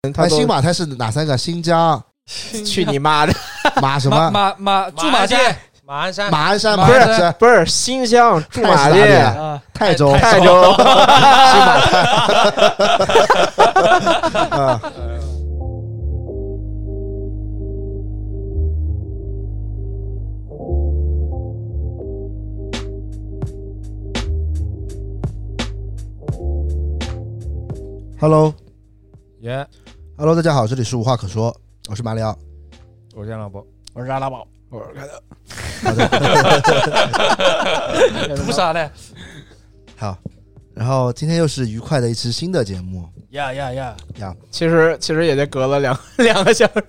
他都哎那哎新 马泰是哪三个？新疆、去你妈 的！马什马么？马马驻马马鞍店 山马鞍山，马鞍山、马马不鞍鞍山山、不是新疆驻马泰是哪店、啊，泰州、泰泰州。啊，Hello，Hello，耶，大家好，这里是无话可说，我是马里奥。我见老婆，我是阿拉宝，我是开头。好的，图啥嘞？好。然后今天又是愉快的一期新的节目呀呀呀！呀，其实其实也就隔了两两个小时。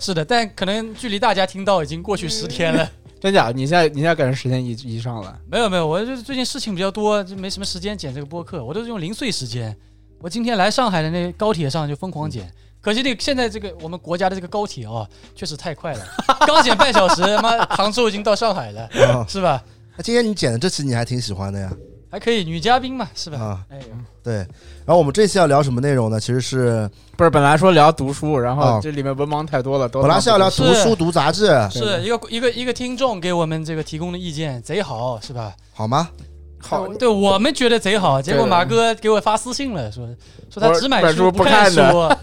是的，但可能距离大家听到已经过去十天 了。真假？你现在你现在赶上十天以以上了？没有没有，我就是最近事情比较多，就没什么时间剪这个播客，我都是用零碎时间。我今天来上海的那高铁上就疯狂剪，可惜这个现在这个我们国家的这个高铁啊，确实太快了，刚剪半小时，妈杭州已经到上海了，啊是吧？那今天你剪的这期你还挺喜欢的呀还可以，女嘉宾嘛，是吧？啊，哎呦，对。然后我们这期要聊什么内容呢？其实是不是，本来说聊读书，然后哦这里面文盲太多了，都本来是要聊是读书、读杂志，是一个一个一个听众给我们这个提供的意见，贼好，是吧？好吗？好。对我们觉得贼好，啊结果对的马哥给我发私信了，说说他我只买买书书不看看书，啊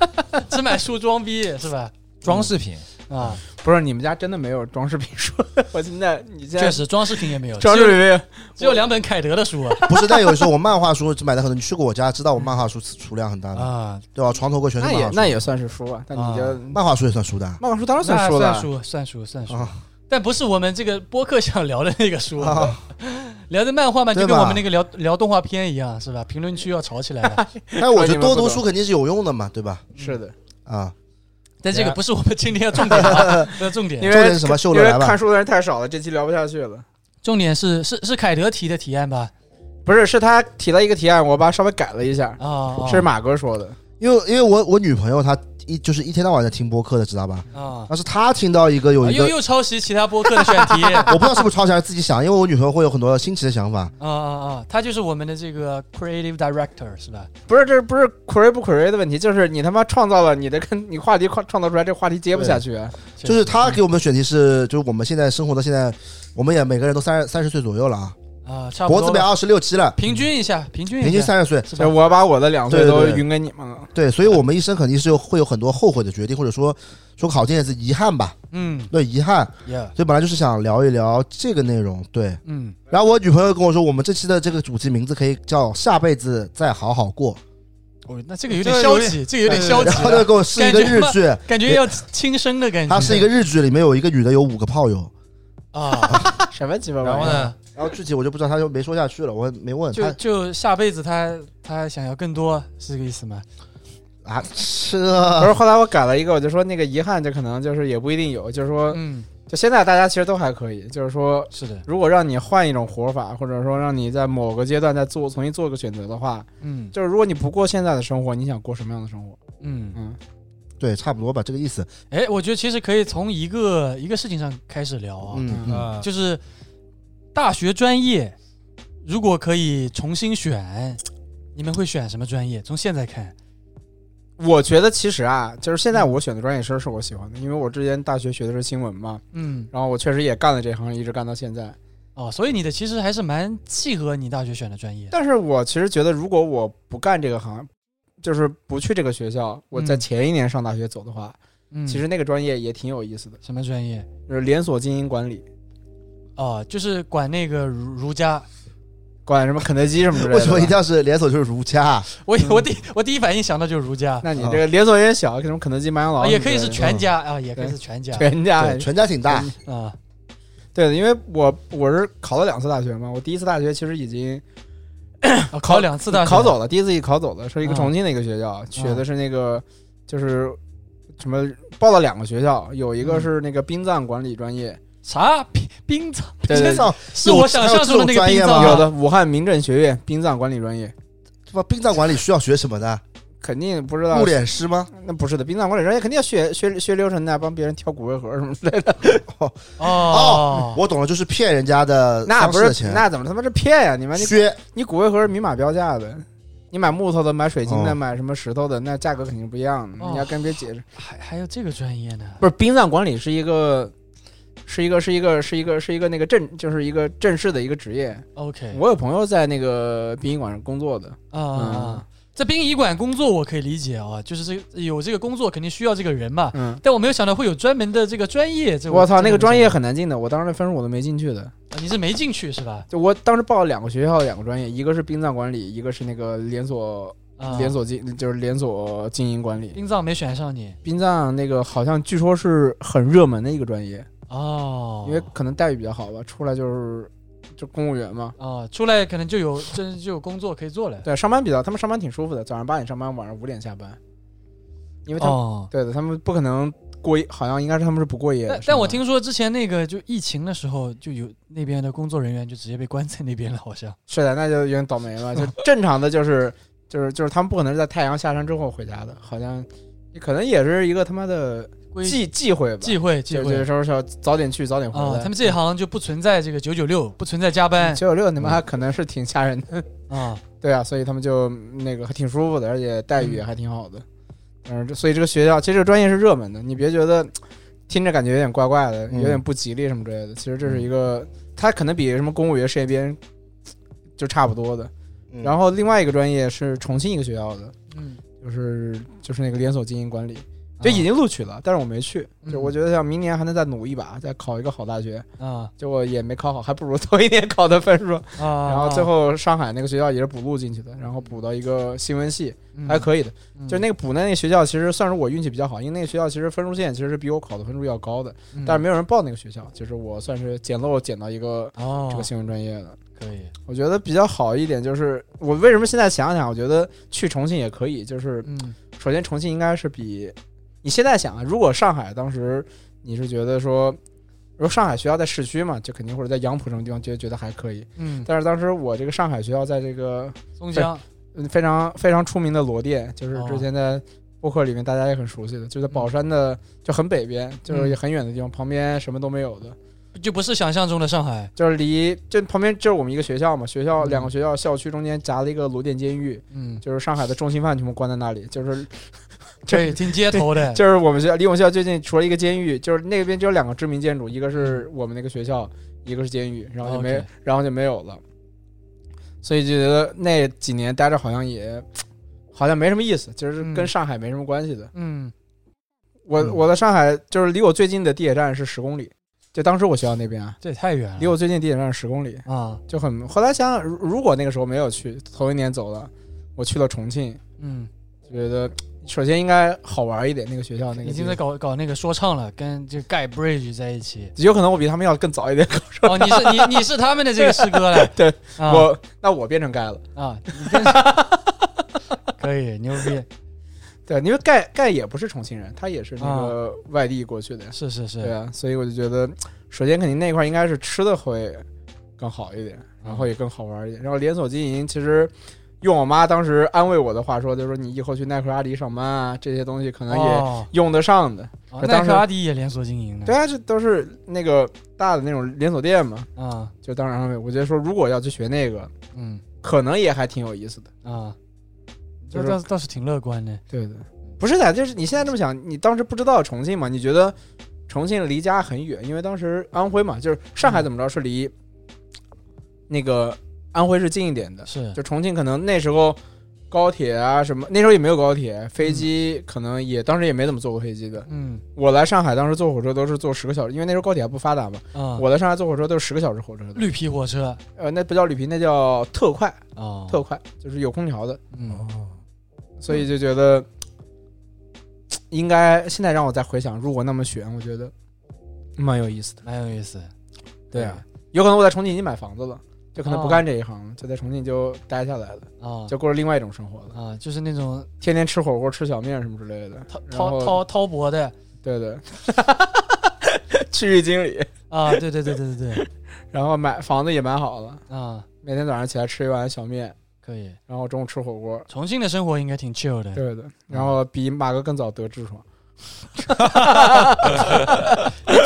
只买书装逼是吧？装饰品，啊，不是你们家真的没有装饰品书？ 我现在你现确在实装饰品也没有，嗯装饰只有品没有只有两本凯德的 书啊不是，但有时候我漫画书只买的很多，你去过我家，知道我漫画书储量很大的，啊，对吧？床头柜全是那漫也画书，那也算是书啊。但你就漫画书也算书的 啊漫画书当然那书算了，书算书算书，啊。但不是我们这个播客想聊的那个书，啊聊的漫画嘛，就对跟吧我们那个聊聊动画片一样，是吧？评论区要吵起来 了，但是我觉得多读书肯定是有用的嘛，对吧？是的。啊，但这个不是我们今天的重 点啊，这个重因点为重点是什么？秀因伦为来吧看，书的人太少了，这期聊不下去了。重点是是是凯德提的提案吧？不是，是他提了一个提案，我把它稍微改了一下，啊，啊是马哥说的。因为因为我我女朋友她一就是一天到晚在听播客的，知道吧？嗯啊，但是她听到一个有啊一又个，又抄袭其他播客的选题。 我不知道是不是抄袭还是自己想，因为我女朋友会有很多新奇的想法。啊啊啊！他就是我们的这个 creative director 是吧？不是，这不是 create 不 create 的问题，就是你他妈创造了你的跟你话题创创造出来，这话题接不下去啊。就是嗯她给我们的选题是，就是我们现在生活到现在，我们也每个人都三十三十岁左右了啊，啊，差不脖多子被吧二十六七了，平均一下，平均一下平均三十岁。是这吧？我把我的两岁对都对对匀给你们了。对，所以我们一生肯定是有会有很多后悔的决定，或者说说好听点是遗憾吧，嗯对，遗憾。 ，yeah，所以本来就是想聊一聊这个内容，对。嗯，然后我女朋友跟我说，我们这期的这个主题名字可以叫“下辈子再好好过哦，那这个有点消极，这个有点”，消极然后她了，给我是一个日剧，感觉要轻生的感觉。它是一个日剧，里面有一个女的有五个炮友，啊，什么鸡巴玩然意后儿？呢，然后具体我就不知道，她就没说下去了，我没问就她就下辈子他他想要更多，是这个意思吗？啊，不是，这后来我改了一个，我就说那个遗憾，就可能就是也不一定有，就是说，嗯，就现在大家其实都还可以，就是说，是的，如果让你换一种活法，或者说让你在某个阶段再做重新做个选择的话，嗯就是如果你不过现在的生活，你想过什么样的生活？嗯，嗯，对，差不多吧，这个意思。哎，我觉得其实可以从一个一个事情上开始聊啊，嗯，嗯啊，就是大学专业，如果可以重新选，你们会选什么专业？从现在看，我觉得其实啊，就是现在我选的专业其实是我喜欢的，因为我之前大学学的是新闻嘛，嗯，然后我确实也干了这行，一直干到现在。哦，所以你的其实还是蛮契合你大学选的专业。但是我其实觉得，如果我不干这个行，就是不去这个学校，我在嗯前一年上大学走的话，嗯，其实那个专业也挺有意思的，什么专业？就是连锁经营管理，哦，就是管那个儒儒家。管什么肯德基什么之类的。为什么一定要是连锁就是儒家？ 啊我嗯我第我第一反应想到就是儒 家，那你这个连锁有点小，什么肯德基、麦当劳啊什么之类的、也可以是全家啊，也可以对是全家全家对，全家挺大，啊。对的，因为我我是考了两次大学嘛，我第一次大学其实已经哦考两次大学，考走了，第一次已经考走了，是一个啊重庆的一个学校，学的是那个就是什么报了两个学校，有一个嗯是那个殡葬管理专业，啥冰冰藏？对对这种 是我想象中的那个冰啊藏还有的武汉民政学院殡葬管理专业，什么殡葬管理需要学什么的？肯定不知道木。脸师吗？那不是的，殡葬管理专业肯定要学学学流程的，帮别人挑骨灰盒什么之类的。哦，我懂了，就是骗人家的 那丧不事的是，钱，那怎么他妈是骗呀、你妈你削你骨灰盒是明码标价的，你买木头的、买水晶的、哦买什么石头的，那价格肯定不一样的。哦你要跟别人解释，还还有这个专业呢？不是殡葬管理是一个，是一个，是一个，是一个，是一个那个正，就是一个正式的一个职业。 OK 我有朋友在那个殡仪馆工作的，啊嗯啊，在殡仪馆工作我可以理解啊，就是这个有这个工作肯定需要这个人嘛。嗯，但我没有想到会有专门的这个专业，这我操，那个专业啊很难进的，我当时那分数我都没进去的。你是没进去是吧？就我当时报了两个学校，两个专业，一个是殡葬管理，一个是那个连锁啊，连锁经，就是连锁经营管理。殡葬没选上你殡葬那个好像据说是很热门的一个专业，哦，因为可能待遇比较好吧，出来就是就公务员嘛。哦出来可能就有真就有工作可以做了。对，上班比较，他们上班挺舒服的，早上八点上班，晚上五点下班，因为他们、哦，对的，他们不可能过夜，好像应该是他们是不过夜的但但我上班听说之前那个就疫情的时候，就有那边的工作人员就直接被关在那边了，好像。是的，那就有点倒霉 了。就正常的就是就是就是他们不可能是在太阳下山之后回家的，好像可能也是一个他妈的规忌忌讳吧，忌讳忌就讳就，是说是要早点去早点回啊，来。嗯他们这一行嗯就不存在这个九九六，不存在加班九九六他妈可能是挺吓人的，啊。对啊，所以他们就那个还挺舒服的，而且待遇也还挺好的。嗯，这所以这个学校其实这个专业是热门的，你别觉得听着感觉有点怪怪的，嗯有点不吉利什么之类的。其实这嗯是一个，它可能比什么公务员、事业编就差不多的。嗯然后另外一个专业是重庆一个学校的，嗯，就是就是那个连锁经营管理，就啊已经录取了，但是我没去。嗯就我觉得想明年还能再努一把，再考一个好大学，啊结果也没考好，还不如头一年考的分数。 啊，然然后最后上海那个学校也是补录进去的，然后补到一个新闻系，嗯还可以的。就那个补那个学校，其实算是我运气比较好，因为那个学校其实分数线其实是比我考的分数要高的，嗯，但是没有人报那个学校，就是我算是捡漏捡到一个哦，这个新闻专业的。可以，我觉得比较好一点就是，我为什么现在想想，我觉得去重庆也可以。就是嗯首先重庆应该是比你现在想啊，如果上海当时你是觉得说，如果上海学校在市区嘛，就肯定或者在杨浦什么地方，觉得觉得还可以。嗯，但是当时我这个上海学校在这个松江嗯非常非常出名的罗店，就是哦之前在播客里面大家也很熟悉的，就在宝山的就很北边，就是也很远的地方，旁边什么都没有的，就不是想象中的上海，就是离就旁边就是我们一个学校嘛，学校嗯两个学校校区中间夹了一个罗店监狱，嗯，就是上海的重刑犯全部关在那里，就是 对，挺街头的，就是我们学校离我们学校最近除了一个监狱，就是那边只有两个知名建筑，一个是我们那个学校，一个是监狱，然后就没嗯哦 OK 然后就没有了。所以就觉得那几年待着好像也好像没什么意思，就是嗯跟上海没什么关系的。嗯我、嗯我在上海就是离我最近的地铁站是十公里，就当时我学校那边啊，这也太远了，离我最近地铁站十公里，啊，就很。后来想想，如如果那个时候没有去，头一年走了，我去了重庆，嗯，就觉得首先应该好玩一点，那个学校那个已地经方在搞搞那个说唱了，跟这个盖 Bridge 在一起。有可能我比他们要更早一点，哦，你是你你是他们的这个师哥了， 对，啊我那我变成盖了，啊，你真是 可以牛逼，对，因为盖盖也不是重庆人，他也是啊那个外地过去的呀，是是对是，啊，所以我就觉得，首先肯定那块应该是吃的会更好一点，然嗯后也更好玩一点，然后连锁经营其实。用我妈当时安慰我的话说，就是说你以后去耐克、阿迪上班啊，这些东西可能也哦，用得上的。哦那耐当时克阿迪也连锁经营的，对啊，这都是那个大的那种连锁店嘛。啊，就当然了，我觉得说如果要去学那个，嗯可能也还挺有意思的。啊，就这是倒倒是挺乐观的，对的，不是的，就是你现在这么想，你当时不知道重庆嘛？你觉得重庆离家很远，因为当时安徽嘛，就是上海怎么着是离那个安徽是近一点的，是就重庆可能那时候高铁啊什么，那时候也没有高铁，飞机可能也当时也没怎么坐过飞机的。嗯我来上海当时坐火车都是坐十个小时，因为那时候高铁还不发达嘛，啊，我来上海坐火车都是十个小时火车的。绿皮火车呃，那不叫绿皮，那叫特快，哦，特快就是有空调的。嗯所以就觉得应该现在让我再回想，如果那么选，我觉得蛮有意思的。蛮有意思，对哦啊，有可能我在重庆已经买房子了，就可能不干这一行了，就在重庆就待下来了，啊就过着另外一种生活了，啊，就是那种天天吃火锅、吃小面什么之类的。滔然后滔滔滔博的对对， 区域经理，啊，对对对对对对然后买房子也买好了，啊，每天早上起来吃一碗小面，可以，然后中午吃火锅。重庆的生活应该挺 chill 的，对对，嗯然后比马哥更早得痔疮，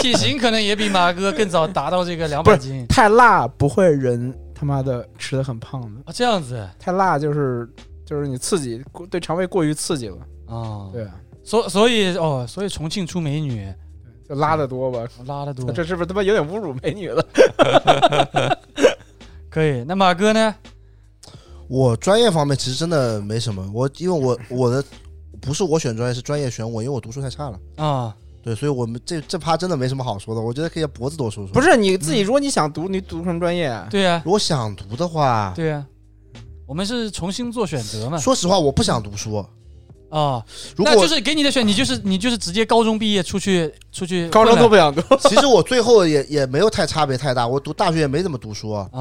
体型可能也比马哥更早达到这个 两不百是斤太辣不会人他妈的吃的很胖的。哦啊，这样子太辣就是就是你刺激过对肠胃过于刺激了，啊，对啊，所所以哦，所以重庆出美女就拉的多吧。拉的多，这是不是他妈有点侮辱美女了？可以。那马哥呢？我专业方面其实真的没什么，我因为我我的不是我选专业，是专业选我，因为我读书太差了。啊，对，所以我们这这趴真的没什么好说的，我觉得可以脖子多说说。不，是你自己，如果你想读，你读什么专业啊？对呀，如果想读的话，对呀，我们是重新做选择嘛。说实话，我不想读书。啊，如那就果是给你的选，你就是你就是直接高中毕业出去出去高中混都了不想读，其实我最后也也没有太差别太大，我读大学也没怎么读书，啊，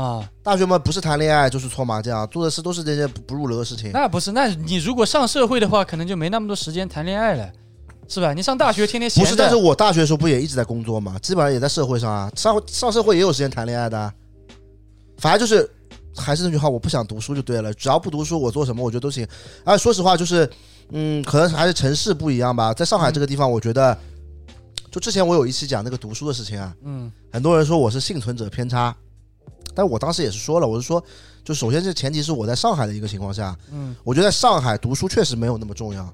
大学嘛不是谈恋爱就是搓麻将，做的事都是这些不不入流的事情。那不是？那你如果上社会的话，可能就没那么多时间谈恋爱了，是吧？你上大学天天闲不着是，但是我大学的时候不也一直在工作嘛，基本上也在社会上啊，上上社会也有时间谈恋爱的啊、反正就是还是那句话，我不想读书就对了，只要不读书，我做什么我觉得都行。而说实话，就是嗯，可能还是城市不一样吧，在上海这个地方，我觉得就之前我有一期讲那个读书的事情啊，嗯很多人说我是幸存者偏差，但我当时也是说了，我是说，就首先这前提是我在上海的一个情况下，嗯，我觉得在上海读书确实没有那么重要。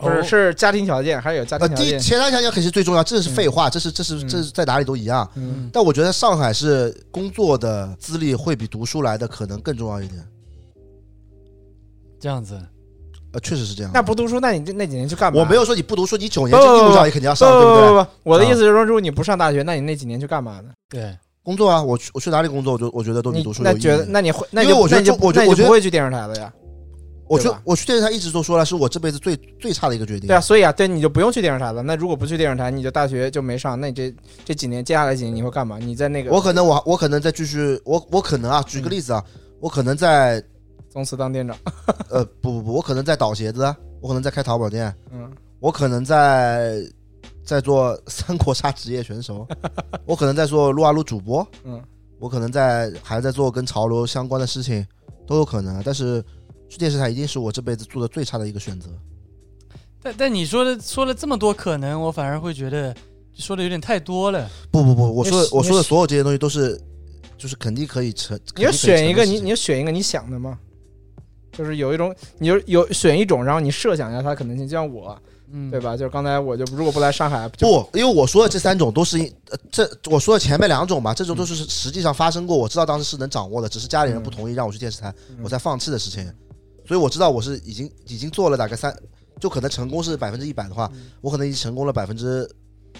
不是是家庭条件，还是有家呃，庭条第一件。前三条件肯定是最重要，这是废话，这是这是这是在哪里都一样。嗯，但我觉得上海是工作的资历会比读书来的可能更重要一点，这样子呃，确实是这样。那不读书，那你这那几年去干嘛？啊我没有说你不读书，你九年不这义不务不教育肯定要不上，对不不对？不不，我的啊意思是说，如果你不上大学，那你那几年去干嘛呢？对，工作啊，我去我去哪里工作，我就我觉得都比你读书有那意义。觉得，那你会，那因你为就我觉那得你就中我觉那得你我就觉不得会去电视台了呀？我去对吧我去电视台一直都说了，是我这辈子最最差的一个决定。对啊，所以啊，对你就不用去电视台了。那如果不去电视台，你就大学就没上，那你这这几年接下来几年你会干嘛？你在那个我可能我我可能再继续，我我可能啊，举嗯个例子啊，我可能在宗祠当店长，呃不不不，我可能在倒鞋子啊，我可能在开淘宝店，嗯，我可能在在做 三国杀职业选手，我可能在做撸啊撸主播，嗯，我可能在还在做跟潮流相关的事情，都有可能啊。但是去电视台一定是我这辈子做的最差的一个选择。但但你说的说了这么多可能，我反而会觉得说的有点太多了。不不不，我说的你我说的所有这些东西都是，就是肯定可以成。你就肯定可以成选一的个事你情你就选一个你想的嘛，就是有一种你就有选一种，然后你设想一下它的可能性，就像我嗯，对吧？就是刚才我就如果不来上海，就不，因为我说的这三种都是因呃，这我说的前面两种吧，这种都嗯是实际上发生过，我知道当时是能掌握的，只是家里人不同意让我去电视台，嗯我才放弃的事情。所以我知道我是已经已经做了大概三，就可能成功是百分之一百的话，嗯我可能已经成功了百分之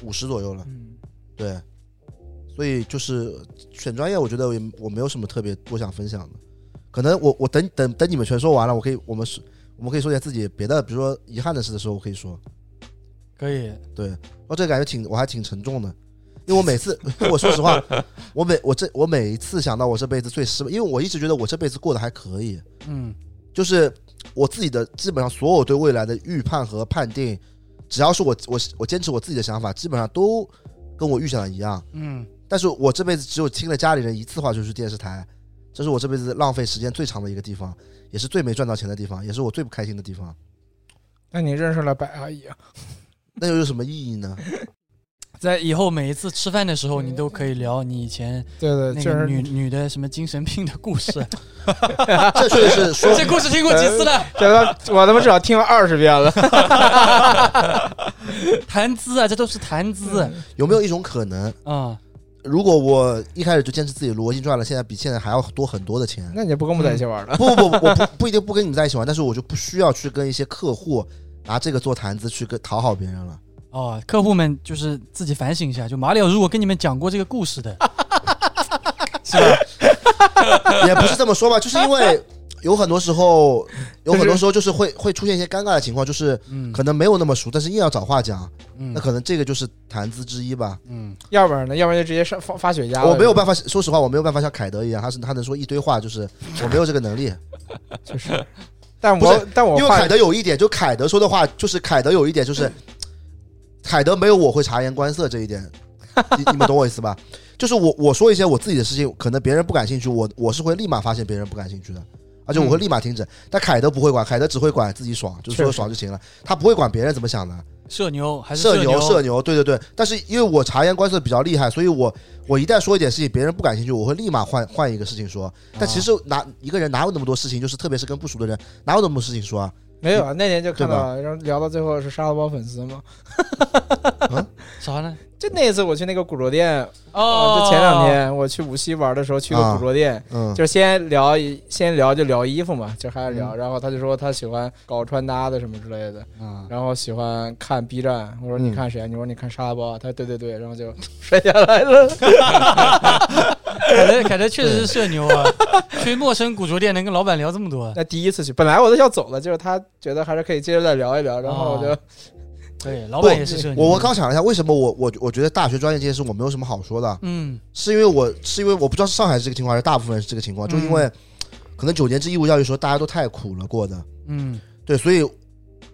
五十左右了。嗯，对，所以就是选专业，我觉得我也我没有什么特别多想分享的，可能我我等等等你们全说完了，我可以我们是我们可以说点自己别的，比如说遗憾的事的时候，我可以说。可以。对，我哦这个感觉挺，我还挺沉重的，因为我每次， 我说实话，我每我这我每一次想到我这辈子最失败，因为我一直觉得我这辈子过得还可以，嗯就是我自己的基本上所有对未来的预判和判定，只要是我我我坚持我自己的想法，基本上都跟我预想的一样。嗯，但是我这辈子只有听了家里人一次话，就是电视台，这是我这辈子浪费时间最长的一个地方，也是最没赚到钱的地方，也是我最不开心的地方。那你认识了白阿姨啊？那又有什么意义呢？在以后每一次吃饭的时候，你都可以聊你以前对呃对，那就个是女女的什么精神病的故 事。这确实是说这故事听过几次了？这个我他妈至少听了二十遍了。谈资啊，这都是谈资啊、有没有一种可能，嗯如果我一开始就坚持自己逻辑赚了，现在比现在还要多很多的钱。那你就不跟我们在一起玩了？不不不，我不不一定不跟你们在一起玩，但是我就不需要去跟一些客户拿这个做谈资去跟讨好别人了。哦，客户们就是自己反省一下，就马里奥如果跟你们讲过这个故事的，是吧？也不是这么说吧，就是因为有很多时候，有很多时候就是会会出现一些尴尬的情况，就是嗯可能没有那么熟，但是硬要找话讲，那嗯可能这个就是谈资之一吧。嗯， 要不然呢？要不然就直接上发发雪茄了。我没有办法，说实话，我没有办法像凯德一样，他是他能说一堆话，就是我没有这个能力。就是，但不我是但我因为话凯德有一点，就凯德说的话，就是凯德有一点，就是凯德没有我会察言观色这一点，你你们懂我意思吧？就是我我说一些我自己的事情，可能别人不感兴趣，我我是会立马发现别人不感兴趣的，而且我会立马停止。但凯德不会管，凯德只会管自己爽，就是确说实爽就行了，他不会管别人怎么想的。社牛还是社牛？社牛，对对对。但是因为我察言观色比较厉害，所以我我一旦说一点事情，别人不感兴趣，我会立马换换一个事情说。但其实哪一个人哪有那么多事情，就是特别是跟不熟的人，哪有那么多事情说啊？没有啊，那年就看对吧到，然后聊到最后是沙拉包粉丝嘛。啥呢？就那一次我去那个古着店，啊，，哦就前两天我去无锡玩的时候去个古着店，嗯，就先聊一先聊就聊衣服嘛，就还是聊，然后他就说他喜欢搞穿搭的什么之类的，啊，然后喜欢看 B 站，我说嗯你看谁啊？你说你看沙拉包啊，他说对对对，然后就摔下来了。凯德凯德确实是社牛啊， 去陌生古着店能跟老板聊这么多， 那第一次去，本来我都要走了，就是他觉得还是可以接着再聊一聊，然后我就、哦对，老板也是社牛。我我刚想了一下，为什么我我我觉得大学专业这件事我没有什么好说的，嗯是因为我是因为我不知道是上海是这个情况还是大部分人是这个情况，就嗯因为可能九年制义务教育时候大家都太苦了过的，嗯，对，所以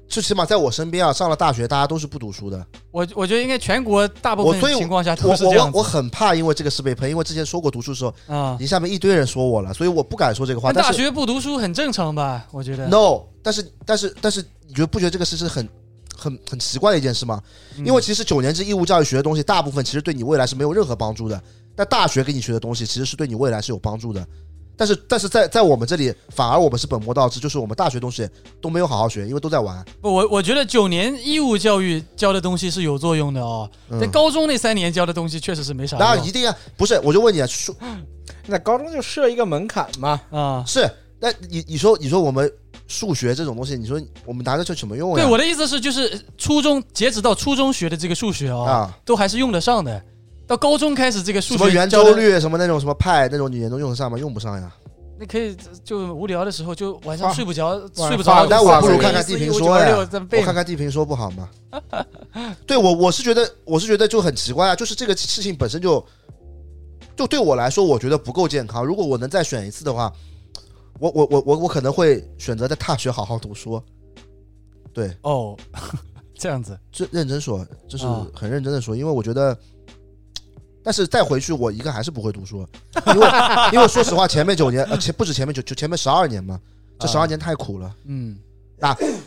最起码在我身边啊，上了大学大家都是不读书的，我我觉得应该全国大部我所分以情况下都我是我这样我子我很怕因为这个事被喷，因为之前说过读书的时候，啊已。经下面一堆人说我了，所以我不敢说这个话。但大但是学不读书很正常吧？我觉得。 no，但是但是但是，你觉得不觉得这个事是很很很奇怪的一件事吗？嗯因为其实九年制义务教育学的东西，大部分其实对你未来是没有任何帮助的。但大学给你学的东西，其实是对你未来是有帮助的。但是但是在在我们这里，反而我们是本末倒置，就是我们大学东西都没有好好学，因为都在玩。不，我我觉得九年义务教育教的东西是有作用的哦。嗯在高中那三年教的东西确实是没啥当然用一定要不是，我就问你啊，说那高中就设一个门槛嘛，啊。是，那你你说你说我们数学这种东西，你说我们拿着去什么用呀？对，我的意思是，就是初中截止到初中学的这个数学哦，啊，都还是用得上的。到高中开始，这个数什学么圆教周的，率，什么那种什么派那种，你也能用得上吗？用不上呀。那可以就无聊的时候，就晚上睡不着，画睡不着。那我不如就看看地平说呀1596在背我看看地平说不好吗？ 对我我是觉得我是觉得就很奇怪啊，就是这个事情本身就就对我来说，我觉得不够健康。如果我能再选一次的话，我我我我我可能会选择在大学好好读书。对，哦， 这样子这认真说，就是啊很认真的说，因为我觉得。但是再回去，我一个还是不会读书，啊因为因为说实话，前面九年，呃，前不止前面九，就前面十二年嘛，这十二年太苦了。嗯，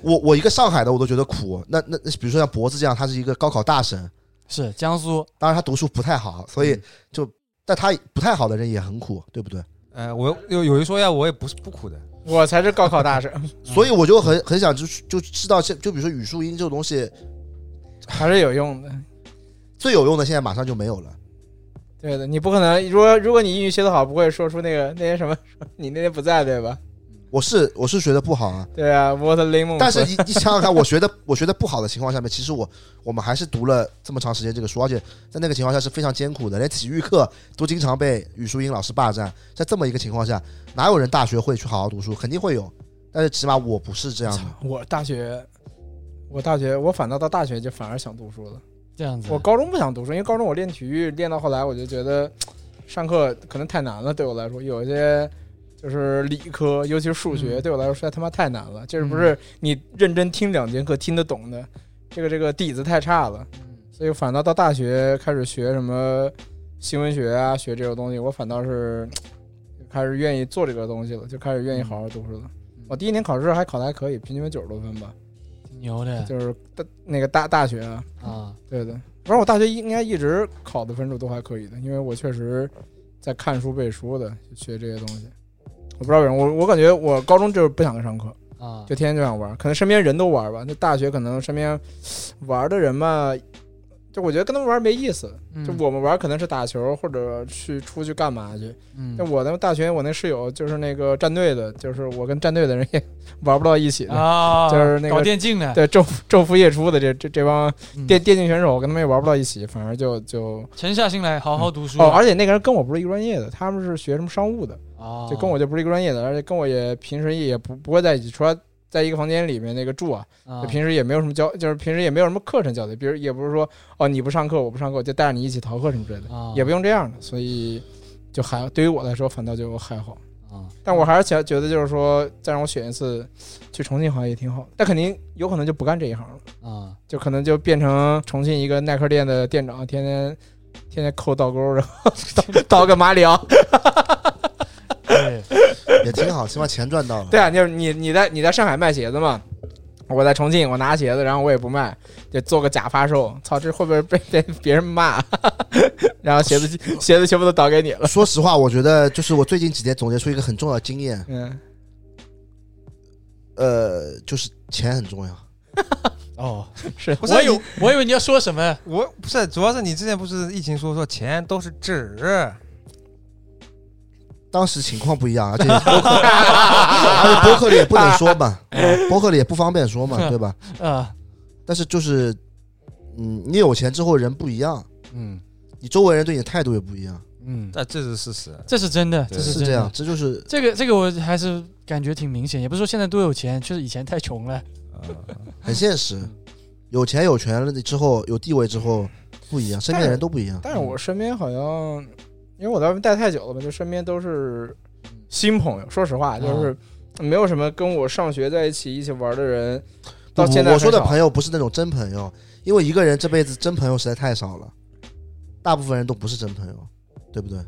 我我一个上海的我都觉得苦，那那那比如说像博子这样，他是一个高考大神，是江苏当然他读书不太好，所以就、但他不太好的人也很苦，对不对？呃，我有有一说呀，我也不是不苦的，我才是高考大神，所以我就很很想就就知道现就比如说语数英这种东西 还是有用的。最有用的现在马上就没有了。对的，你不可能。如果如果你英语学得好，不会说出那个那些什么， 你那天不在对吧？我是我是学的不好啊，对啊，What lemon？但是你你想想看，我学的我学的不好的情况下面，其实我我们还是读了这么长时间这个书，而且在那个情况下是非常艰苦的，连体育课都经常被语数英老师霸占。在这么一个情况下，哪有人大学会去好好读书？肯定会有，但是起码我不是这样的。我大学，我大学，我反倒到大学就反而想读书了。这样子。我高中不想读书，因为高中我练体育练到后来，我就觉得上课可能太难了，对我来说有一些。就是理科，尤其是数学，嗯对我来说实在他妈太难了。这不是你认真听两节课听得懂的，这个这个底子太差了。嗯所以反倒到大学开始学什么新闻学啊，学这种东西，我反倒是开始愿意做这个东西了，就开始愿意好好读书了。我第一年考试还考得还可以，平均分九十多分吧，挺牛的就是大那个大大学啊，啊，对对。反正我大学应该一直考的分数都还可以的，因为我确实在看书背书的，学这些东西。我不知道为什么，我我感觉我高中就是不想上课，啊，就天天就想玩儿，可能身边人都玩儿吧。那大学可能身边玩儿的人嘛，就我觉得跟他们玩儿没意思。嗯就我们玩儿可能是打球或者去出去干嘛去。嗯那我的大学我那室友就是那个战队的，就是我跟战队的人也 玩不到一起的。啊，就是那个搞电竞的，对，昼昼伏夜出的这这这帮嗯电电竞选手，我跟他们也玩不到一起，反而就就沉下心来好好读书。哦，而且那个人跟我不是一个专业的，他们是学什么商务的，哦就跟我就不是一个专业的，而且跟我也平时也不不会在一起，除了在一个房间里面那个住啊，啊就平时也没有什么交，就是平时也没有什么课程交流，比如也不是说哦你不上课我不上课，我就带着你一起逃课什么之类的，啊也不用这样的，所以就还对于我来说反倒就还好，啊，但我还是想觉得就是说再让我选一次去重庆好像也挺好的，但肯定有可能就不干这一行了，啊，就可能就变成重庆一个耐克店的店长，天天天天扣倒钩，然后 倒倒个马里奥。对，也挺好，起码钱赚到了。对啊，就是你你在你在上海卖鞋子嘛，我在重庆，我拿鞋子，然后我也不卖，就做个假发售。操，这会不会被 被别人骂？ 然后鞋子鞋子全部都倒给你了。 说实话，我觉得就是我最近几年总结出一个很重要的经验，嗯，呃，就是钱很重要。哦，是 不是我以为我以为你要说什么，我不是，主要是你之前不是疫情说说钱都是纸，当时情况不一样，而且博客， 而且博客里也不能说嘛，博客里也不方便说嘛，对吧？呃，但是就是，嗯，你有钱之后人不一样，嗯你周围人对你的态度也不一样，嗯，这这是事实。这是真的，对这是是真这样的。，这就是这个这个我还是感觉挺明显，也不是说现在多有钱，确实以前太穷了。嗯很现实。有钱有权了之后，有地位之后不一样，身边的人都不一样。但是我身边好像，因为我在外面待太久了嘛，就身边都是新朋友。说实话，就是没有什么跟我上学在一起一起玩的人，到不现在嗯我说的很少朋友不是那种真朋友，因为一个人这辈子真朋友实在太少了，大部分人都不是真朋友，对不对？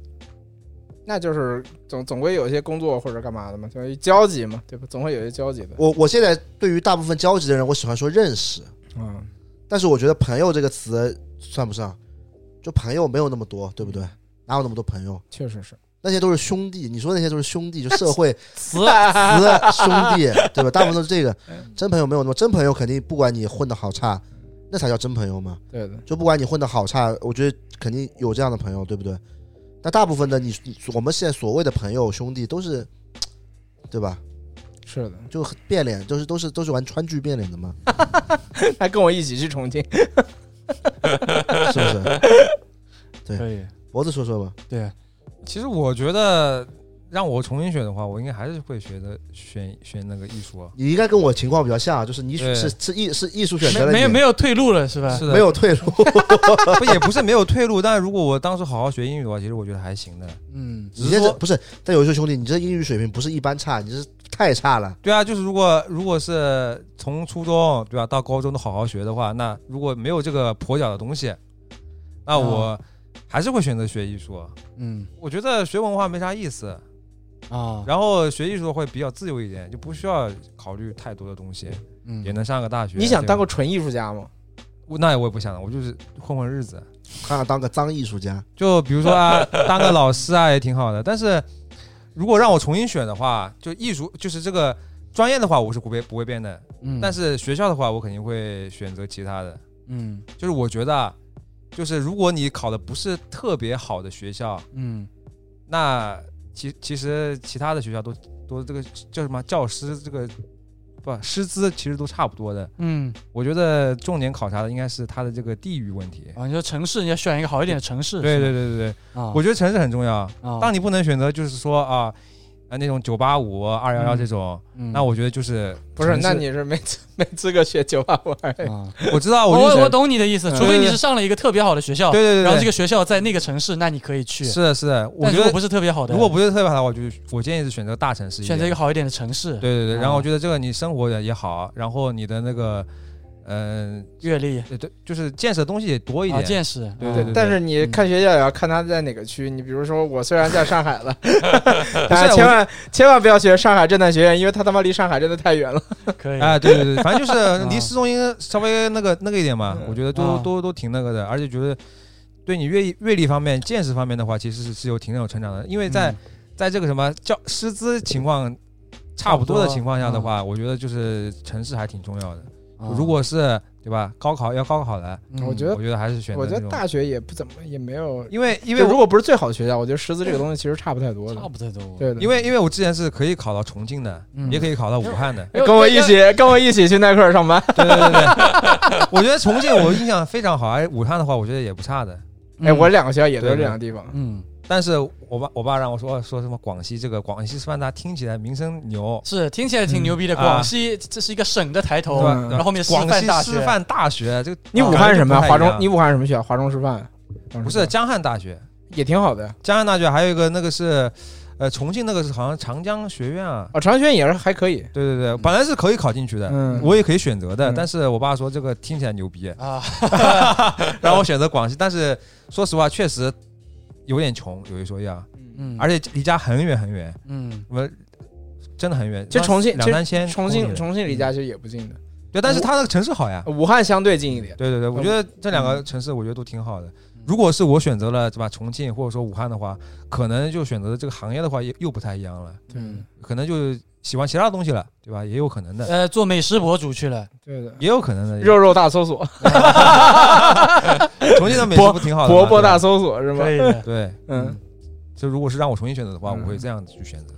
那就是总总归有一些工作或者干嘛的嘛，就是交集嘛，对吧？总会有一些交集的。我我现在对于大部分交集的人，我喜欢说认识，嗯，但是我觉得朋友这个词算不上，就朋友没有那么多，对不对？哪有那么多朋友？确实是。那些都是兄弟，你说那些都是兄弟，就社会词词兄弟，对吧？大部分都是这个，真朋友没有那么，真朋友肯定不管你混的好差，那才叫真朋友嘛。对的，就不管你混的好差，我觉得肯定有这样的朋友，对不对？但大部分的你，你我们现在所谓的朋友兄弟都是，对吧？是的。就很变脸，就是都是都是玩川剧变脸的嘛，还跟我一起去重庆，是不是？对可以，脖子说说吧，对，其实我觉得让我重新选的话，我应该还是会选择选选那个艺术啊。你应该跟我情况比较像，啊就是你对是是艺是艺术选择了没没有你没有退路了是呃吧？是的，没有退路，不也不是没有退路，但如果我当时好好学英语的话，其实我觉得还行的。嗯，只你是这说，不是？但有时候兄弟，你这英语水平不是一般差，你这是太差了。对啊，就是如果如果是从初中对吧到高中都好好学的话，那如果没有这个跛脚的东西，那嗯我还是会选择学艺术。嗯我觉得学文化没啥意思，啊，然后学艺术会比较自由一点，就不需要考虑太多的东西，嗯也能上个大学。你想当对个纯艺术家吗？吧那我也不想，我就是混混日子。他想当个脏艺术家，就比如说 啊，当个老师啊也挺好的。但是如果让我重新选的话，就艺术就是这个专业的话，我是不会不会变的。嗯但是学校的话，我肯定会选择其他的。嗯就是我觉得啊，就是如果你考的不是特别好的学校，嗯那其其实其他的学校都都这个叫什么教师这个不师资其实都差不多的。嗯，我觉得重点考察的应该是他的这个地域问题。啊，你说城市，你要选一个好一点的城市，对对是对对对，吧，啊，我觉得城市很重要。啊，当你不能选择，就是说啊，啊那种九八五、二幺幺这种，嗯那我觉得就是不是，城市那你是没资没资格学九八五 二幺幺。啊，我知道，我我就是我选我懂你的意思，嗯除非你是上了一个特别好的学校，对对对对，然后这个个学校在那个城市，那你可以去。是的是的，我但觉如果得不是特别好的，如果不是特别好的话，我就我建议是选择大城市，选择一个，好一点的城市，对对对，啊然后我觉得这个你生活也也好，然后你的那个嗯，阅历对对，就是见识的东西也多一啊，点，见识，对啊对对但是你看学校也要看他在哪个区。你比如说，我虽然在上 海了，大家我千万千万不要学上海震旦学院，因为他他妈离上海真的太远了。可以啊，对对对，反 正就是嗯离市中心稍微那个那个一点嘛，嗯我觉得都啊都都挺那个的，而且觉得对你阅阅历方面、见识方面的话，其实是是有挺有成长的，因为在嗯在这个什么教师资情况差不多的情况下的嗯话，我觉得就是城市还挺重要的。啊如果是对吧，高考要高考了，嗯我觉得我觉得还是选择我觉那得种大学也不怎么，也没有，因为因因为为如我果不是最好的学校，我觉得师资这个东西其实差不太多差的。不太多，对的，因为因为我之前是可以考到重庆的，嗯也可以考到武汉的，哎跟我一起跟我一起去耐克上班。对对对对， 我觉得重庆我印象非常好，而哎武汉的话我觉得也不差的。嗯哎，我两个学校也都是对这两个地方。嗯但是我爸我爸让我说哦说什么广西这个广西师范大听起来名声牛，是听起来挺牛逼的，嗯广西这是一个省的抬头对，吧？嗯然后后面师广范西大师学，范大学这个 你武汉是什么呀？感华觉不太一中？样你武汉是什么学校？华中师范？华中不师范是江汉大学，也挺好的呀。江汉大学还有一个那个是，呃，重庆那个是好像长江学院啊，哦，长安学院也是还可以。对对对，本来是可以考进去的，嗯我也可以选择的，嗯但是我爸说这个听起来牛逼，啊，让我选择广西，但是说实话确实有点穷，有一说一啊，嗯，而且离家很远很远，嗯我真的很远，其实重庆两三千重嗯公里庆重庆离家其实也不近的，对，但是它的城市好呀。武汉相对近一点，对对对，我觉得这两嗯个城市我觉得都挺好的。如果是我选择了对吧重庆或者说武汉的话，可能就选择这个行业的话也又不太一样了，嗯，可能就喜欢其他的东西了，对吧？也有可能的，呃，做美食博主去了，对的。也有可能的。肉肉大搜索，重庆的美食不挺好的吗？伯伯对吧大搜索是吗？以 的。对，嗯，就如果是让我重新选择的话，嗯我会这样子去选择。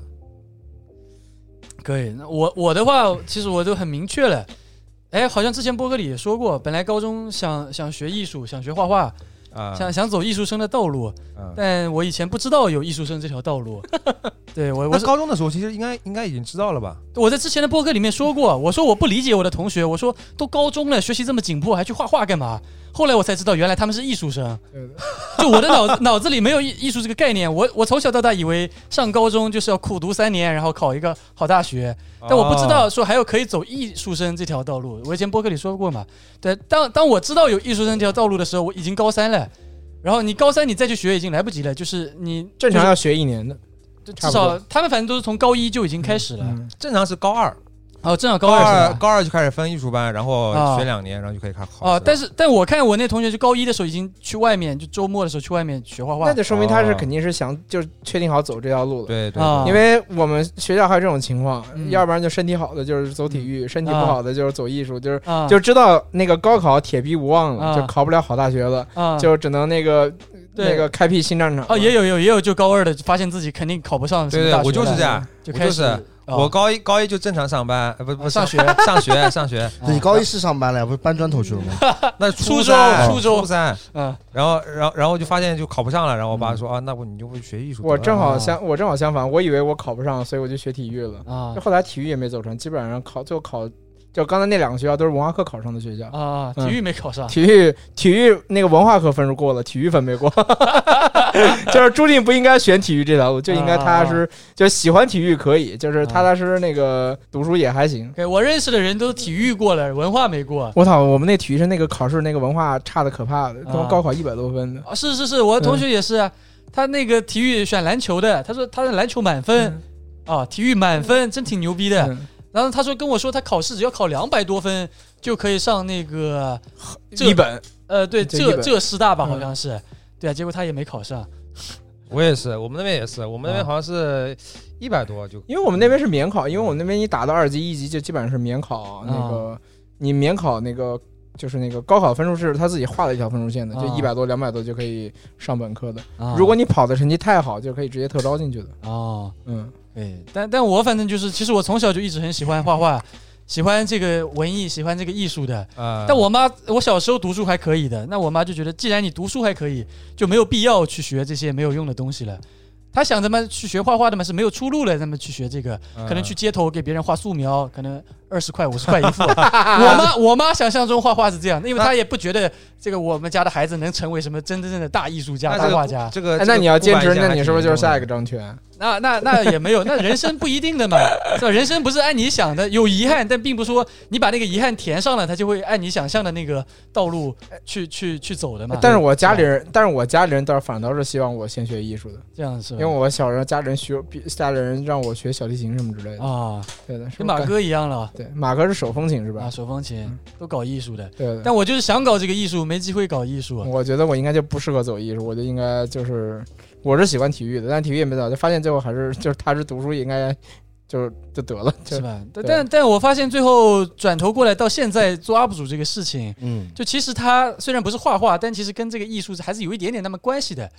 可以，那我我的话，其实我都很明确了。哎，好像之前播客里也说过，本来高中想想学艺术，想学画画，啊，想想走艺术生的道路，啊但我以前不知道有艺术生这条道 路。对我，我那是高中的时候其实应该应该已经知道了吧？我在之前的播客里面说过，我说我不理解我的同学，我说都高中了，学习这么紧迫，还去画画干嘛？后来我才知道，原来他们是艺术生。对的，就我的脑 子脑子里没有艺艺术这个概念，我我从小到大以为上高中就是要苦读三年，然后考一个好大学，啊但我不知哦道说还有可以走艺术生这条道路。我以前播客里说过嘛，对，当当我知道有艺术生这条道路的时候，我已经高三了。然后你高三你再去学已经来不及了，就是你正常要啊学一年的，就是差至不多少他们反正都是从高一就已经开始了。嗯正常是高二，哦，正好高高二是吧高二就开始分艺术班，然后啊学两年，然后就可以开始考试了。哦，但是但我看我那同学就高一的时候已经去外面，就周末的时候去外面学画画那。就说明他是哦肯定是想就是确定好走这条路了。对对对啊因为我们学校还有这种情况，嗯要不然就身体好的就是走体育，身体不好的就是走艺术，就是啊，就知道那个高考铁壁无望了，啊就考不了好大学了，啊，就只能那个对那个开辟新战场。哦，也有也有也有，就高二的发现自己肯定考不上什对么对大学了，我就是这样，就我开就始是哦我高一高一就正常上班，呃不不啊上学学上学 上学，对你高一是上班了呀，不是搬砖头 去了吗？那初三中初中初三，嗯然后然后然后就发现就考不上了，然后我爸说啊，那我你就会学艺术得了。我正好啊相我正好相反，我以为我考不上，所以我就学体育了。啊就后来体育也没走成，基本上考最后考就刚才那两个学校都是文化课考上的学校。啊，嗯体育没考上，体育体育那个文化课分数过了，体育分没 过，就是注定不应该选体育这条路，就应该踏踏啊实实就喜欢体育可以，就是踏踏实实那个读书也还行。对我认识的人都体育过了，文化没过。我操，我们那体育生那个考试那个文化差的可怕的，他妈啊高考一百多分的。啊，是是是，我同学也是啊，他那个体育选篮球的，他说他的篮球满分嗯啊，体育满分，真挺牛逼的。嗯然后他说跟我说，他考试只要考两百多分就可以上那个这一本呃，对，这一浙本浙师大吧，嗯好像是。对啊，结果他也没考上。我也是，我们那边也是，我们那边啊好像是一百多就因为我们那边是免考，因为我们那边你打到二级、一级就基本上是免考那个，你免考那个就是那个高考分数是他自己画了一条分数线的，就啊一百多、两百多就可以上本科的。啊如果你跑的成绩太好，就可以直接特招进去的。哦，嗯，哎对，但但我反正就是，其实我从小就一直很喜欢 画画，喜欢这个文艺，喜欢这个艺术的。嗯啊。但我妈，我小时候读书还可以的，那我妈就觉得，既然你读书还可以，就没有必要去学这些没有用的东西了。她想着嘛，去学画画的嘛是没有出路了，那么去学这个，嗯呃可能去街头给别人画素描，可能二十块五十块一幅。啊啊我妈我妈想象中画画是这样的，因为她也不觉得这个我们家的孩子能成为什么真真正的大艺术家、那大这个画家。这个哎，，这那个你要古坚板一持，下那还你是不是挺就是重下要一个的？张全？那那那也没有，那人生不一定的嘛，是吧？人生不是按你想的，有遗憾，但并不是说你把那个遗憾填上了，他就会按你想象的那个道路去去去走的嘛。但是我家里人，但是我家里人倒是反倒是希望我先学艺术的，这样是因吧？为我小时候家里人学，比家里人让我学小提琴什么之类的。啊，对的，是跟不是马感哥一样了对马哥是手风琴是吧啊，？手风琴嗯都搞艺术的，对嗯的。但我就是想搞这个艺术，没机会搞艺术。啊我觉得我应该就不适合走艺术，我就应该就是我是喜欢体育的，但体育也没走，就发现最后还是 就是踏实读书应该就就得了，就是吧？对但但但我发现最后转头过来到现在做 UP 主这个事情，嗯，就其实它虽然不是画画，但其实跟这个艺术还是有一点点那么关系的。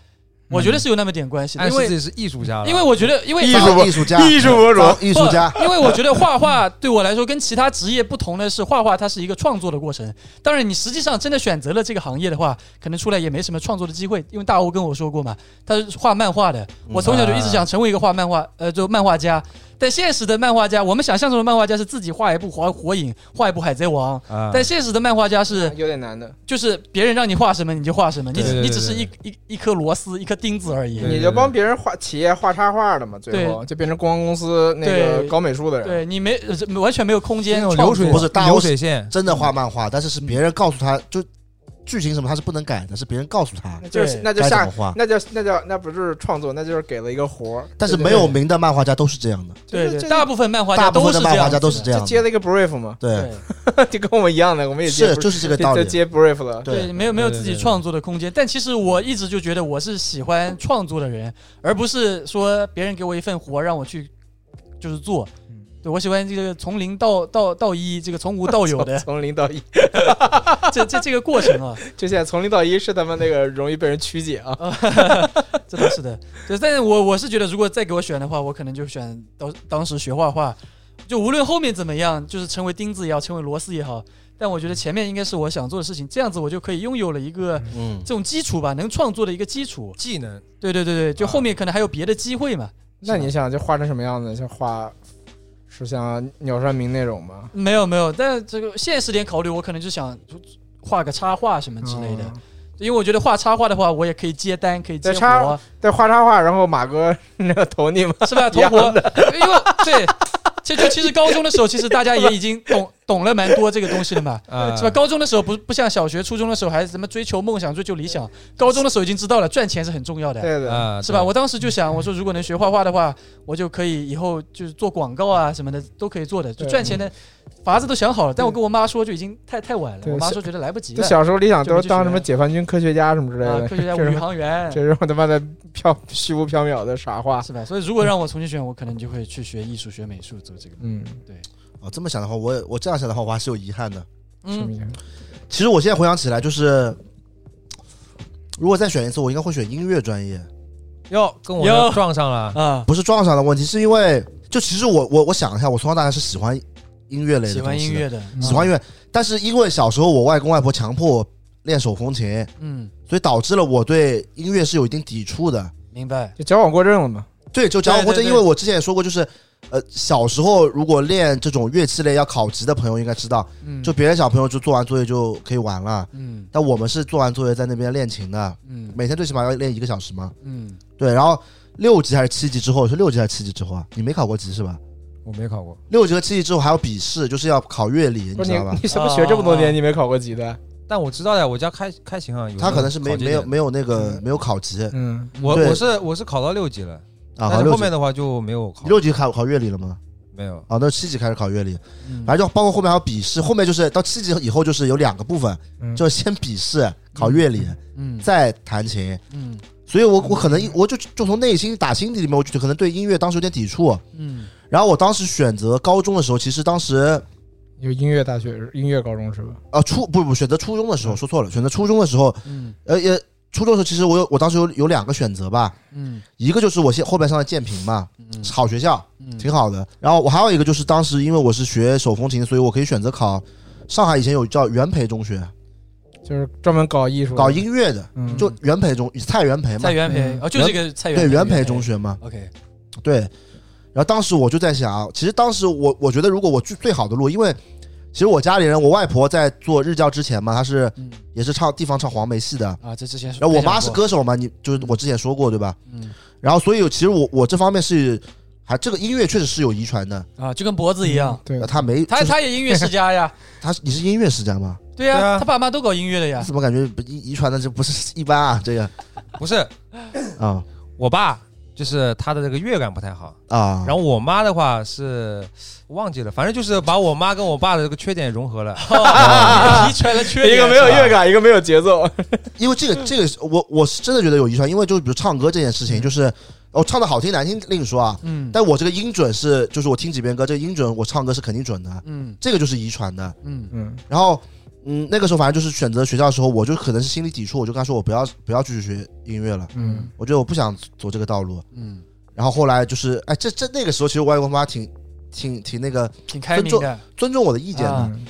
我觉得是有那么点关系的，暗因示为自己嗯哎是艺术家了，因为我觉得，因为艺当术艺术家， 艺术博主当艺术 家，因为我觉得画画对我来说跟其他职业不同的是，画画它是一个创作的过程。当然，你实际上真的选择了这个行业的话，可能出来也没什么创作的机会，因为大欧跟我说过嘛，他是画漫画的。我从小就一直想成为一个画漫画，呃，就漫画家。但现实的漫画家，我们想象中的漫画家是自己画一部火火影，画一部海贼王。啊，但现实的漫画家是 有点难的，就是别人让你画什么你就画什么，你对对对你只是一一一颗螺丝一颗钉子而已。对你就帮别人画企业画插画的嘛，最后就变成公关公司那个对搞美术的人，对你没呃完全没有空那间种创流水作不是大流欧水线，真的画漫画，但是是别人告诉他，就剧情什么他是不能改的，是别人告诉他那就是那就该怎下么画。那叫那叫那不是创作，那就是给了一个活儿，但是没有名的漫画家都是这样的，对对对，大部分漫画大家部都分是的这漫样画子家的，都是这就样接的。了一个 brief 嘛， 对，就跟我一样的，我们也接是 brief, 就是这个道就就理。接 brief 了，对没有没有对自己对对创作的空间。但其实我一直就觉得我是喜欢创作的人，而不是说别人给我一份活让我去就是做嗯。对我喜欢这个从零到到到一，这个从无到有 的哦从零到一，这这这个过程啊，这现在从零到一是他们那个容易被人曲解啊，这倒是的。对，但是我我是觉得，如果再给我选的话，我可能就选当当时学画画，就无论后面怎么样，就是成为钉子也好，成为螺丝也好，但我觉得前面应该是我想做的事情，这样子我就可以拥有了一个嗯这，种基础吧，能创作的一个基础。技能对对对对，就啊后面可能还有别的机会嘛。那你想就画成什么样子？像画是像鸟山明那种吗？没有没有，但这个现实点考虑，我可能就想画个插画什么之类的，嗯因为我觉得画插画的话，我也可以接单，可以接对插活，对，画插画，然后马哥 那个投你们，是 吧？一同样活，因为对，这就其实高中的时候，其实大家也已经懂懂了蛮多这个东西了嘛。嗯啊，呃是吧？高中的时候不不像小学、初中的时候还什么追求梦想、追求理想，高中的时候已经知道了赚钱是很重要的，对的，啊，呃是吧？对我当时就想，我说如果能学画画的话，我就可以以后就是做广告啊什么的都可以做的，就对赚钱的法子都想好了。但我跟我妈说就已经太太晚了，对我妈说觉得来不及就了。小时候理想都就是当什么解放军科学家什么之类啊，的，科学家、这宇 种航员，这种他妈的飘虚无缥缈的傻话，是吧？所以如果让我重新选，我可能就会去学艺术、学美术，走这个。嗯，哦，这么想的话，我也我这样想的话，我还是有遗憾的。什嗯么，意思？其实我现在回想起来，就是如果再选一次，我应该会选音乐专业。哟跟我哟这撞上了，啊，不是撞上的问题，是因为就其实我我我想一下，我从小到大是喜欢音乐类的，喜欢音，乐的，嗯喜欢音乐，但是因为小时候我外公外婆强迫我练手风琴，嗯，所以导致了我对音乐是有一定抵触的。明白。就矫枉过正了嘛，对，就讲或者对对对因为我之前也说过，就是呃小时候如果练这种乐器类要考级的朋友应该知道，嗯，就别的小朋友就做完作业就可以玩了，嗯但我们是做完作业在那边练琴的，嗯每天最起码要练一个小时嘛。嗯，对，然后六级还是七级之后是六级还是七级之后啊？你没考过级是吧？我没考过，六级和七级之后还有笔试，就是要考乐理，你不是知你道吧？你怎么学这么多啊年你没考过级的？但我知道的，我家开开琴行有他可能是考没这没有点没有那个嗯没有考级啊嗯，我对我是我是考到六级了，，但好是六后级面的话就没有考你，六级考考乐理了吗？没有啊，那七级开始考乐理，嗯反正就包括后面还有笔试，后面就是到七级以后就是有两个部分，嗯就是先笔试考乐理，嗯再弹琴。嗯所以我我可能我就就从内心打心底里面，我就可能对音乐当时有点抵触。嗯然后我当时选择高中的时候，其实当时有音乐大学、音乐高中是吧？啊初不不选择初中的时候说错了，选择初中的时候，嗯呃也初中的时候其实我有我当时有有两个选择吧，嗯一个就是我现后边上的建平嘛，嗯好学校，嗯，挺好的。然后我还有一个就是当时因为我是学手风琴，所以我可以选择考上海以前有叫元培中学，就是专门搞艺术的，搞音乐的，嗯，就元培中蔡元培嘛蔡，元培嗯哦，就这个蔡元对，元培培哎中。学嘛， OK，对。然后当时我就在想，其实当时我我觉得如果我去最好的路，因为其实我家里人，我外婆在做日教之前嘛，她是嗯也是唱地方唱黄梅戏的。啊，这之前然后我妈是，歌手嘛，你就是我之前说过对吧？嗯然后所以其实我我这方面是还这个音乐确实是有遗传的，啊，就跟脖子一样，对那，他没，他就是他也音乐世家 呀，他你是音乐世家吗？对呀、对啊他爸妈都搞音乐的呀 你。怎么感觉不遗遗传的这不是一般啊？这个不是啊我爸就是他的这个乐感不太好，啊，然后我妈的话是忘记了，反正就是把我妈跟我爸的这个缺点融合了。 啊哦遗传了缺点，一个没有是吧乐感，一个没有节奏，因为这个这个是我我是真的觉得有遗传，因为就比如唱歌这件事情，就是哦唱的好听难听另说啊，嗯但我这个音准是就是我听几遍歌，这个音准我唱歌是肯定准的，嗯这个就是遗传的。嗯嗯，然后嗯那个时候反正就是选择学校的时候，我就可能是心里抵触，我就跟他说我不要不要继续学音乐了，嗯，我觉得我不想走这个道路。嗯，然后后来就是哎这这那个时候其实我外公妈挺挺挺那个挺开明的，尊重我的意见的。啊嗯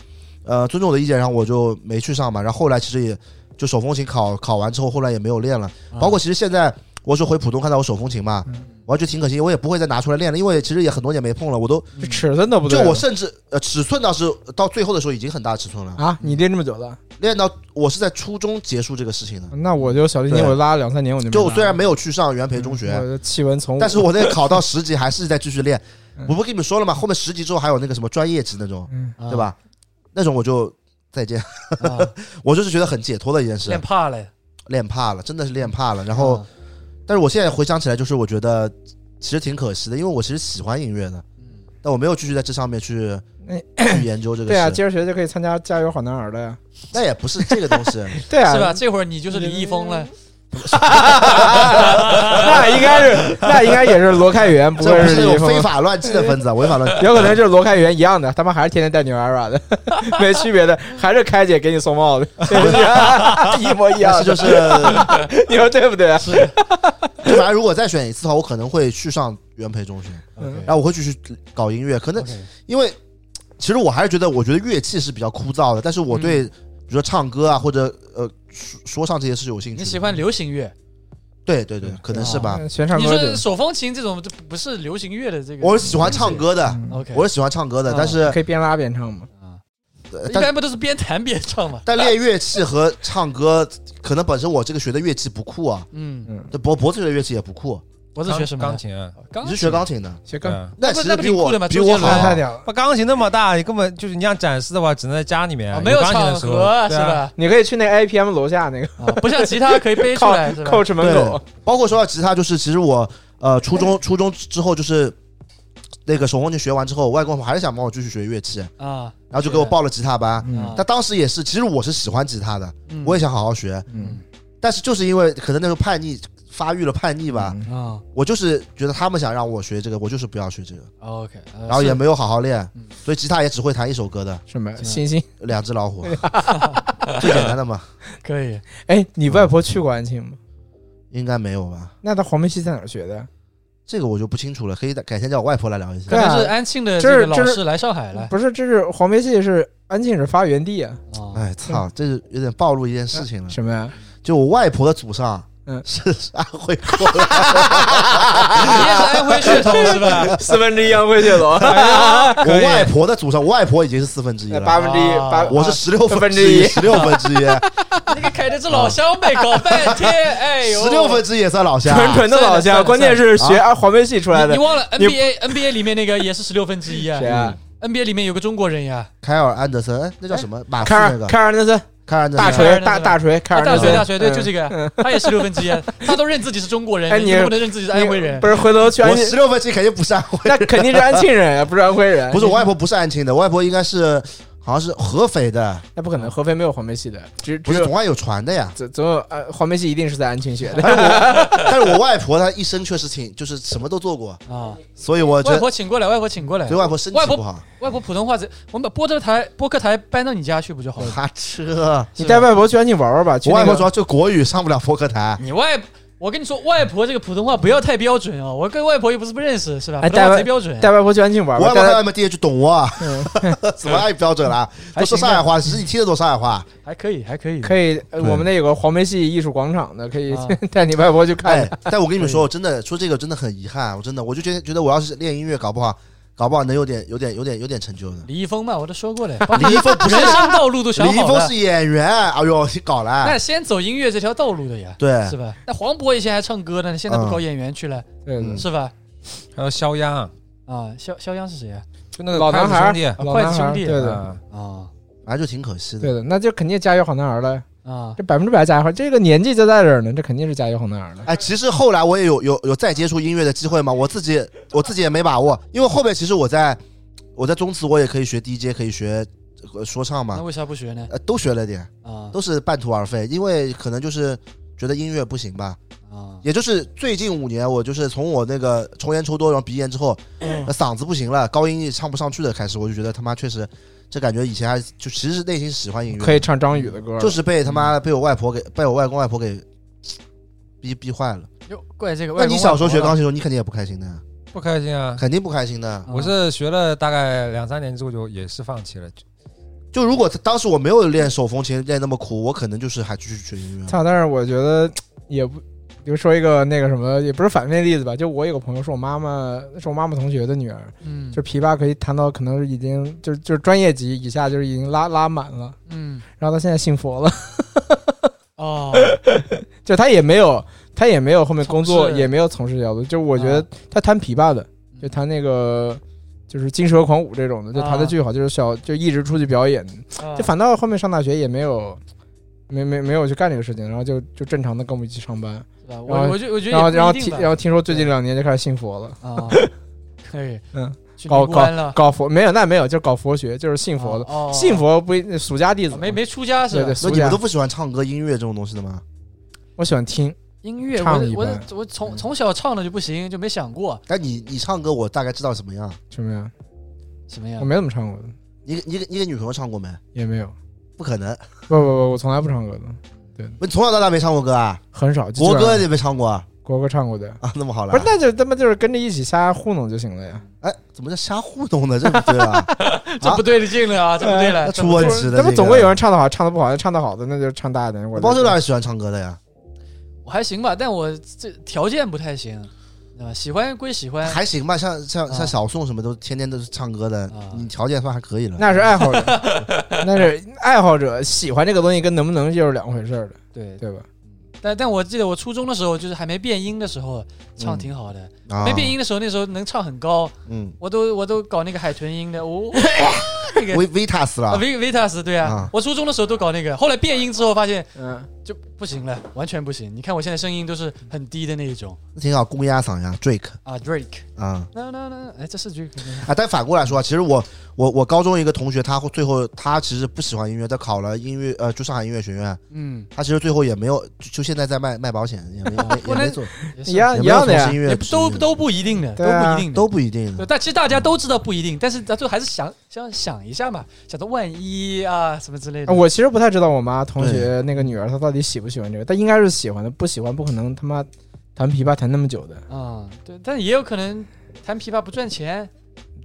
呃，尊重我的意见，然后我就没去上嘛。然后后来其实也就手风琴考考完之后，后来也没有练了。包括其实现在我是回浦东看到我手风琴嘛，啊嗯我还觉得挺可惜，我也不会再拿出来练了，因为其实也很多年没碰了。我都这尺寸都不对就了，我甚至呃尺寸倒是到最后的时候已经很大尺寸了，啊，你练这么久了，练到我是在初中结束这个事情的。那我就小提琴对我拉了两三年，我就没就拉我了虽然没有去上元培嗯中我学，的气温从 但是我那个考到十级还是在继续练嗯。我不跟你们说了吗？后面十级之后还有那个什么专业级那种，嗯对吧？那种我就再见。 啊，我就是觉得很解脱的一件事练，怕了。练怕了，真的是练怕嗯了。然后，但是我现在回想起来，就是我觉得其实挺可惜的，因为我其实喜欢音乐的，但我没有继续在这上面去哎去 研究这个嗯事。对啊，接着学就可以参加《加油好男儿》了呀。那也不是这个东 西，对啊，是吧？？这会儿你就是李易峰了，那应该是，那应该也是罗开元，不这会不是李那易种峰非。法乱纪的 分子啊，违法乱纪。有可能就是罗开元一样的，他妈还是天天戴 New Era 的， 没区别的，还是开姐给你送帽子， 一模一样但的 是就是，你说对不啊对？就反正如果再选一次的话，我可能会去上元培中学，嗯然后我会继续搞音乐。可能 OK 因为其实我还是觉得，我觉得乐器是比较枯燥的，但是我对、比如说唱歌啊，或者呃说说唱这些是有兴趣的。你喜欢流行乐？对对对，可能是吧。嗯全唱你歌说的，手风琴这种就不是流行乐的这个？我是喜欢唱。歌的，哦嗯 OK，我是喜欢唱歌的，啊但是可以边拉边唱吗？呃一但般不都是边弹边唱吗？但练乐器和唱歌，可能本身我这个学的乐器不酷啊，嗯，嗯，这脖脖子学的乐器也不酷。我是学什么的？钢琴啊，钢你琴是学钢琴的，学对钢，啊。那那其实不那不比挺酷的吗我比周杰我好伦太啊太。屌了！那钢琴那么大，你根本就是你想展示的话，只能在家里面啊，没有钢琴场的时候，合是对啊？吧？你可以去那 IPM 楼下那个啊，不像吉他可以背出靠来是吧？ coach 门口，包括说到吉他，就是其实我呃初中初中之后就是那个手风琴学完之后，我外公还是想帮我继续学乐器，然啊，后就给我报了吉他班。嗯但当时也是，其实我是喜欢吉他的，我也想好好学，嗯，但是就是因为可能那时候叛逆发育了叛逆吧，嗯啊我就是觉得他们想让我学这个，我就是不要学这个， ，OK，呃嗯然后也是没有好好练嗯，所以吉他也只会弹一首歌的，什么嗯星星？ 《两只 老虎》最简单的嘛，可以，哎，你外婆去过安庆吗？应该没有吧？那她黄梅戏在哪儿学的？这个我就不清楚了，可以改天叫我外婆来聊一下可对。啊能是安庆的这这是个老这是师来上海了不是，这是黄梅戏是安庆是发源地啊？啊，哎操，这是有点暴露一件事情了。什么呀？就我外婆的祖上，嗯是是安徽过 来，啊你也是安徽血统是吧？啊四分之一安徽血统，我外婆的祖上，我外婆已经是四分之一 八了，分之一啊八，我是十六分一，十六分之一，那个开的是老乡呗，搞半天，哎呦，十六分之一也算老乡。 纯纯的老算了算了乡，关键是学黄梅戏出来你的你。忘了你 NBA NBA 里面那个也是十六分之一 啊谁啊？ ？NBA 里面有个中国人呀，嗯凯尔安德森，哎，那叫什么？马刺凯那尔个凯尔纳森，凯尔安德大森，锤大大锤，凯啊尔大纳学森，大学对，嗯就这个， 他也十六分之一啊，他都认自己是中国人哎，你你怎么不能认自己是安徽人不？是回头去安我庆十，六分之一肯定不是安徽，那肯定是安庆人啊，不是安徽人。不是我外婆不是安庆的，我外婆应该是好像是合肥的，那不可能，合肥没有黄梅戏的，只不只是有总爱有传的呀。总总有呃黄梅戏一定是在安庆学的。哎但是我外婆她一生确实挺，就是什么都做过，啊，所以我觉外得婆请过来，外婆请过来对，外婆身体外婆不好。外婆普通话这，我们把播客台播客台搬到你家去不就好了？哦哈车， 你带外婆去安庆玩玩吧，去我那外婆主个要就国语上不了播客台。你外，我跟你说，外婆这个普通话不要太标准哦，我跟外婆又不是不认识，是吧？哎普通话带贼标准，带外婆去安庆我玩外吧，婆带在她外面第一句懂我， 怎么爱标准了？还都说行上海话，只是你听得懂上海话。还可以，还可以，可以，呃对我们那有个黄梅戏艺术广场的，可以啊 带你外婆去看哎。，但我跟你们说，我真的说这个真的很遗憾，我真的我就觉得觉得我要是练音乐，搞不好搞不好能有点有点有点有点成就的。李易峰嘛，我都说过了，李易峰不是啊人生道路都想李易好峰了是，演员，哎呦，你搞了那，先走音乐这条道路的呀，对是，吧？那黄渤以前还唱歌呢，现在不搞演员去了，对对嗯是吧？还有肖央啊，啊，肖肖央是谁啊？就那个嗯老啊筷男子孩兄弟，嗯儿，老筷男子孩儿，兄弟对的，啊，啊反正就挺可惜的。嗯对的，那就肯定加油好男儿了，啊，这百分之百加油好，这个年纪就在这儿呢，这肯定是加油好男儿了。哎，其实后来我也有有有再接触音乐的机会嘛，我自己我自己也没把握，因为后面其实我在我在中职我也可以学 DJ，可以学呃说唱那嘛，为啥不学呢？呃，都学了点，啊都是半途而废，因为可能就是觉得音乐不行吧。啊，也就是最近五年，我就是从我那个抽烟抽多，然后鼻炎之后，呃嗓子不行了，高音也唱不上去的开始，我就觉得他妈确实，这感觉以前还就其实内心喜欢音乐，可以唱张宇的歌了，嗯就是被他嗯妈被我外婆给被我外公外婆给逼逼坏了。又怪这个那外公外婆了。你小时候学钢琴的时候，你肯定也不开心的呀，不开心啊。肯定不开心的。啊我是学了大概两三年之后就也是放弃了，就如果当时我没有练手风琴练那么苦，我可能就是还继续学音乐。啊操！但是我觉得也不，比如说一个那个什么，也不是反面例子吧。就我有个朋友是我妈妈，是我妈妈同学的女儿，嗯，就琵琶可以弹到可能已经就就是专业级以下，就是已经拉拉满了。嗯然后她现在信佛了， 哦，就她也没有，她也没有后面工作，从事嗯也没有从事这条路。就我觉得她弹琵琶的，就弹那个。就是《金蛇狂舞》这种的，就啊弹的巨好，就是小就一直出去表演，就反倒后面上大学也没有。没没没有去干这个事情，然后就就正常的跟我们一起上班，是吧？然我后我就我觉得然后然后也不一听定吧然后听说最近两年就开始信佛了， 啊，可以，嗯，去搞尼姑庵了，搞佛没有那没有，就是搞佛学，就是信佛的，哦，哦啊信佛不一俗家弟子没没出家是对对吧？那俗你家们都，不喜欢唱歌、音乐这种东西的吗？我喜欢听，音乐，唱我一我般我从从小唱的就不行，就没想过但你你唱歌，我大概知道什么样。什么呀？什么呀我。没怎么唱过，你给你给你给女朋友唱过没？也没有，不可能，不不不，我从来不唱歌的，你从小到大没唱过歌啊？很少。国歌就你没唱过啊？国歌唱过的，啊，那么好了不是，，那就他妈就是跟着一起瞎糊弄就行了呀。哎，怎么叫瞎糊弄呢？这不对吧？这不对的劲了啊，这不对那了，这出不问对题了。他这们个总会有人唱的好，唱的不好，唱的好的那就唱大一点。我包周老师喜欢唱歌的呀，我还行吧，但我这条件不太行，对吧？喜欢归喜欢，还行吧，像像哎啊像小宋什么都天天都是唱歌的啊，你条件算还可以了。 那是爱好者，那是爱好者喜欢这个东西跟能不能就是两回事儿的，对，对吧？但但我记得我初中的时候，就是还没变音的时候，嗯唱挺好的。啊没变，音的时候，那时候能唱很高，嗯，我都我都搞那个海豚音的，我、那个维维塔斯啊了，维维塔斯对啊，啊我初中的时候都搞那个，后来变音之后发现嗯，就不行了，完全不行。你看我现在声音都是很低的那一种那挺好，公鸭嗓呀，Drake 啊，Drake，啊那那那，哎，这是 Drake 吗啊！但反过来说啊，其实我我我高中一个同学，他会最后他其实不喜欢音乐，他考了音乐呃，就上海音乐学院，嗯，他其实最后也没有，就就现在在卖卖保险，也没也也没做，也一是样也一没有样的从事呀音。也乐不职业，都都不一定的，都对啊不一定的，都不一定对，的。但其实大家都知道不一定，但是咱啊最后还是想想想一下嘛，想着万一啊什么之类的。我其实不太知道我妈同学那个女儿她到底喜不喜欢这个，但应该是喜欢的，不喜欢不可能他妈弹琵琶弹那么久的，嗯，对，但也有可能弹琵琶不赚钱，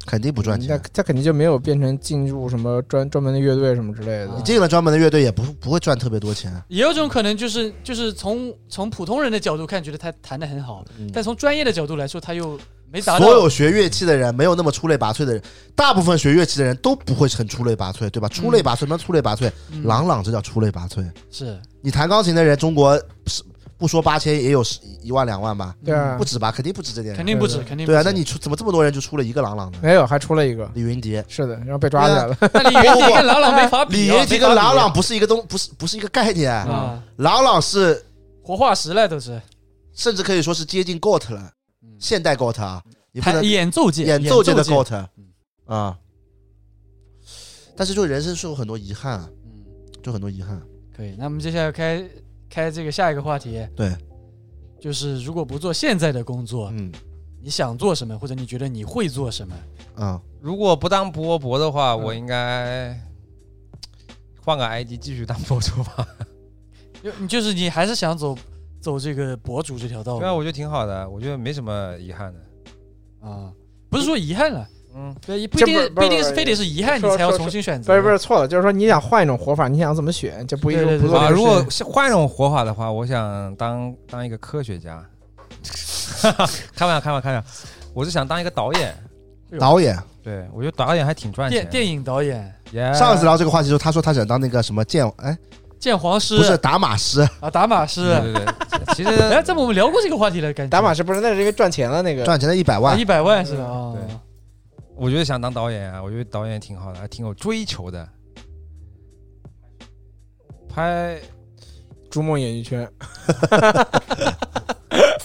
肯定不赚嗯那钱。她肯定就没有变成进入什么专专门的乐队什么之类啊的。进了专门的乐队也不不会赚特别多钱，也有种可能就是就是从从普通人的角度看，觉得他弹的很好，嗯但从专业的角度来说，他又没达到。所有学乐器的人，没有那么出类拔萃的人，大部分学乐器的人都不会很出类拔萃，对吧？出类拔萃，什么出类拔萃？嗯朗朗这叫出类拔萃。是你弹钢琴的人，中国是不说八千也有十一万两万吧？对啊不，止吧？肯定不止这点人嗯肯定不止，对肯定不对啊，止那 你出怎么这么多人就出了一个朗朗呢？没有，还出了一个，李云迪，是的，然后被抓起来了。那李云迪跟郎朗没法比、啊，李云迪没法跟比朗朗不是一个东，不是不是一个概念。啊，朗朗是活化石了都是。甚至可以说是接近 GOT 了，现代 GOT 啊，你不弹能演奏界，演演奏界的 GOT， GOT 嗯啊。但是就人生是有很多遗憾啊，嗯，就很多遗憾。啊可以。那我们接下来开开这个下一个话题，对，就是如果不做现在的工作，嗯你想做什么，或者你觉得你会做什么？啊，如果不当博博的话，嗯我应该换个 ID 继续当博主吧。就你就是你还是想走走这个博主这条道对啊，路我觉得挺好的，我觉得没什么遗憾的。啊？不是说遗憾了，嗯，对，不一这不是不定不是一定是不是非得是遗憾你说才要说重新选择。不是不是错了，就是说你想换一种活法，你想怎么选，就不一定对不对对做啊，这个事如果情。换一种活法的话，我想当当一个科学家。 开玩笑，开玩笑，开玩笑，我是想当一个导演。对导演，对，我觉得导演还挺赚钱电的。电影导演、 Yeah 上次聊这个话题的时候，他说他想当那个什么剑，哎，鉴黄师不是打马师，啊，打马师。对对对，其实哎，这不我们聊过这个话题了，感觉啊打马是不是那是因为赚钱了那个？赚钱的一百万一，百万是吧？对啊，我觉得想当导演啊，我觉得导演挺好的，还挺有追求的。拍逐梦演艺圈，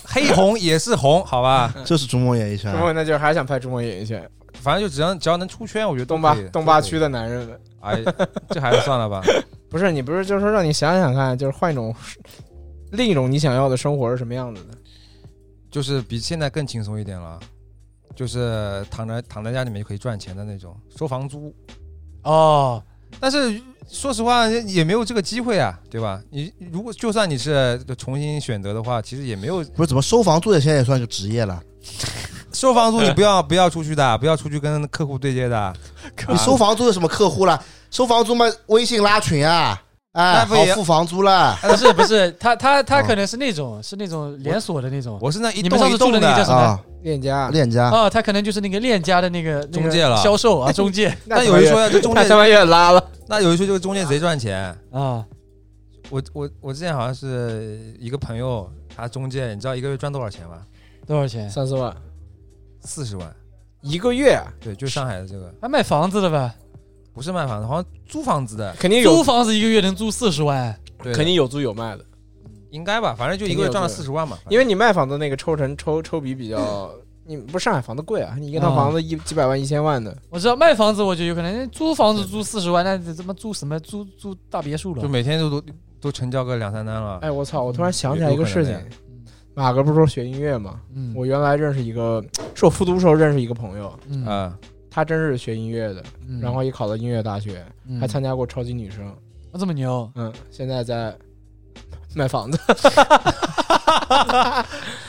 黑红也是红，好吧，就是逐梦演艺圈啊逐。梦那就是还是想拍逐梦演艺圈，反正就只要只要能出圈，我觉得都东八可以东八区的男人们。哎，这还是算了吧。不是你不是就是说让你想想看，就是换一种另一种你想要的生活是什么样子的？就是比现在更轻松一点了，就是躺在躺在家里面就可以赚钱的那种，收房租。哦，但是说实话，也没有这个机会啊，对吧？你如果就算你是重新选择的话，其实也没有不是怎么收房租的，现在也算个职业了。收房租，你不要不要出去的，不要出去跟客户对接的。你收房租有什么客户了？收房租嘛，微信拉群啊，哎，那不好也付房租了。不啊是不是，他他他哦可能是那种是那种连锁的那种我是那一你们上栋次一住栋的那个叫什么啊，链家，链家，啊，他可能就是那个链家的那个那个中介了销售啊，中介那有人说呀，这中那介他妈也拉了，那有人说这个中介贼赚钱。啊，我我我之前好像是一个朋友，他中介，你知道一个月赚多少钱吗？多少钱？三四万，四十万。一个月对，就上海的这个还卖房子的吧？不是卖房子，好像租房子的，肯定租有，房子一个月能租四十万，对的，肯定有租有卖的，应该吧，反正就一个月赚了四十万嘛，因为你卖房子那个抽成抽抽比比较，你不是上海房子贵啊，你一个套啊房子一几百万一千万的，我知道卖房子我就有可能，租房子租四十万，那怎么租什么租租大别墅就了？每天都都都成交个两三单了。哎，我操！我突然想起来一个事有可情，马哥不是说学音乐吗？嗯，我原来认识一个，是我复读时候认识一个朋友，嗯啊，他真是学音乐的，嗯呃然后也考到音乐大学，嗯还参加过超级女声，啊这么牛，嗯，现在在卖房 子，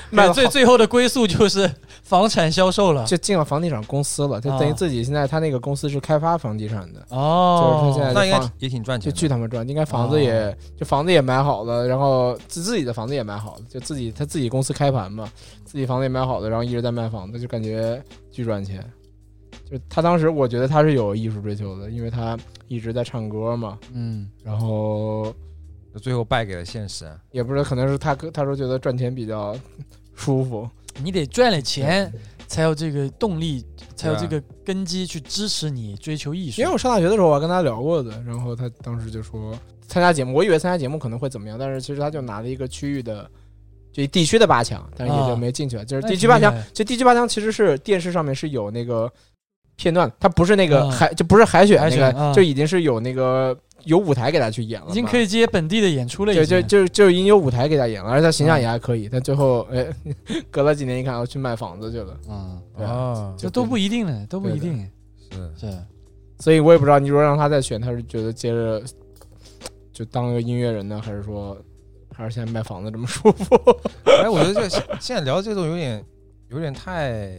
卖了最好最后的归宿就是 房产销售了。就进了房地产公司了，就啊等于自己现在他那个公司是开发房地产的，哦，就是他现在那应该也挺赚就钱的。巨他妈赚，应该房子也就房子也买好了，然后自自己的房子也买好了，就自己他自己公司开盘嘛，自己房子也买好了，然后一直在卖房子，就感觉巨赚钱。就他当时我觉得他是有艺术追求的，因为他一直在唱歌嘛，嗯，然后最后败给了现实。啊也不是可能是他哥他说觉得赚钱比较 舒服，你得赚了钱，才有这个动力，才有这对啊个根基去支持你追求艺术。因为我上大学的时候我还跟他聊过的，然后他当时就说参加节目，我以为参加节目可能会怎么样，但是其实他就拿了一个区域的，就地区的八强，但是也就没进去了。就是啊那地挺区八强厉害，就地区八强其实是电视上面是有那个片段，它不是那个啊海，就不是海选海那选个，啊就已经是有那个有舞台给他去演了嘛，已经可以接本地的演出了，就已就经。啊就就已经有舞台给他演了，而且他形象也还可以，但最后哎， 隔了几年一看，哦我去卖房子去了，嗯，对啊哦，就这都不一定了，都不一定。是是，所以我也不知道，你说让他再选，他是觉得接着就当个音乐人呢，还是说还是现在卖房子这么舒 服？哎，我觉得这个现现在聊这种有点有点太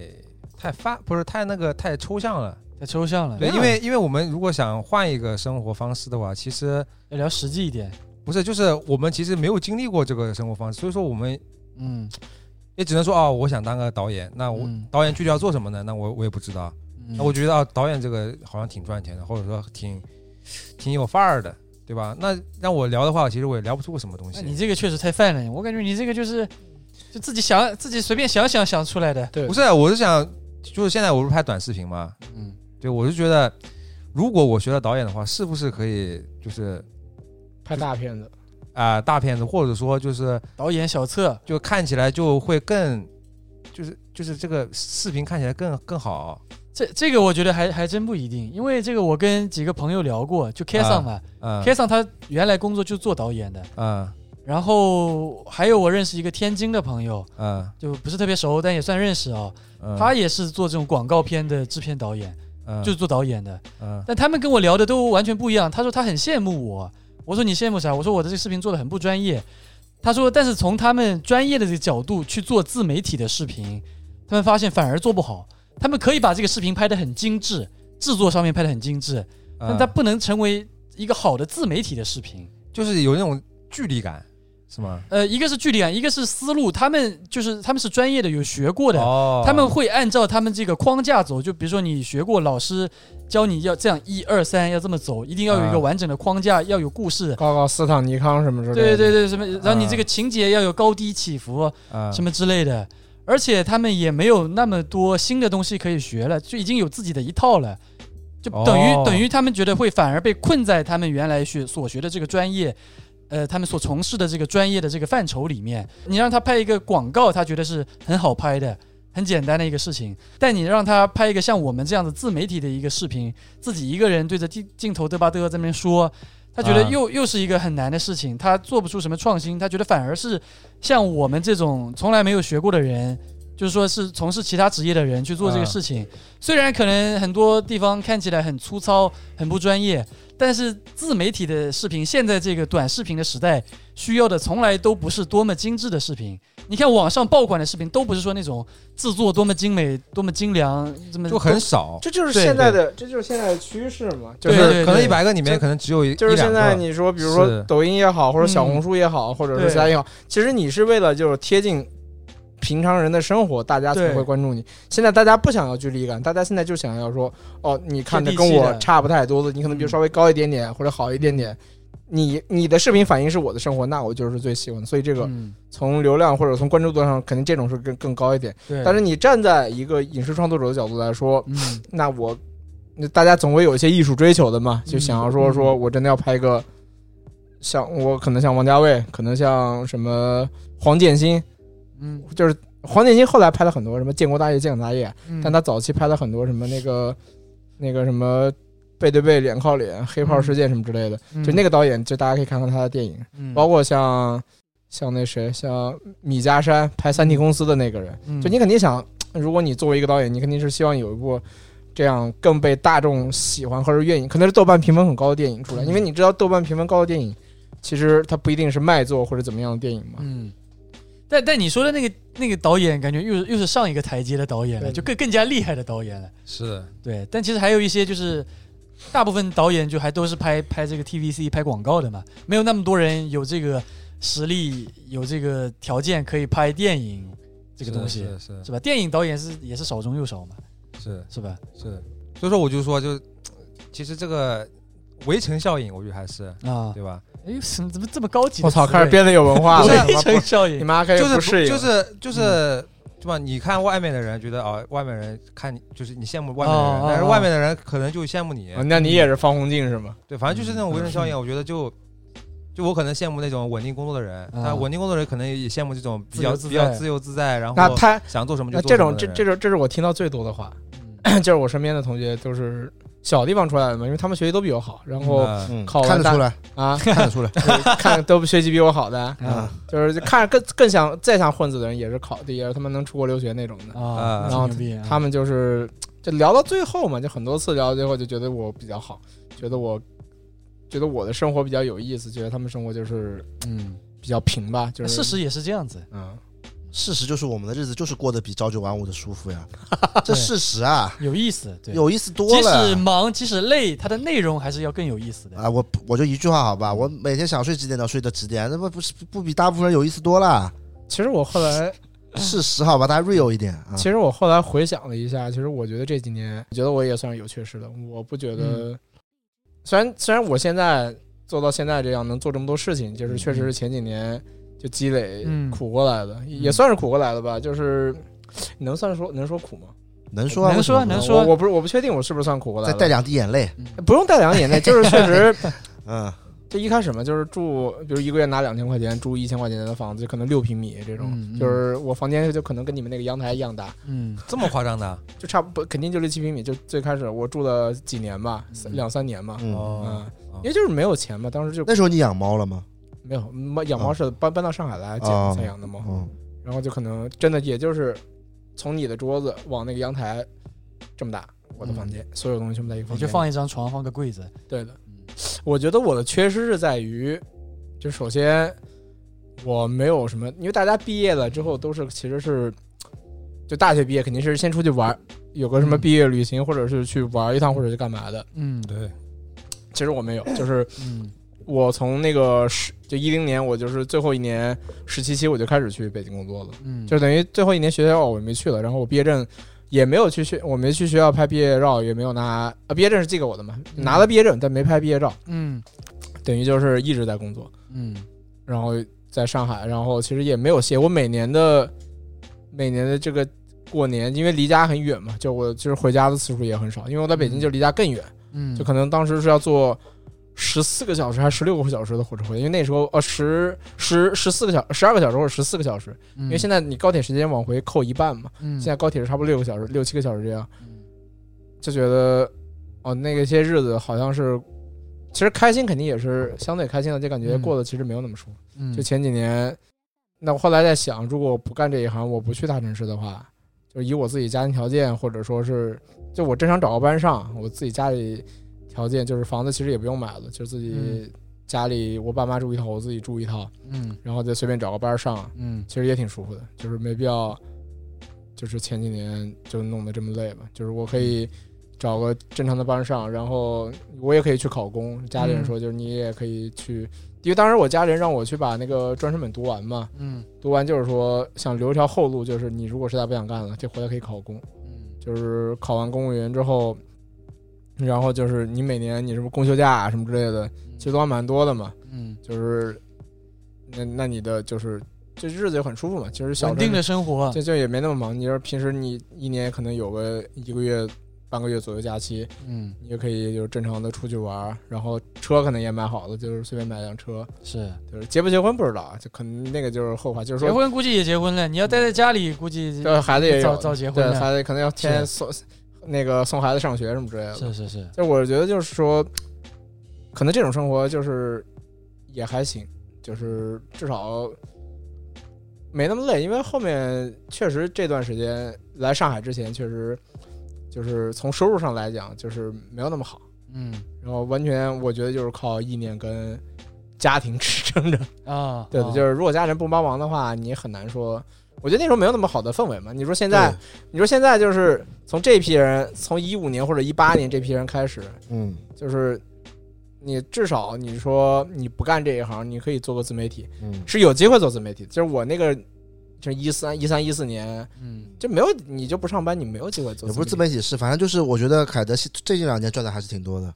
太发，不是太那个太抽象了。太抽象了。对，那因为因为我们如果想换一个生活方式的话，其实要聊实际一点。不是，就是我们其实没有经历过这个生活方式，所以说我们嗯也只能说啊、我想当个导演，那我、嗯导演具体要做什么呢？那我我也不知道。嗯，那我觉得啊，导演这个好像挺赚钱的，或者说挺挺有范儿的，对吧？那让我聊的话，其实我也聊不出个什么东那西。你这个确实太泛了，我感觉你这个就是就自己想自己随便想想想出来的。对不是，我是想，就是现在我不是拍短视频嘛，嗯，对我是觉得，如果我学了导演的话，是不是可以就是拍大片子，啊、大片子，或者说就是导演小测，就看起来就会更，就是就是这个视频看起来更更好这这个我觉得还还真不一定，因为这个我跟几个朋友聊过，就 K 上嘛啊，K 上他原来工作就做导演的，啊然后还有我认识一个天津的朋友，啊！就不是特别熟，但也算认识啊、嗯他也是做这种广告片的制片导演，嗯就是做导演的，嗯但他们跟我聊的都完全不一样。他说他很羡慕我，我说你羡慕啥？我说我的这个视频做的很不专业。他说，但是从他们专业的这个角度去做自媒体的视频，他们发现反而做不好。他们可以把这个视频拍得很精致，制作上面拍得很精致，但嗯它不能成为一个好的自媒体的视频。就是有那种距离感，是吗？呃，一个是距离感，一个是思路。他们就是他们是专业的，有学过的，哦，他们会按照他们这个框架走，就比如说你学过老师教你要这样一二三要这么走，一定要有一个啊完整的框架，要有故事。搞搞斯坦尼康什么之类对的。对对，什么，嗯然后你啊这个情节要有高低起伏，啊什么之类的，而且他们也没有那么多新的东西可以学了，就已经有自己的一套了，就等于、哦等于他们觉得会反而被困在他们原来学所学的这个专业，呃，他们所从事的这个专业的这个范畴里面。你让他拍一个广告，他觉得是很好拍的。很简单的一个事情，但你让他拍一个像我们这样的自媒体的一个视频，自己一个人对着镜镜头嘚吧嘚在那边说，他觉得啊又、又是一个很难的事情，他做不出什么创新，他觉得反而是像我们这种从来没有学过的人，就是说是从事其他职业的人去做这个啊事情，虽然可能很多地方看起来很粗糙、很不专业，但是自媒体的视频，现在这个短视频的时代，需要的从来都不是多么精致的视频。你看网上爆款的视频，都不是说那种制作多么精美、多么精良，这么就很少，这就是对现在的，这就是现在的趋势嘛，就就是对是可能对一百个里面可能只有一就是一两现在个你说，比如说是抖音也好，或者小红书也好，或者是嗯对其他也好，其实你是为了就是贴近平常人的生活，大家才对会关注你。现在大家不想要距离感，大家现在就想要说，哦，你看着接地跟气我的差不太多的，你可能比如嗯稍微高一点点或者好一点点，你你的视频反映是我的生活，那我就是最喜欢的。所以这嗯个从流量或者从关注度上，肯定这种是更更高一点。对，但是你站在一个影视创作者的角度来说，嗯，那我那大家总会有一些艺术追求的嘛，就想要说嗯说我真的要拍一个像我可能像王家卫，可能像什么黄建新，嗯，就是黄建新后来拍了很多什么《建国大业》《建国大业》，嗯但他早期拍了很多什么那个那个什么背对背、脸靠脸、黑炮事件什么之类的。就那个，个导演，就大家可以看看他的电影，嗯包括像像那谁，像米家山拍《三体公司》的那个人，嗯就嗯你肯定想，如果你作为一个导演，你肯定是希望有一部这样更被大众喜欢或者愿意，可能是豆瓣评分很高的电影出来，嗯因为你知道豆瓣评分高的电影，其实它不一定是卖座或者怎么样的电影嘛。嗯，但但你说的那个那个导演，感觉又是又是上一个台阶的导演了，对就更更加厉害的导演了。是的，对，但其实还有一些就是，大部分导演就还都是拍拍这个 TVC 拍广告的嘛，没有那么多人有这个实力，有这个条件可以拍电影这个东西，是是是吧？电影导演是也是少中又少嘛，是是吧？是的，所以说我就说，就其实这个围城效应，我觉得还是啊，对吧？哎呦，怎么怎么这么高级的我词汇？操，开始变得有文化不 了，是他围妈城不效你应，妈开始就是哎不适应就了，是就是对吧？你看外面的人觉得啊，外面人看你就是你羡慕外面的人，哦哦但是哦外面的人可能就羡慕你。啊那你也是方鸿镜是吗？对，反正就是那种围城效应，我觉得就。就我可能羡慕那种稳定工作的人，嗯但稳定工作的人可能也羡慕这种比自由较自在比较自由自在，然那后他想做什么就那做这什么种的这人这种这是我听到最多的话，嗯就是我身边的同学都是小地方出来的嘛，因为他们学习都比我好，然后嗯嗯，考完看得大出来，啊看得出来，看都学习比我好的，啊，就是看更更想再想混子的人也是考的，也是他们能出国留学那种的，啊，啊挺牛逼啊，他们就是就聊到最后嘛，就很多次聊到最后就觉得我比较好，觉得我觉得我的生活比较有意思，觉得他们生活就是嗯，比较平吧，就是事实也是这样子，嗯，事实就是我们的日子就是过得比朝九晚五的舒服呀，这事实啊，有意思，对。有意思多即使了。忙，即使累，它的内容还是要更有意思的。啊，我我就一句话好嗯吧，我每天想睡几点到睡到几点，那不不是不比大部分人有意思多了？其实我后来嗯事实好吧，大家 real 一点啊。其实我后来回想了一下，其实我觉得这几年，我觉得我也算是有缺失的。我不觉得，嗯虽然虽然我现在做到现在这样，能做这么多事情，就是确实是前几年就积累嗯苦过来的，也算是苦过来的吧。就是你能算说能说苦吗？能说啊能说为什么能不说我我不是我不确定我是不是算苦过来再了。带两滴眼泪，不用带两个眼 泪，就是确实嗯，就一开始嘛，就是住，比如一个月拿两千块钱，住一千块钱的房子，就可能六平米这种，嗯嗯就是我房间就可能跟你们那个阳台一样大。嗯这么夸张的，就差不多肯定就六七平米，就最开始我住了几年吧，三两三年嘛，嗯，哦嗯，因为就是没有钱嘛，当时就那时候你养猫了吗？没有猫养猫是搬搬到上海来哦捡才养的猫，嗯，然后就可能真的也就是从你的桌子往那个阳台这么大，我的房间嗯所有东西全部在一个我房就间里，放一张床，放个柜子。对的。我觉得我的缺失是在于，就首先我没有什么，因为大家毕业了之后都是其实是，就大学毕业肯定是先出去玩，有个什么嗯毕业旅行，或者是去玩一趟，或者是干嘛的。嗯，对，其实我没有， 就是嗯我从那个十就一零年，我就是最后一年十七期我就开始去北京工作了，嗯，就等于最后一年学校我也没去了，然后我毕业证也没有去学，我没去学校拍毕业照，也没有拿啊毕业证是寄给我的嘛，嗯拿了毕业证但没拍毕业照，嗯等于就是一直在工作，嗯然后在上海，然后其实也没有写我每年的每年的这个过年，因为离家很远嘛，就我就是回家的次数也很少，因为我在北京就离家更远。嗯，就可能当时是要坐十四个小时还是十六个小时的火车回去，因为那时候呃十十十四个小十二个小时或者十四个小时，因因为现在你高铁时间往回扣一半嘛，现现在高铁是差不多六个小嗯时六七个小时这样，就觉得哦那个些日子好像是，其实开心肯定也是相对开心的，就感觉嗯过得其实没有那么舒服。嗯就前几年，那我后来在想，如果我不干这一行，我不去大城市的话，就以我自己家庭条件，或者说是就我正常找个班上，我自己家里条件就是房子其实也不用买了，就自己嗯家里我爸妈住一套，我自己住一套，嗯然后再随便找个班上，嗯其实也挺舒服的，就是没必要，就是前几年就弄得这么累吧，就是我可以。找个正常的班上，然后我也可以去考公。家里人说，就是你也可以去，因为当时我家里人让我去把那个专升本读完嘛，嗯读完就是说想留一条后路，就是你如果实在不想干了，就回来可以考公。嗯就是考完公务员之后，然后就是你每年你什么公休假啊什么之类的，其实都还蛮多的嘛。嗯，就是那那你的就是这日子也很舒服嘛。其实小稳定的的生活，这就也没那么忙。你要是平时你一年可能有个一个月、半个月左右假期，嗯，你就可以就是正常的出去玩儿，然后车可能也买好了，就是随便买辆车。是就是结不结婚不知道啊，就可能那个就是后话，就是结说婚估计也结婚了，你要待在家里，估计对孩子也有早早结婚啊对了孩子可能要天天送那个送孩子上学什么之类的。是是是，就我觉得就是说，可能这种生活就是也还行，就是至少没那么累，因为后面确实这段时间来上海之前，确实就是从收入上来讲，就是没有那么好，嗯然后完全我觉得就是靠意念跟家庭支撑着。啊，对的，啊就是如果家人不帮忙的话，你也很难说。我觉得那时候没有那么好的氛围嘛。你说现在，你说现在就是从这批人，从一五年或者一八年这批人开始，嗯就是你至少你说你不干这一行，你可以做个自媒体，嗯，是有机会做自媒体。就是我那个，就是一三一三一四年，嗯就没有你就不上班，你没有机会做也不是自媒体。媒体是，反正就是我觉得凯德最近两年赚的还是挺多的，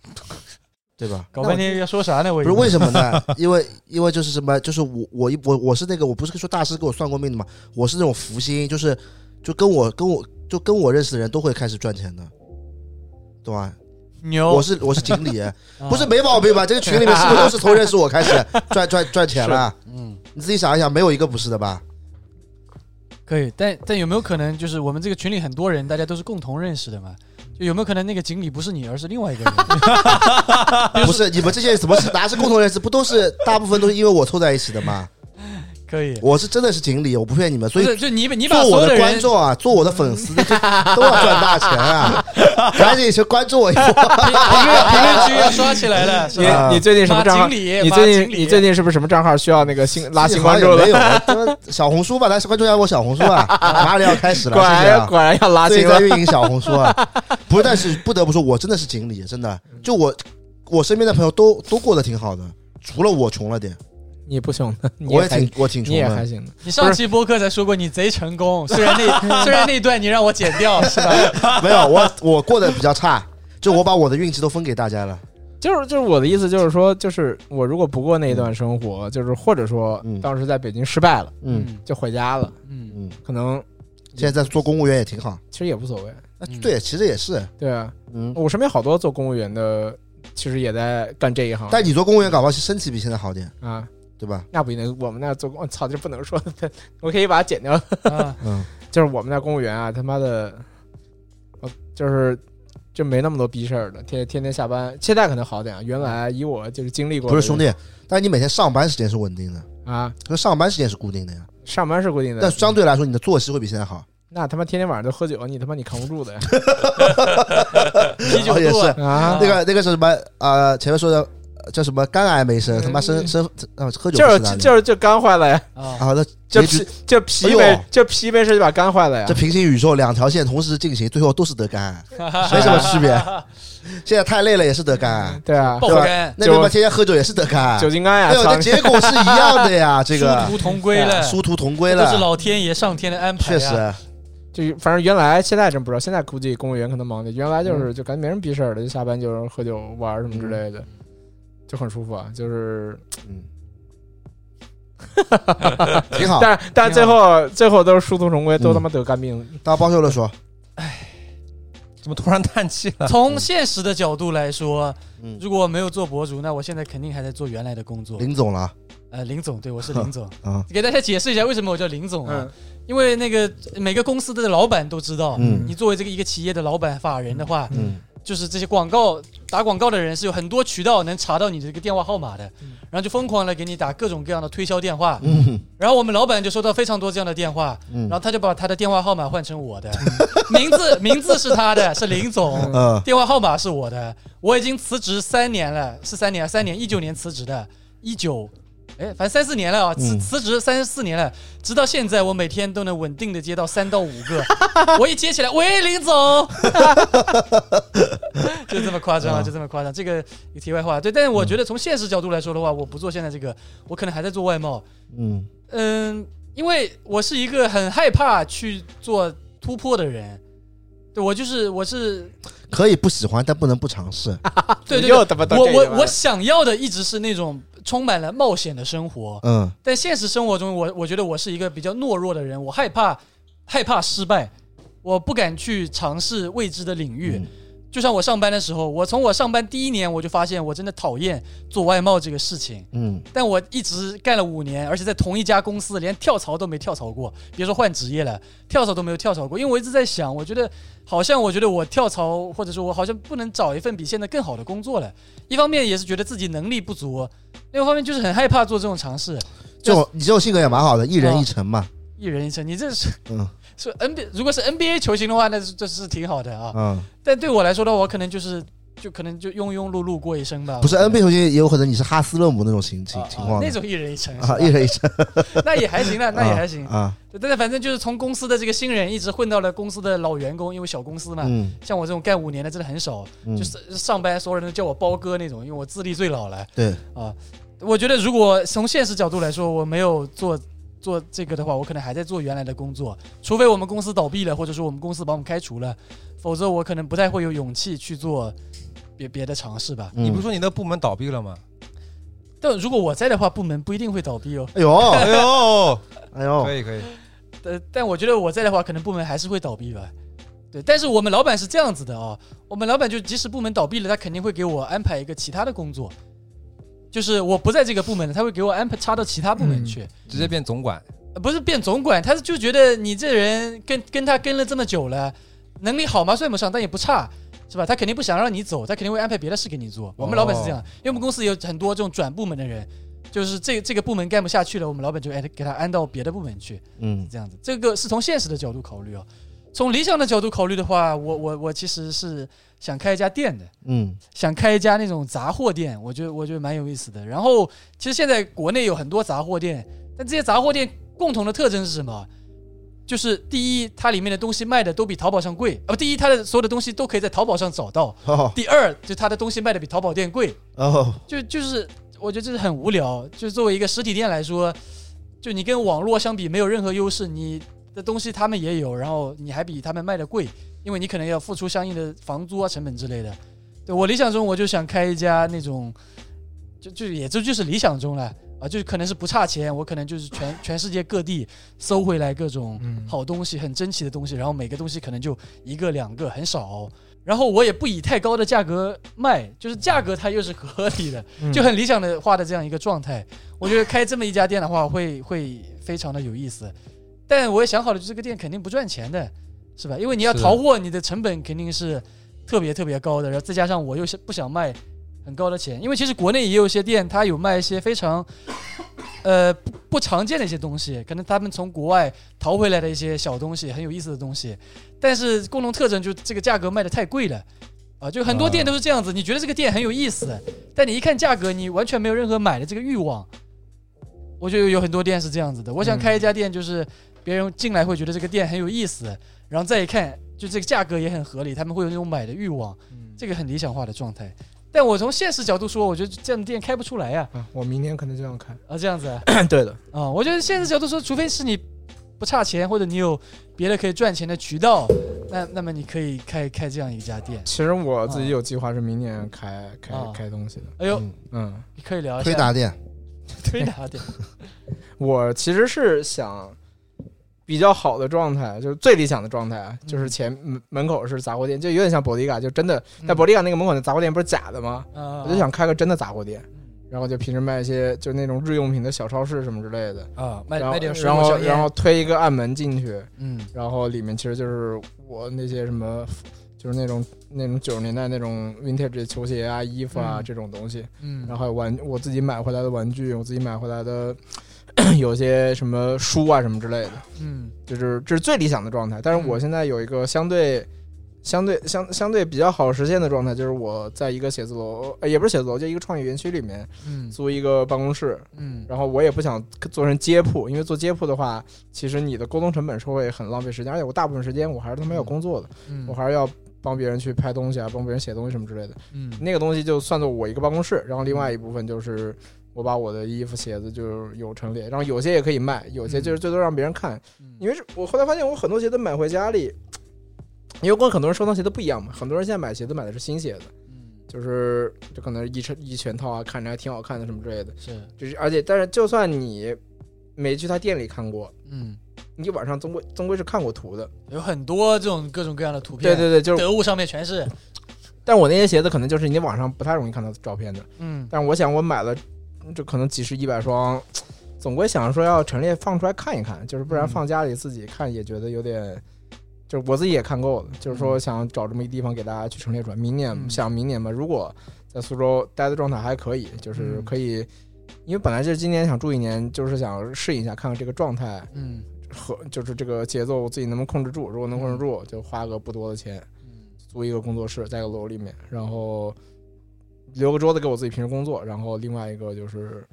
对吧？搞半天要说啥呢？我不是为什么呢？因为因为就是什么，就是我我一我我是那个我不是说大师给我算过命的嘛，我是那种福星，就是就跟我跟我就跟我认识的人都会开始赚钱的，懂吧？牛，我是我是经理，啊不是没毛病吧？这个群里面是不是都是从认识我开始赚赚赚钱了？嗯，你自己想一想，没有一个不是的吧？可以，但但有没有可能就是我们这个群里很多人，大家都是共同认识的嘛？就有没有可能那个经理不是你，而是另外一个人？ 不是你们这些什么是哪是共同认识？不都是大部分都是因为我凑在一起的吗？可以，我是真的是经理，我不骗你们，所以不是就你把你把做所我有的观人众啊，做我的粉丝都要赚大钱啊！赶紧去关注我一波。评评论评论区要刷起 来了，是吧？啊你你最近什么马账号经？理，你马最经近理你最近是不是什么账号需要那个新拉新关注好了像也？没有，啊这小红书吧，来关注一下我小红书啊，马里要开始了，果谢谢然啊。果然要拉最新近了在。运营小红书啊，不是，但是不得不说，我真的是锦鲤，真的，就我我身边的朋友都都过得挺好的，除了我穷了点，你不穷的，你我也还挺我挺你穷也还的，行的。你上期播客才说过你贼成功，虽然 那虽然那段你让我剪掉是吧？没有我我过得比较差，就我把我的运气都分给大家了，就是就是我的意思就是说，就是我如果不过那一段生活，就是或者说嗯当时在北京失败了，嗯就回家了，嗯嗯，可能现在做公务员也挺好，其实也无所谓。那嗯对，其实也是，对啊，嗯，我身边好多做公务员的，其实也在干这一行。但你做公务员搞不好身体比现在好点，啊，对吧？那不一定。我们那做公，我操，这不能说， 我可以把它剪掉。 啊，嗯，就是我们那公务员啊，他妈的，我就是就没那么多逼事儿了，天天天下班。现在可能好点啊，原来以我就是经历过的不是兄弟，但你每天上班时间是稳定的，啊，可是上班时间是固定的呀，上班是固定的，但相对来说你的作息会比现在好，那他妈天天晚上都喝酒，你他妈你扛不住 的呀啤酒哦也肚是啊，啊！那个那个是什么呃，前面说的呃叫什么肝癌没生，他妈生生呃喝酒就不是是哪里就是就肝坏了呀，啊，啊，那就结脾局就脾哎呦胃就脾胃是就把肝坏了呀这。平行宇宙两条线同时进行，最后都是得肝癌，啊 没什么区别。现在太累了也是得肝癌，对啊， 爆对吧肝，那边就嘛天天喝酒也是得肝癌酒，精肝哎呀，呦，操这结果是一样的呀，这个哎殊途同归了，殊途同归这都是了，老天爷上天的安排确啊。实，就反正原来现在真不知道，现在估计公务员可能忙的，原来嗯就是就感觉没什么逼事儿的，就下班就是喝酒玩儿什么之类嗯的，就很舒服啊，就是嗯，挺啊好。但但最后最后都是殊途同归，嗯都他妈得肝病，到包秀了说，怎么突然叹气了？从现实的角度来说，嗯，如果没有做博主，那我现在肯定还在做原来的工作。林总了呃，林总，对我是林总， 啊，给大家解释一下为什么我叫林总啊？嗯因为那个呃每个公司的老板都知道，嗯你作为这个一个企业的老板法人的话，嗯就是这些广告打广告的人是有很多渠道能查到你的这个电话号码的，然后就疯狂的给你打各种各样的推销电话，嗯然后我们老板就收到非常多这样的电话，嗯然后他就把他的电话号码换成我的，名字名字是他的，是林总，呃电话号码是我的，我已经辞职三年了，是三年，三年一九年辞职的，一九。哎，反正三四年了啊，辞嗯辞职三四年了，直到现在，我每天都能稳定的接到三到五个。我一接起来，喂，林总， 就这么夸张啊，嗯就这么夸张。这个也题外话，对，但是我觉得从现实角度来说的话，我不做现在这个，我可能还在做外贸，嗯嗯，因为我是一个很害怕去做突破的人，对我就是我是可以不喜欢，但不能不尝试。对对对又他妈到我这啊个我了我想要的一直是那种充满了冒险的生活，嗯，但现实生活中我，我觉得我是一个比较懦弱的人，我害怕害怕失败，我不敢去尝试未知的领域。嗯就像我上班的时候，我从我上班第一年我就发现我真的讨厌做外贸这个事情，嗯，但我一直干了五年，而且在同一家公司连跳槽都没跳槽过，别说换职业了，跳槽都没有跳槽过。因为我一直在想，我觉得好像我觉得我跳槽，或者说我好像不能找一份比现在更好的工作了。一方面也是觉得自己能力不足，另一方面就是很害怕做这种尝试。这种你这种性格也蛮好的，一人一城嘛。一人一城，你这是嗯 是 NBA，如果是 NBA 球星的话，那是这是挺好的啊。嗯，但对我来说的话，我可能就是就可能就庸庸碌碌过一生吧。不是我可能 NBA 球星，也有可能你是哈斯勒姆那种情情啊情啊况那的种一人一城是吧啊，一人一城，那也还行了，那也还行。啊。对但是反正就是从公司的这个新人一直混到了公司的老员工，因为小公司嘛，嗯，像我这种干五年的真的很少，嗯就是上班所有人都叫我包哥那种，因为我资历最老了。对啊，我觉得如果从现实角度来说，我没有做做这个的话，我可能还在做原来的工作，除非我们公司倒闭了，或者说我们公司把我们开除了，否则我可能不太会有勇气去做别别的尝试吧。你不嗯是说你那部门倒闭了吗？但如果我在的话，部门不一定会倒闭哦。哎呦哎呦，哎呦可，以可以，呃，但我觉得我在的话，可能部门还是会倒闭吧。对，但是我们老板是这样子的啊、我们老板就即使部门倒闭了，他肯定会给我安排一个其他的工作，就是我不在这个部门了，他会给我安排插到其他部门去，直接变总管。呃不是变总管，他是就觉得你这人跟跟他跟了这么久了，能力好吗？算不上，但也不差。是吧？他肯定不想让你走，他肯定会安排别的事给你做。我们老板是这样，因为我们公司有很多这种转部门的人，就是这这个部门干不下去了，我们老板就哎给他安到别的部门去。嗯这样子，这个是从现实的角度考虑啊。从理想的角度考虑的话，我我我其实是想开一家店的，嗯想开一家那种杂货店，我觉得我觉得蛮有意思的。然后，其实现在国内有很多杂货店，但这些杂货店共同的特征是什么？就是第一，它里面的东西卖的都比淘宝上贵，呃，第一，它的所有的东西都可以在淘宝上找到；哦第二，就它的东西卖的比淘宝店贵，哦，就就是我觉得这是很无聊。就是作为一个实体店来说，就你跟网络相比没有任何优势，你的东西他们也有，然后你还比他们卖的贵，因为你可能要付出相应的房租啊、成本之类的。对我理想中，我就想开一家那种，就就也就就是理想中了啊，就是可能是不差钱，我可能就是全全世界各地搜回来各种嗯好东西、很珍奇的东西，然后每个东西可能就一个两个，很少。然后我也不以太高的价格卖，就是价格它又是合理的，嗯就很理想的化的这样一个状态。我觉得开这么一家店的话，会会非常的有意思。但我也想好了，就这个店肯定不赚钱的，是吧？因为你要是淘货，你的成本肯定是特别特别高的，然后再加上我又是不想卖很高的钱，因为其实国内也有一些店，它有卖一些非常呃不不常见的一些东西，可能他们从国外淘回来的一些小东西，很有意思的东西，但是共同特征就是这个价格卖的太贵了。啊，就很多店都是这样子，你觉得这个店很有意思，但你一看价格，你完全没有任何买的这个欲望。我觉得有很多店是这样子的。我想开一家店，就是别人进来会觉得这个店很有意思，然后再一看，就这个价格也很合理，他们会有那种买的欲望，嗯这个很理想化的状态。但我从现实角度说，我觉得这样的店开不出来呀、啊，我明天可能就嗯想 看。啊，这样子啊，对的，啊我觉得现实角度说，除非是你不差钱，或者你有别的可以赚钱的渠道，那那么你可以开开这样一家店。其实我自己有计划是明年开开开东西的。哎呦，嗯嗯，你可以聊一推下拿店，推拿店，我其实是想比较好的状态，就是最理想的状态啊，嗯就是前门门口是杂货店，就有点像博迪嘎，就真的 在博迪嘎那个门口的杂货店不是假的吗？啊，我就想开个真的杂货店，然后就平时卖一些就那种日用品的小超市什么之类的，啊，卖然卖后点水然果后小烟然后推一个暗门进去，嗯然后里面其实就是我那些什么，就是那种那种九十年代那种 vintage 的球鞋啊、衣服啊、嗯这种东西，嗯，然后还有玩我自己买回来的玩具，我自己买回来的 有些什么书啊什么之类的，嗯就是这是最理想的状态。但是我嗯现在有一个相对。相对相相对比较好实现的状态，就是我在一个写字楼，呃也不是写字楼，就一个创业园区里面嗯租一个办公室，嗯然后我也不想做成街铺，因为做街铺的话，其实你的沟通成本是会很浪费时间，而且我大部分时间我还是他妈要工作的，嗯，我还是要帮别人去拍东西啊，帮别人写东西什么之类的。嗯那个东西就算作我一个办公室，然后另外一部分就是我把我的衣服、鞋子就是有陈列，然后有些也可嗯以卖，有些就是最多让别人看。因为是我后来发现，我很多鞋都买回家里，因为跟很多人收藏鞋都不一样嘛，很多人现在买鞋都买的是新鞋子，嗯就是就可能一成一全套啊，看着还挺好看的什么之类的，是，就是而且但是就算你没去他店里看过，嗯，你网上终归终归是看过图的。有很多这种各种各样的图片，对对对，就是，得物上面全是，但我那些鞋子可能就是你网上不太容易看到照片的，嗯，但我想我买了，嗯就可能几十一百双，总归想说要陈列放出来看一看，就是不然嗯放家里自己看也觉得有点，就是我自己也看够了，就是说想找这么一地方给大家去陈列出来。明年、嗯想明年吧，如果在苏州待的状态还可以，就是嗯可以，因为本来就是今年想住一年，就是想适应一下，看看这个状态嗯，和就是这个节奏自己能不能控制住。如果能控制住，就花个不多的钱。嗯，租一个工作室在一个楼里面，然后留个桌子给我自己平时工作，然后另外一个就是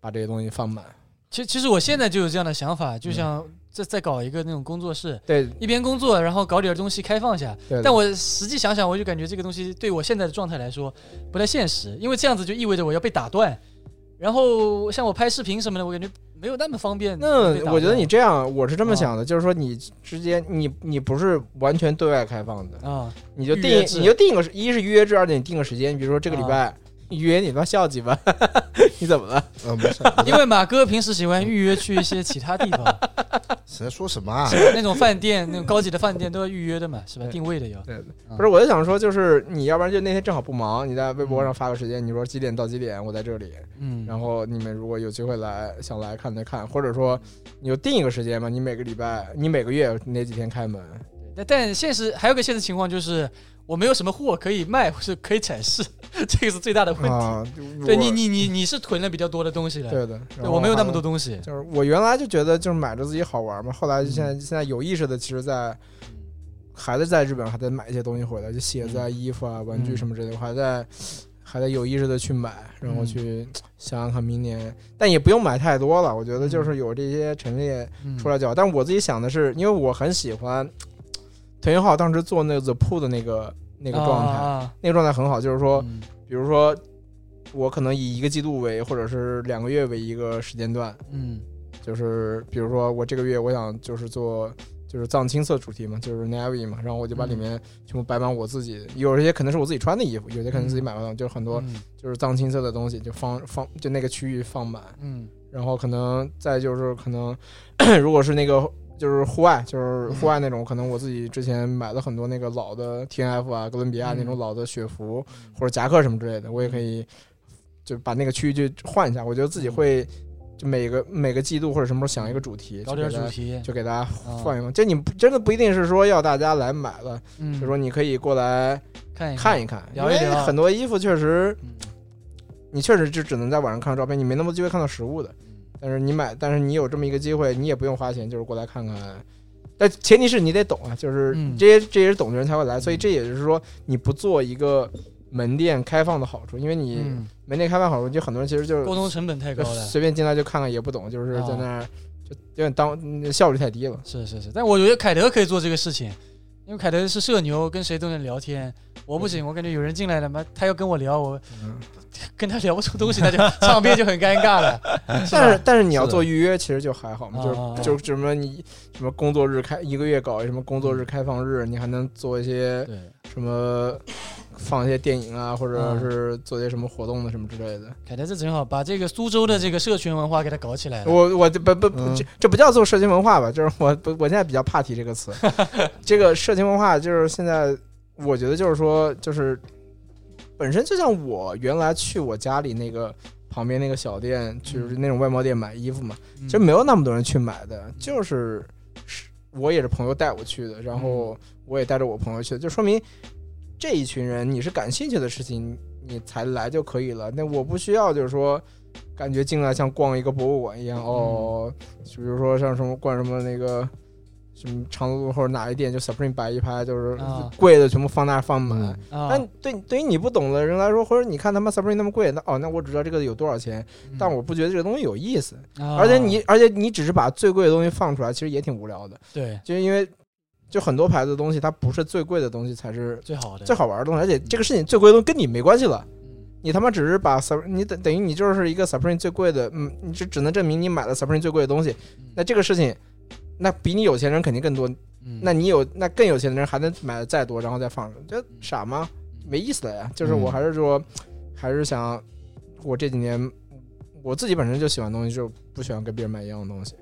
把这些东西放满。其其实我现在就有这样的想法，嗯就想再再搞一个那种工作室，对一边工作，然后搞点东西开放一下。对，但我实际想想，我就感觉这个东西对我现在的状态来说不太现实，因为这样子就意味着我要被打断。然后像我拍视频什么的，我感觉没有那么方便被打断。那我觉得你这样，我是嗯这么想的，就是说你之间你你不是完全对外开放的，啊，你就预定约制啊你就定个一是预约制，二点你定个时间，比如说这个礼拜。预约你他妈笑几吧， 你怎么了？嗯，没事，因为马哥平时喜欢预约去一些其他地 方，谁说什么啊？那种饭店，那种高级的饭店都要预约的嘛，是吧？定位的要。不是，我就想说，就是你要不然就那天正好不忙，你在微博上发个时间，你说几点到几点我在这里，嗯，然后你们如果有机会来，想来看就看，或者说你就定一个时间吧，你每个礼拜、你每个月哪几天开门？但但现实还有个现实情况就是，我没有什么货可以卖或是可以展示， 这个是最大的问题。啊，对我你，你你你是囤了比较多的东西了，对的，然对后我没有那还么多。东西。就是我原来就觉得就是买着自己好玩嘛，后来就现嗯在、现在有意识的，其实在嗯还在在日本还在买一些东西回来，就鞋子啊、衣服啊、玩具什么之类的，我还在还在有意识的去买，然后嗯去想想看明年，但也不用买太多了。我觉得就是有这些陈列，嗯出来就好。但我自己想的是，因为我很喜欢腾云浩当时做那个 The Pool 的那个那个状态，啊啊那个状态很好，就是啊说，嗯比如说我可能以一个季度为，或者是两个月为一个时间段，嗯就是比如说我这个月我想就是做。就是藏青色主题嘛，就是 navy 嘛，然后我就把嗯里面全部摆满我自己，有些可能是我自己穿的衣服，有些可能自己买不到，就是很多嗯就是藏青色的东西就放放就那个区域放满，嗯然后可能再就是可能， 如果是那个就是户外，就是嗯户外那种，可能我自己之前买了很多那个老的 T N F 啊、哥伦比亚嗯那种老的雪服、或者夹克什么之类的，我也可以就把那个区域就换一下。我觉得自己嗯会就每个每个季度或者什么时候想一个主题，搞就点给大主家题，就给大家啊放一放。就你不真的不一定是说要大家来买了，嗯就说你可以过来看一看一看，因聊一为聊很多衣服确实。嗯你确实就只能在网上看到照片，你没那么多机会看到实物的。但是你买，但是你有这么一个机会，你也不用花钱，就是过来看看。但前提是你得懂啊，就是嗯这些这些懂的人才会来，所以这也就是说你不做一个门店开放的好处，因为你嗯，门店开放好处，就很多人其实就是沟通成本太高就了。随便进来就看看也不懂，就是在那儿就有点当嗯效率太低了。是是是，但我觉得凯德可以做这个事情，因为凯德是社牛，跟谁都能聊天。我不行，我感觉有人进来了嘛，他要跟我聊，我嗯 跟他聊不出东西，那就场面就很尴尬 了。但是但是你要是的做预约，其实就还好嘛，就是啊就是什么你什么工作日开一个月搞一什么工作日开放日，你还能做一些对，什么放一些电影啊，或者嗯是做些什么活动的什么之类的。凯德这正好把这个苏州的这个社群文化给他搞起来了。我我这不不不嗯这这不叫做社群文化吧？就是我不我现在比较怕提这个 词。这个社群文化就是现在我觉得就是说就是本身就像我原来去我家里那个旁边那个小店，就是那种外贸店买衣服嘛，嗯其实没有那么多人去买的，就是是我也是朋友带我去的，然嗯后我也带着我朋友去的，就说明这一群人你是感兴趣的事情你才来就可以了。那我不需要就是说感觉进来像逛一个博物馆一样嗯哦，就比如说像什么逛什么那个。什么长乐路或者哪一店就 Supreme 摆一排，就是啊贵的全部放那儿放满。嗯啊，但对对于你不懂的人来说，或者你看他妈 Supreme 那么贵，那哦，那我只知道这个有多少钱，但我不觉得这个东西有意思。嗯啊而且你，而且你只是把最贵的东西放出来，其实也挺无聊的，对就是因为就很多牌子的东西，它不是最贵的东西才是最好的最好玩的东西，而且这个事情最贵的东西跟你没关系了，嗯你他妈只是把 Sup，你等等于你就是一个 Supreme 最贵的，嗯，你只只能证明你买了 Supreme 最贵的东西，那这个事情，那比你有钱人肯定更多，嗯那你有那更有钱的人还能买的再多，然后再放着，这傻吗？没意思的呀。就是我嗯还是说，还是想我这几年我自己本身就喜欢东西，就不喜欢跟别人买一样的东西。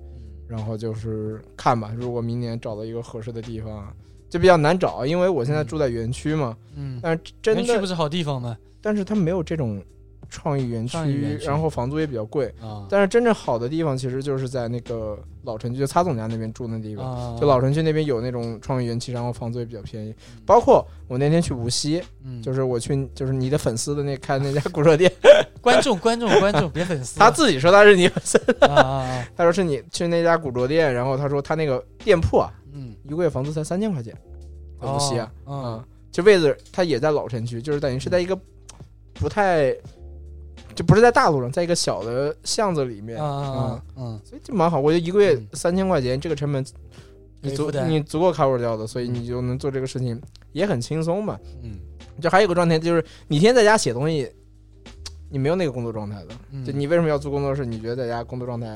然后就是看吧，如果明年找到一个合适的地方，就比较难找，因为我现在住在园区嘛。嗯，但是真园区不的，是好地方吗？但是它没有这种创意园区创意园，区然后房租也比较贵。啊，但是真正好的地方其实就是在那个老城区，就擦总家那边住那地方。啊就老城区那边有那种创意园区，然后房租也比较便宜。包括我那天去无锡，嗯就是我去就是你的粉丝的那开的那家古着 店，观众观众观众， 别粉丝，他自己说他是你粉丝，啊啊 啊，他说是你去那家古着店，然后他说他那个店铺啊，嗯，一个月房租才三千块钱，在无锡啊，哦，嗯，这位置他也在老城区，就是等于是在一个不太，就不是在大路上，在一个小的巷子里面嗯，啊啊嗯，所以就蛮好。我觉得一个月嗯三千块钱这个成本，你可以足负担你足够 cover 掉的，所以你就能做这个事情，也很轻松嘛。嗯就还有一个状态就是，你天天在家写东西，你没有那个工作状态的。嗯，就你为什么要租工作室？你觉得在家工作状态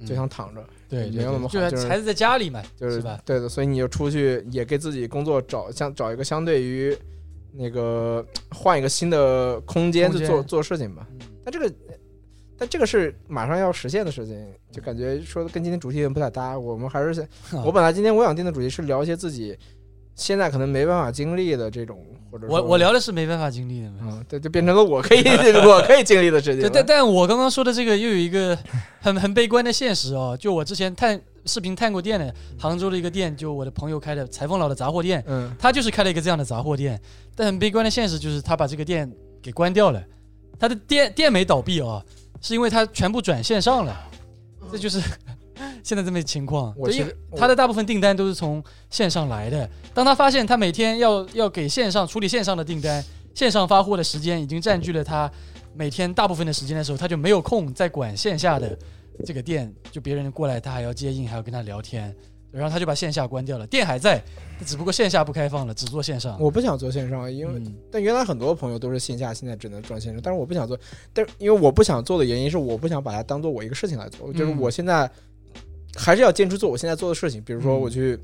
嗯就想躺着，对，没有那么好对就就是孩子在家里嘛，就是吧？对的，所以你就出去也给自己工作找相找一个相对于那个换一个新的空间空去间做做事情吧。嗯但这个，但这个是马上要实现的事情，就感觉说的跟今天主题有点不太搭。我们还是想，嗯我本来今天我想定的主题是聊一些自己现在可能没办法经历的这种，或者我说我聊的是没办法经历的嘛。嗯，对，就变成了我可以 我可以经历的事情对，了。但但我刚刚说的这个又有一个很很悲观的现实哦，就我之前探视频探过店的，杭州的一个店，就我的朋友开的裁缝佬的杂货店，嗯，他就是开了一个这样的杂货店，但很悲观的现实就是他把这个店给关掉了，他的店店没倒闭哦，是因为他全部转线上了，这就是 现在这么情况。我对其因为实他的大部分订单都是从线上来的。当他发现他每天要要给线上处理线上的订单，线上发货的时间已经占据了他每天大部分的时间的时候，他就没有空再管线下的这个店，就别人过来他还要接应，还要跟他聊天，然后他就把线下关掉了。店还在，只不过线下不开放了，只做线上。我不想做线上，因为、嗯但原来很多朋友都是线下，现在只能转线上。但是我不想做，但是因为我不想做的原因是，我不想把它当做我一个事情来做。就是嗯我现在还是要坚持做我现在做的事情，比如说嗯我去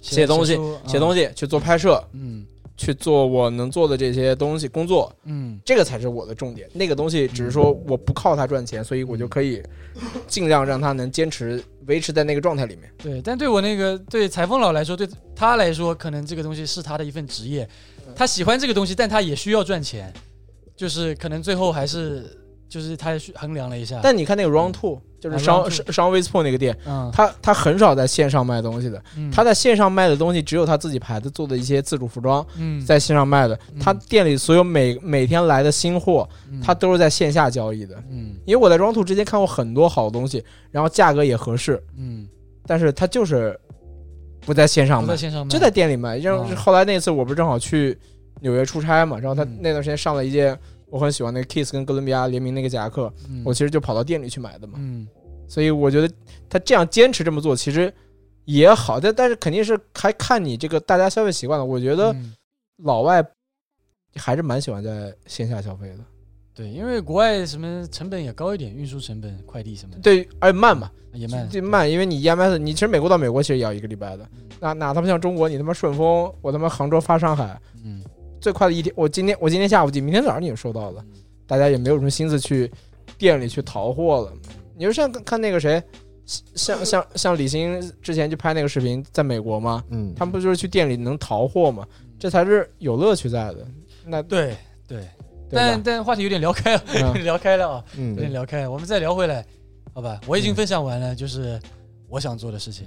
写东西出写东，西，去做拍摄，啊嗯去做我能做的这些东西工作，嗯这个才是我的重点。那个东西只是说我不靠它赚钱，所以我嗯就可以尽量让它能坚持维持在那个状态里面。对，但对我那个对裁缝佬来说，对他来说，可能这个东西是他的一份职业，嗯他喜欢这个东西，但他也需要赚钱，就是可能最后还是就是他需衡量了一下，但你看那个 Round Two，就是啊商 Round 商 Two 商 w i s p o 那个店，嗯，他他很少在线上卖东西的。嗯他在线上卖的东西只有他自己牌子做的一些自主服装，嗯在线上卖的。嗯他店里所有每每天来的新货，嗯他都是在线下交易的。嗯因为我在 Round Two 之前看过很多好东西，然后价格也合适，嗯但是他就是不在线上不卖在，线上卖就在店里卖。然后哦后来那次我不是正好去纽约出差嘛，然后他嗯那段时间上了一件我很喜欢那个 Kiss 跟哥伦比亚联名那个夹克，嗯我其实就跑到店里去买的嘛。嗯所以我觉得他这样坚持这么做其实也好，但但是肯定是还看你这个大家消费习惯了。我觉得嗯老外还是蛮喜欢在线下消费的，对，因为国外什么成本也高一点，运输成本、快递什么的对，而且慢嘛，也慢就慢，因为你 EMS，你其实美国到美国其实也要一个礼拜的嗯，哪哪他妈像中国，你他妈顺丰，我他妈杭州发上海，嗯最快的一天，我今天我今天下午寄，明天早上你就收到了，嗯大家也没有什么心思去店里去淘货了。你就像看那个谁，像像像李欣之前去拍那个视频，在美国嘛，嗯，他们不就是去店里能淘货嘛，嗯这才是有乐趣在的。那对对对，但吧？但话题有点聊开了，嗯有点聊开了啊。有点嗯，聊开，我们再聊回来，好吧？我已经嗯分享完了，就是我想做的事情。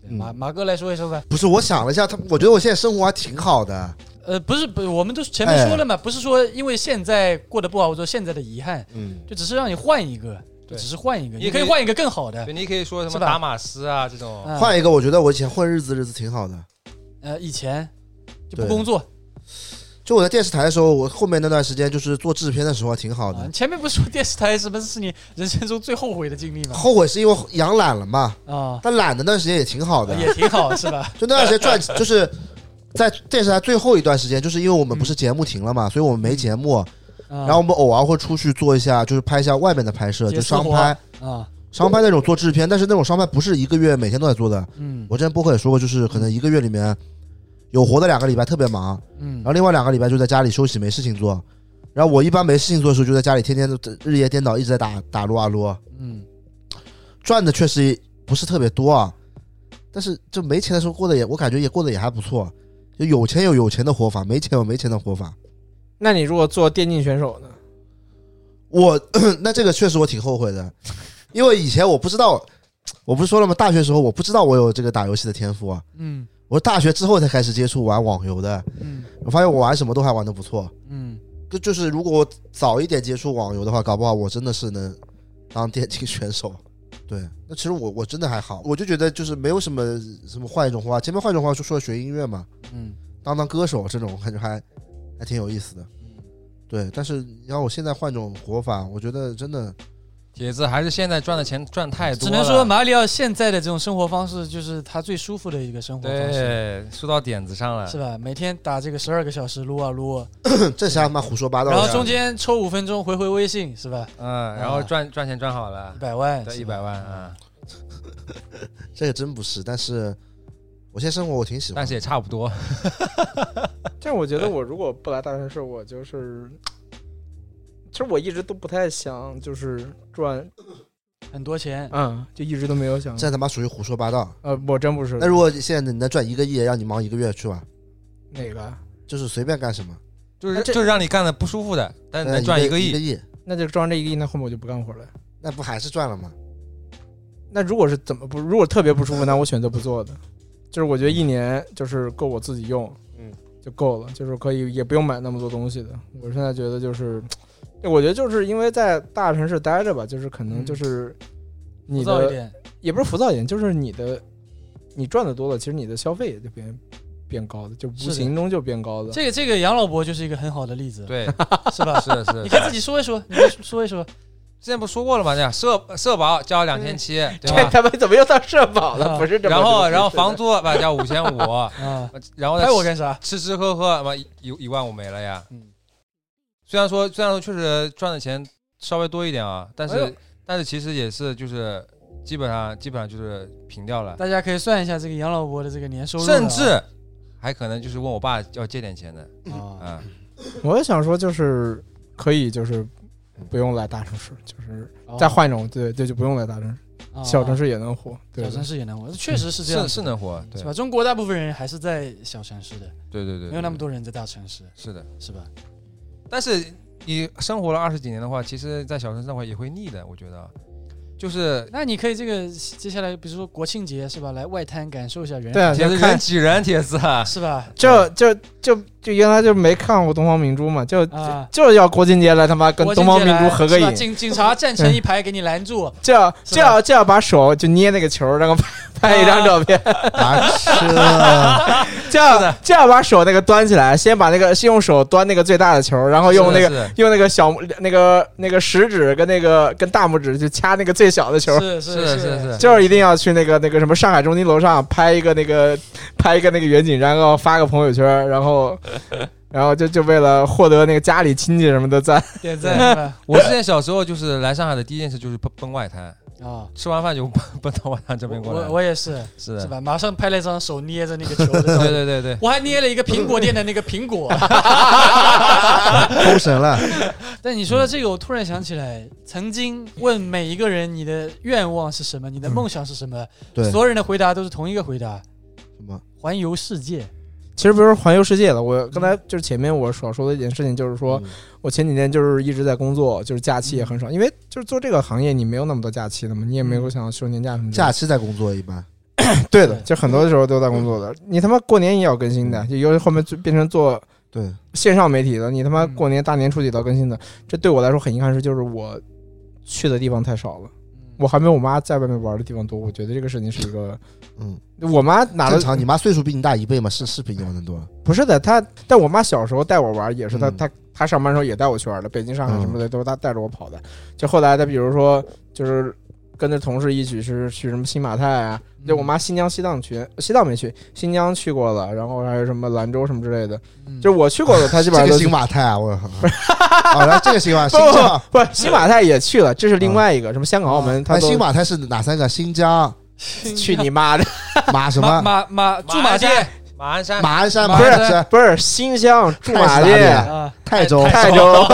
对嗯马马哥来说一说吧。不是，我想了一下，他我觉得我现在生活还挺好的，呃，不是，不，我们都前哎面说了嘛，不是说因为现在过得不好，我说现在的遗憾，嗯，就只是让你换一个，对只是换一个，也你可以可以换一个更好的对，。你可以说什嗯是么吧打马斯啊这种，嗯换一个，我觉得我以前混日子日子挺好的。呃，以前就不对工作就我在电视台的时候，我后面那段时间就是做制片的时候还挺好啊，的你。前面不是说电视台什么是你人生中最后悔的经历吗？后悔是因为养懒了嘛，啊，但懒的那段时间也挺好的，也挺好，是吧？就那段时间赚就是。在电视台最后一段时间，就是因为我们不是节目停了嗯嘛，所以我们没节目，然然后我们偶尔会出去做一下，就是拍一下外面的拍摄，接就私活商拍，啊，商拍那种做制片，但是那种商拍不是一个月每天都在做的。嗯我之前播客也说过，就是可能一个月里面有活的两个礼拜特别忙，嗯然后另外两个礼拜就在家里休息，没事情做。然后我一般没事情做的时候，就在家里天天都日夜颠倒，一直在打打撸啊撸，嗯，赚的确实不是特别多啊，但是就没钱的时候过得也，我感觉也过得也还不错。就有钱有有钱的活法，没钱有没钱的活法。那你如果做电竞选手呢？我 那这个确实我挺后悔的，因为以前我不知道，我不是说了吗？大学时候我不知道我有这个打游戏的天赋啊，嗯我是大学之后才开始接触玩网游的。嗯我发现我玩什么都还玩的不错，嗯，就就是如果我早一点接触网游的话，搞不好我真的是能当电竞选手。对，那其实我我真的还好，我就觉得就是没有什么什么换一种话，前面换一种话说说学音乐嘛，嗯，当当歌手这种，我感觉还还挺有意思的。对，但是你让我现在换种活法，我觉得真的铁子还是现在赚的钱赚太多只了，能说马里奥现在的这种生活方式，就是他最舒服的一个生活方式，对，说到点子上了是。吧？每天打这个十二个小时撸啊撸，这谁他妈胡说八道然后的？中间抽五分钟回回微信，是吧？嗯，然啊后赚赚钱赚好了一，百万，对，是一吧百万啊，这个真不是，但是我现在生活我挺喜欢但是的。也差不多。但我觉得我如果不来大学社，我就是，其实我一直都不太想就是赚，很多钱。嗯，就一直都没有想。这他妈属于胡说八道。呃，我真不是那如果现在你能赚一个亿，让你忙一个月去吧，哪个，就是随便干什么，就是那这就是让你干的不舒服的，但是呃能赚一个一个亿，亿，那就赚这一个亿，那后面我就不干活了。那不还是赚了吗？ 那如果是怎么不，如果特别不舒服，那我选择不做的。就是我觉得一年就是够我自己用，嗯，就够了，就是可以也不用买那么多东西的。我现在觉得就是，我觉得就是因为在大城市待着吧，就是可能就是你浮躁一的、点，也不是浮躁一点，就是你的你赚的多了，其实你的消费也就变变高的，就无是的形中就变高的。这个这个杨老伯就是一个很好的例子，对，是 吧？是的，是的。 你可以自己说一说，你可以说一说，之前不说过了吗？这样社社保交两千七，对吧？他们怎么又到社保啊了？不是这么然后回事然后房租吧交五千五， 啊，然后再拍我干啥？吃吃喝喝，妈一一万五没了呀。嗯虽然说虽然说确实赚的钱稍微多一点啊，但哎呦是但是其实也是就是基本上基本上就是平掉了，大家可以算一下这个杨老伯的这个年收入啊，甚至还可能就是问我爸要借点钱的啊，啊。我想说就是可以就是不用来大城市，就是哦再换一种，对对，就不用来大城市，啊小城，市也能活。啊对小的，城市也能活，确实是这样是，是能活，对是吧？中国大部分人还是在小城市的，对对对，没有那么多多人在大城市，是的。是吧？但是你生活了二十几年的话，其实，在小城市生活也会腻的，我觉得啊，就是那你可以这个接下来，比如说国庆节是吧，来外滩感受一下人，对啊，铁子就人看挤人，铁子 啊，是吧？就就就就原来就没看过东方明珠嘛，就啊，就要国庆节来他妈跟国庆东方节明珠来合个是吧影，警警察站 成一排给你拦住，就要是就要就要把手就捏那个球，然后拍拍一张照片，啊，这就要就要把手那个端起来，先把那个先用手端那个最大的球，然后用那是个的是的用那个小那个那个食指跟那个跟大拇指去掐那个最小的球，是是是的是的是的就是一定要去那个那个什么上海中心楼上拍一个那个拍一个那个远景，然后发个朋友圈，然后 然后就就为了获得那个家里亲戚什么的赞。点赞是吧？ 我之前小时候就是来上海的第一件事就是奔奔外滩，啊，吃完饭就奔奔到外滩这边过来我。我也是，是是的，吧？马上拍了一张手捏着那个球的照对 片。对对 对，我还捏了一个苹果店的那个苹果，封神了。但你说到这个，我突然想起来，曾经问每一个人你的愿望是什么，你的梦想是什么，对，所有人的回答都是同一个回答：什么？环游世界。其实不是环游世界了，我刚才就是前面我所说的一件事情，就是说嗯我前几天就是一直在工作，就是假期也很少，因为就是做这个行业你没有那么多假期的嘛，你也没有想要休年假什么的。假期在工作一般，对的，就很多时候都在工作的，你他妈过年也要更新的，就尤其后面就变成做对，线上媒体的，你他妈嗯过年大年初几到更新的，这对我来说很遗憾是，就是我去的地方太少了，我还没有我妈在外面玩的地方多。我觉得这个事情是一个，嗯，我妈哪正的常。你妈岁数比你大一倍嘛，是是比你玩的多了。不是的，她但我妈小时候带我玩也是她嗯她她上班的时候也带我去玩的，北京、上海嗯什么的都是她带着我跑的。就后来的，比如说就是跟着同事一起是去什么新马泰啊，就我妈新疆、西藏去，西藏没去，新疆去过了，然后还有什么兰州什么之类的，嗯就我去过的，她基本上这个都新去。马泰啊，我靠！好了，这个新马不新疆，啊不不，新马泰也去了，这是另外一个什么香港、澳门，她那都新马泰是哪三个？新疆去你妈的！马什马么？马马驻马啊马店鞍、马鞍山、马鞍山马不是鞍山是不是新疆驻泰马是哪里店，啊啊，泰州泰州。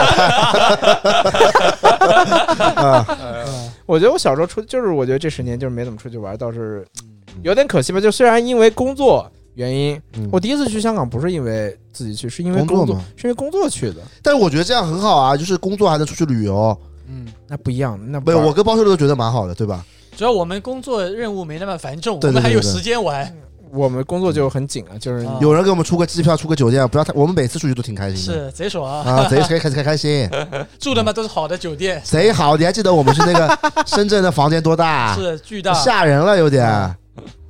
啊？ 嗯呃嗯我觉得我小时候出，就是我觉得这十年就是没怎么出去玩，倒是有点可惜吧。就虽然因为工作原因，嗯我第一次去香港不是因为自己去，是因为工工作作嘛，是因为工作去的。但是我觉得这样很好啊，就是工作还能出去旅游，嗯，那不一样，那不不是我跟包叔都觉得蛮好的，对吧？主要我们工作任务没那么繁重，对对我们还对有对时间玩。我们工作就很紧啊，就是啊有人给我们出个机票，出个酒店，不要太，我们每次出去都挺开心的。是贼爽啊！啊，贼开开开开心，住的嘛都是好的酒店，贼好！你还记得我们去 那个深圳的房间多大啊？是巨大。吓人了，有点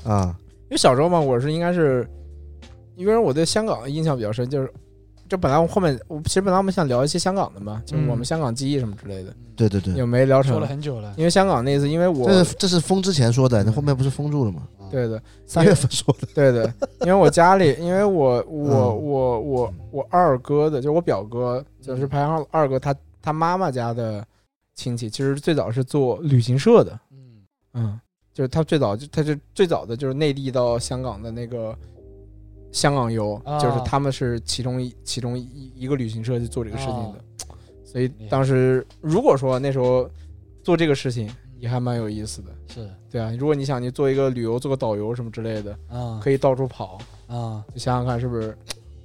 嗯啊。因为小时候嘛，我是应该是，因为我对香港印象比较深，就是这本来我后面我其实本来我们想聊一些香港的嘛，就是嗯我们香港记忆什么之类的，对对对，也没聊说成了。很久了，因为香港那次，因为我这是这是封之前说的，那后面不是封住了吗？对的，三月份说的，对的，因为我家里，因为 我我嗯我我我二哥的，就我表哥，就是排行二哥他他妈妈家的亲戚，其实最早是做旅行社的，嗯，嗯，就是他最早就他就最早的就是内地到香港的那个香港游，啊就是他们是其中一其中一一个旅行社去做这个事情的，啊所以当时如果说那时候做这个事情也还蛮有意思的，是对啊，如果你想你做一个旅游做个导游什么之类的，啊可以到处跑。啊！你想想看是不是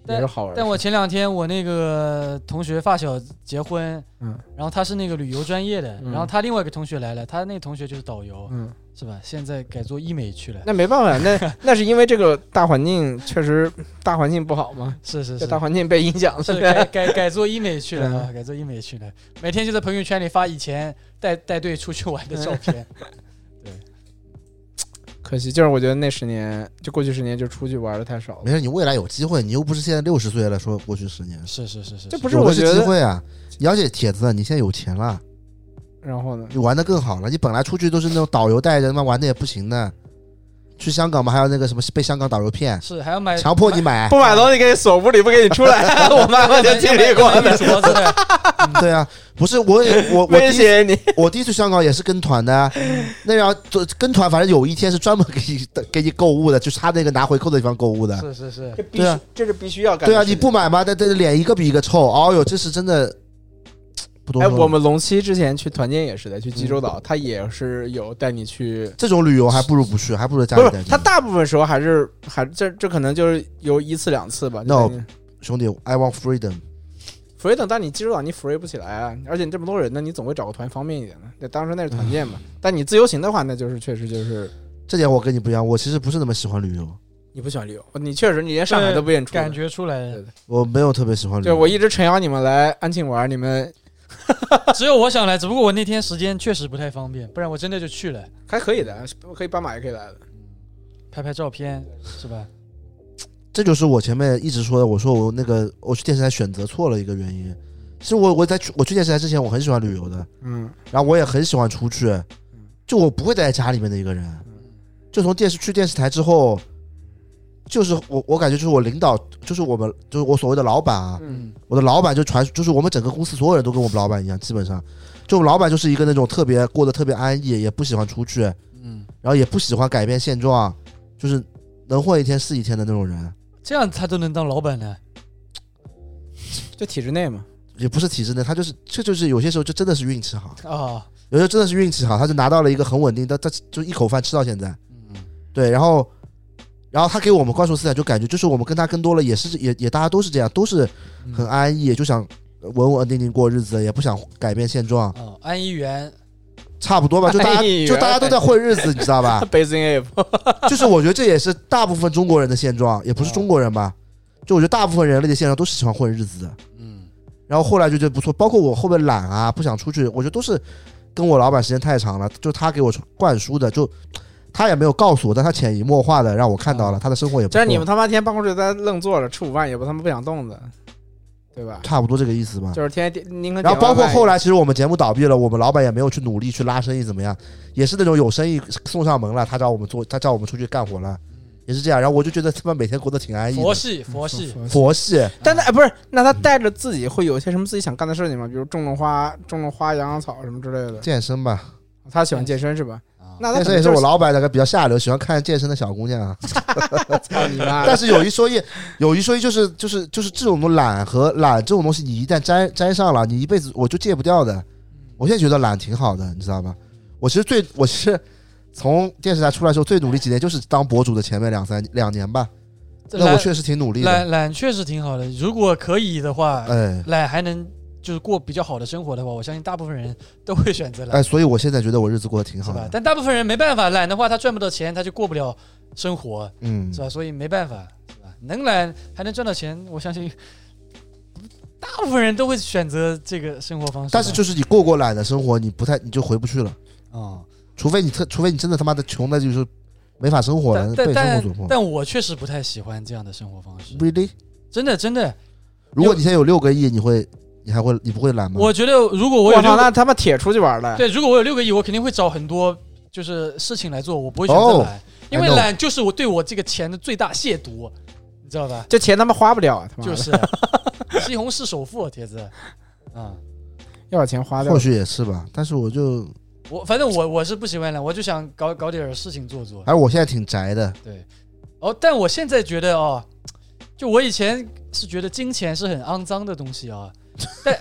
也是好玩的事？但我前两天我那个同学发小结婚，嗯然后他是那个旅游专业的，嗯然后他另外一个同学来了，他那个同学就是导游，嗯，是吧？现在改做医美去了，那没办法， 那那是因为这个大环境确实大环境不好嘛，是是这是大。环境被影响了。是改改改做医美去了嗯啊，改做医美去了，每天就在朋友圈里发以前带带队出去玩的照片。可惜就是我觉得那十年就过去十年就出去玩的太少没了。事，你未来有机会，你又不是现在六十岁了，说过去十年， 是是是是，这是不是有我的是觉机得，会啊。你而且铁子，你现在有钱了，然后呢？你玩的更好了。你本来出去都是那种导游带着，他妈玩的也不行的。去香港嘛，还有那个什么被香港导游骗，是还要买强迫你买。不买东西给你锁屋里，不给你出 来，我妈妈就经历过要买的，镯子的，哎对啊，不是我 也我我威第一胁你。我第一次去香港也是跟 团的，啊那要跟团，反正有一天是专门给你给你购物的，就是他那个拿回扣的地方购物的。是是 是，这必对啊，这是必须要干的对啊，事你情不买吗？但但是脸一个比一个臭。哦呦，这是真的，不多哎，说了。我们龙七之前去团建也是的，去济州岛，他也是有带你去这种旅游还不如不去，还不如在家不里待是，着。他大部分时候还是还这这可能就是有一次两次吧。 No 就是兄弟，I want freedom。 free 等，但你记住啊，你 free 不起来啊，而且你这么多人呢，你总会找个团方便一点的。那当时那是团建嘛，但你自由行的话，那就是确实就是这点我跟你不一样，我其实不是那么喜欢旅游，你不喜欢旅游，哦你确实你连上海都不愿意出来。感觉出来了。我没有特别喜欢旅对游。我一直诚邀你们来安庆玩，你们只有我想来，只不过我那天时间确实不太方便，不然我真的就去了，还可以的，可以斑马也可以来的。拍拍照片是吧？这就是我前面一直说的，我说我那个我去电视台选择错了一个原因。其实我我在去我去电视台之前，我很喜欢旅游的，嗯，然后我也很喜欢出去，就我不会待在家里面的一个人。就从电视去电视台之后，就是我我感觉就是我领导，就是我们就是我所谓的老板啊，嗯，我的老板就传，就是我们整个公司所有人都跟我们老板一样，基本上，就我们老板就是一个那种特别过得特别安逸，也不喜欢出去，嗯，然后也不喜欢改变现状，就是能混一天是一天的那种人，这样他都能当老板呢？就体制内嘛。也不是体制内，他就是这就是有些时候就真的是运气好，啊，有些时候真的是运气好，他就拿到了一个很稳定的，他就一口饭吃到现在，嗯，对，然后。然后他给我们灌输思想，就感觉就是我们跟他更多了，也是也也大家都是这样，都是很安逸，就想稳稳定定过日子，也不想改变现状，啊，安一元差不多吧，就大家、哎呦？就大家都在混日子，你知道吧北京也不 就是我觉得这也是大部分中国人的现状，也不是中国人吧，就我觉得大部分人类的现状都是喜欢混日子的。嗯，然后后来就觉得不错，包括我后面懒啊，不想出去，我觉得都是跟我老板时间太长了，就他给我灌输的，就他也没有告诉我，但他潜移默化的嗯让我看到了他的生活也不就错。是你们他妈天天办公室在那愣坐着，吃午饭也不他妈不想动的。对吧？差不多这个意思吧。就是天天点宁可然后点包括外卖后来，其实我们节目倒闭了，我们老板也没有去努力去拉生意，怎么样？也是那种有生意送上门了，他找我们做，他叫我们出去干活了，也是这样。然后我就觉得他们每天过得挺安逸嗯佛的，系嗯佛系，佛系。但他哎不是，那他带着自己会有一些什么自己想干的事情吗？比如种种花、种种花、养养草什么之类的。健身吧，他喜欢健身是吧？啊那他可健身能也是就我老板啊那个比较下流，喜欢看健身的小姑娘啊。操你妈！ 但是有一说一，有一说一，就是就是就是这种懒和懒这种东西，你一旦沾沾上了，你一辈子我就戒不掉的。我现在觉得懒挺好的，你知道吧？我其实最我是从电视台出来的时候最努力几年，就是当博主的前面两三两年吧。这那我懒确实挺努力的，懒懒确实挺好的，如果可以的话，哎懒还能就是过比较好的生活的话，我相信大部分人都会选择懒，哎，所以我现在觉得我日子过得挺是好吧？的。但大部分人没办法，懒的话他赚不到钱，他就过不了生活，嗯是，吧？所以没办法，是吧？能懒还能赚到钱，我相信大部分人都会选择这个生活方式吧。但是就是你过过懒的生活，你不太你就回不去了，啊、除非你特除非你真的他妈的穷的，就是没法生活了，但被生活但所迫但。但我确实不太喜欢这样的生活方式， Really？真的真的，嗯如果你现在有六个亿，你会你还会你不会懒吗？我觉得如果我有我操，六个那他妈铁出去玩了。对，如果我有六个亿，我肯定会找很多就是事情来做，我不会选择哦懒，因为 I know 懒就是我对我这个钱的最大亵渎，你知道吧？这钱他妈花不了啊！他妈就的是西红柿首富，铁子，啊、要把钱花掉或。许也是吧，但是我就，我反正我我是不喜欢懒，我就想搞搞点事情做做。而哎我现在挺宅的，对，哦，但我现在觉得哦，就我以前是觉得金钱是很肮脏的东西啊、但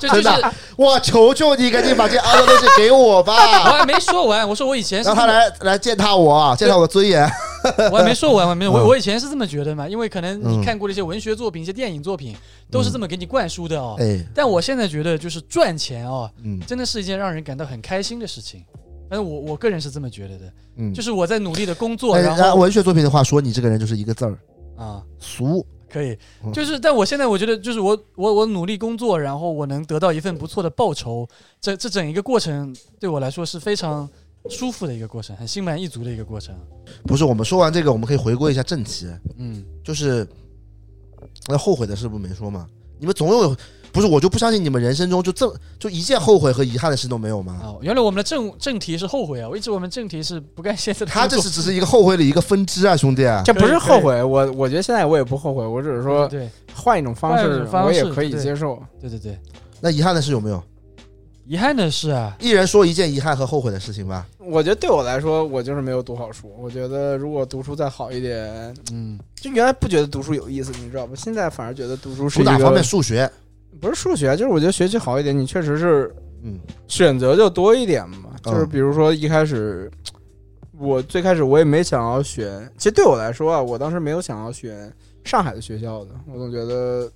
就就真是的我求求你赶紧把这肮脏东西给我 我吧，还没说完，我说我 以前是让他来来践踏我，啊践踏我尊严。 我还没说完，我还没我嗯我以前是这么觉得嘛，因为可能你嗯看过的一些文学作品、一些电影作品，都是这么给你灌输的哦。哎，但我现在觉得，就是赚钱哦，嗯真的是一件让人感到很开心的事情。但是我我个人是这么觉得的，嗯，就是是我在努力的工作，哎，然然后后文学作品的话说，你这个人就是一个字儿啊，俗。可以，嗯就是，但我现在我觉得，就是我我我努力工作，然后我能得到一份不错的报酬，这这整一个过程对我来说是非常舒服的一个过程，很心满意足的一个过程。不是，我们说完这个，我们可以回归一下正题，嗯，就是那后悔的事不是没说吗？你们总有，不是我就不相信你们人生中就这么就一件后悔和遗憾的事都没有吗？啊，原来我们的正正题是后悔啊！我一直我们正题是不干现在的工作。他这是只是一个后悔的一个分支啊，兄弟。这不是后悔，我我觉得现在我也不后悔，我只是说对换一种方换一式种，方我也式可以对接受。对对对，那遗憾的事有没有？遗憾的是啊，一人说一件遗憾和后悔的事情吧。我觉得对我来说，我就是没有读好书。我觉得如果读书再好一点，嗯，就原来不觉得读书有意思，你知道吧？现在反而觉得读书是主一打个方面数学，不是数学，就是我觉得学习好一点，你确实是嗯选择就多一点嘛。嗯就是比如说一开始，我最开始我也没想要选，其实对我来说啊，我当时没有想要选上海的学校的，我总觉得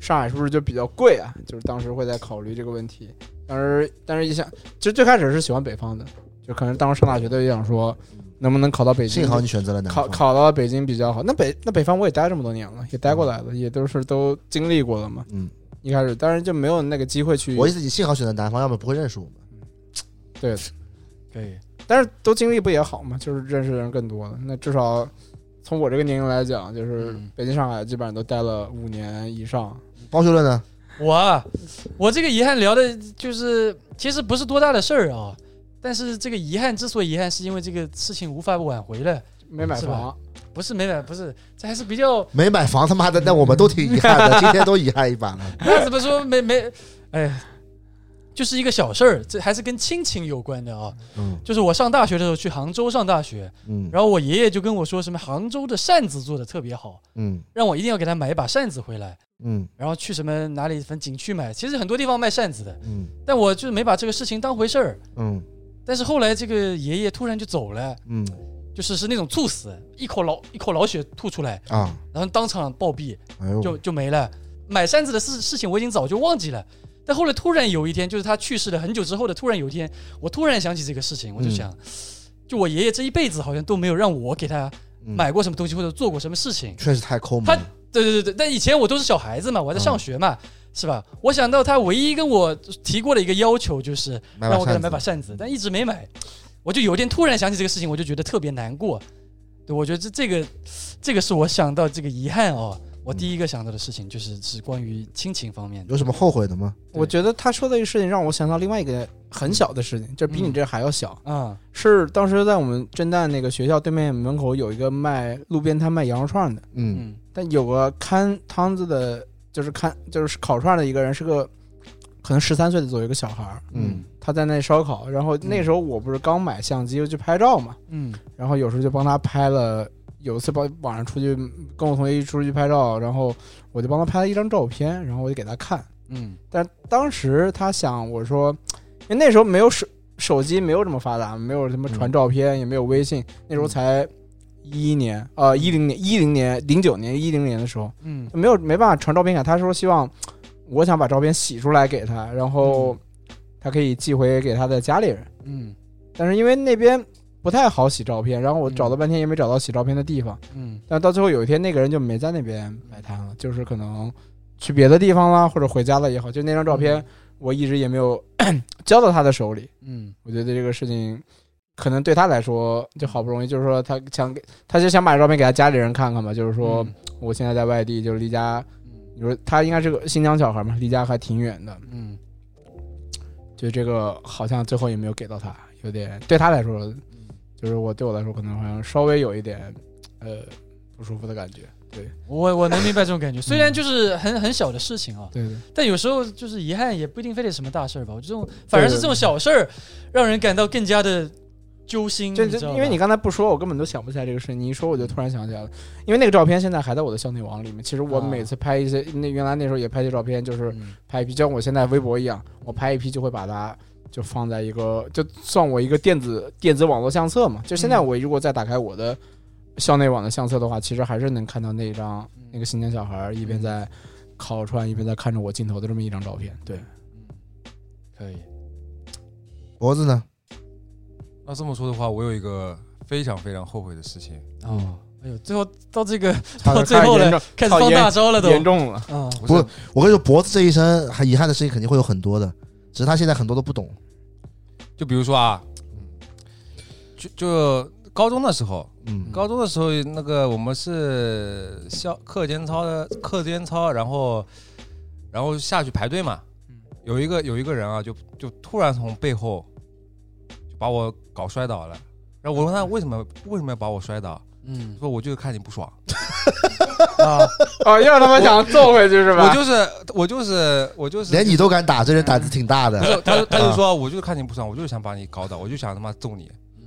上海是不是就比较贵啊？就是当时会在考虑这个问题，但是但是一想，其实最开始是喜欢北方的，就可能当时上大学的也想说，能不能考到北京？幸好你选择了南考方。考到北京比较好。那北那北方我也待这么多年了，也待过来了，也都是都经历过了嘛。嗯，一开始当然就没有那个机会去，我意思你幸好选择南方，要不然不会认识我们。对，可以，但是都经历不也好嘛，就是认识的人更多了。那至少从我这个年龄来讲，就是嗯北京、上海基本上都待了五年以上。包修论呢？我啊我这个遗憾聊的就是其实不是多大的事儿啊，但是这个遗憾之所以遗憾，是因为这个事情无法挽回了，没买是吧房，不是没挽，不是这还是比较没买房，他妈的，那我们都挺遗憾的，今天都遗憾一把了。那怎么说没没，哎，就是一个小事儿，这还是跟亲情有关的啊。嗯就是我上大学的时候去杭州上大学，嗯然后我爷爷就跟我说什么杭州的扇子做的特别好，嗯让我一定要给他买一把扇子回来。嗯然后去什么哪里分景区买，其实很多地方卖扇子的，嗯但我就是没把这个事情当回事儿。嗯但是后来这个爷爷突然就走了，嗯就是是那种猝死，一口老一口老血吐出来，啊！然后当场暴毙，哎呦，就就没了。买扇子的事事情我已经早就忘记了，但后来突然有一天，就是他去世了很久之后的，突然有一天，我突然想起这个事情，我就想，就我爷爷这一辈子好像都没有让我给他嗯买过什么东西或者做过什么事情。确实太抠门他了。对对对对，但以前我都是小孩子嘛，我还在上学嘛，嗯是吧？我想到他唯一跟我提过的一个要求就是买把让我给他扇买把子，扇子，但一直没买。我就有一天突然想起这个事情，我就觉得特别难过。对，我觉得这这个这个是我想到这个遗憾哦，我第一个想到的事情就是是关于亲情方面的。有什么后悔的吗？我觉得他说的一个事情让我想到另外一个很小的事情，就比你这还要小，啊是当时在我们侦探那个学校对面门口有一个卖路边摊卖羊肉串的，嗯，嗯但有个看摊子的，就是看就是烤串的一个人，是个可能十三岁的左右一个小孩儿，嗯他在那烧烤，然后那时候我不是刚买相机去拍照嘛，嗯然后有时候就帮他拍了。有一次帮晚上出去跟我同学一出去拍照，然后我就帮他拍了一张照片，然后我就给他看，嗯但当时他想我说，因为那时候没有手手机没有这么发达，没有什么传照片，也没有微信，那时候才一一年啊一零年一零年零九年一零年的时候，嗯没有没办法传照片给他，他说希望我想把照片洗出来给他，然后他可以寄回给他的家里人，嗯但是因为那边。不太好洗照片，然后我找了半天也没找到洗照片的地方，嗯但到最后有一天那个人就没在那边摆摊了，就是可能去别的地方啦，或者回家了也好，就那张照片我一直也没有 交到他的手里。嗯我觉得这个事情可能对他来说，就好不容易就是说他想给，他就想把照片给他家里人看看嘛，就是说嗯我现在在外地，就是离家，嗯你说他应该是个新疆小孩嘛，离家还挺远的，嗯就这个好像最后也没有给到他，有点对他来说，就是我对我来说可能好像稍微有一点呃不舒服的感觉。我我能明白这种感觉，虽然就是很很小的事情啊，对对，但有时候就是遗憾也不一定非得什么大事儿吧。我这种反而是这种小事儿，让人感到更加的揪心。就你嗯知道就吧因为你刚才不说，我根本都想不起来这个事。你一说，我就突然想起来了，因为那个照片现在还在我的相片网里面。其实我啊每次拍一些，那原来那时候也拍一些照片，就是嗯拍一批，就像我现在微博一样，我拍一批就会把它就放在一个，就算我一个电子电子网络相册嘛。就现在嗯我如果再打开我的校内网的相册的话，其实还是能看到那张嗯那个新疆小孩儿一边在烤串一边在看着我镜头的这么一张照片。对，可以，脖子呢？那这么说的话，我有一个非常非常后悔的事情，哦，哎呦，最后到这个操到最后太严了重，开始操放严大招了都。严重 了。啊，不不是是，我跟你说，脖子这一生还遗憾的事情肯定会有很多的，只是他现在很多都不懂。就比如说啊，就就高中的时候，嗯高中的时候那个我们是校课间操的课间操，然后然后下去排队嘛，嗯有一个有一个人啊，就就突然从背后就把我搞摔倒了，然后我问他为什么为什么要把我摔倒，嗯他说我就是看你不爽，啊，哦，又他妈想揍回去是吧？我就是我就是我就是连你都敢打，这人嗯胆子挺大不的。是，他就他就说，我就是看你不爽，我就是想把你搞倒，我就想他妈揍你。嗯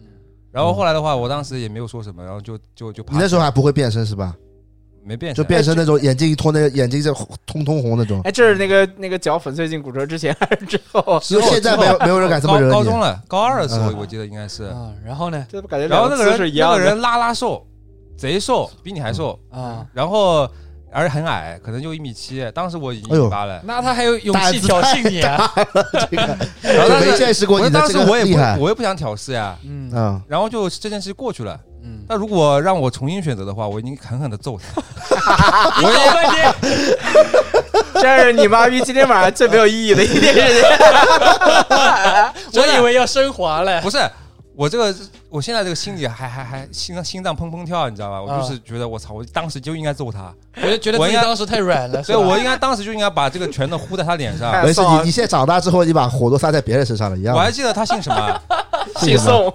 然后后来的话，我当时也没有说什么，然后就就就爬你那时候还不会变身是吧？没变起就来，变身那种眼睛一脱，那个眼睛就通通红那种。哎，这是那个那个脚粉碎性骨折之前还是之后 啊？就现在没有没有人敢这么高惹高你啊中。了，高二的时候嗯我记得应该是。啊，然后呢？这不感觉然后那个两姿势人一那样个的？人拉拉瘦，贼瘦，比你还瘦，啊，然后而且很矮，可能就一米七，当时我已经哎一呦米八了。那他还有勇胆气子挑衅你啊？这个然后我当没时见识过我你的当哎这时个我也厉害不。我也不想挑事呀。嗯 嗯，然后就这件事过去了。嗯，但如果让我重新选择的话，我已经狠狠的揍 他。我搞半天，这是你妈逼今天晚上最没有意义的一件事情。我以为要升华了。不是我这个，我现在这个心里还还还心脏心脏砰砰跳，你知道吧？啊我就是觉得我操，我当时就应该揍他，我就觉得我自己应该当时太软了，所以是吧我应该当时就应该把这个拳头呼在他 脸上。没事，你你现在长大之后，你把火都撒在别人身上了，一样哎啊我的。还记得他姓什么？啊姓宋，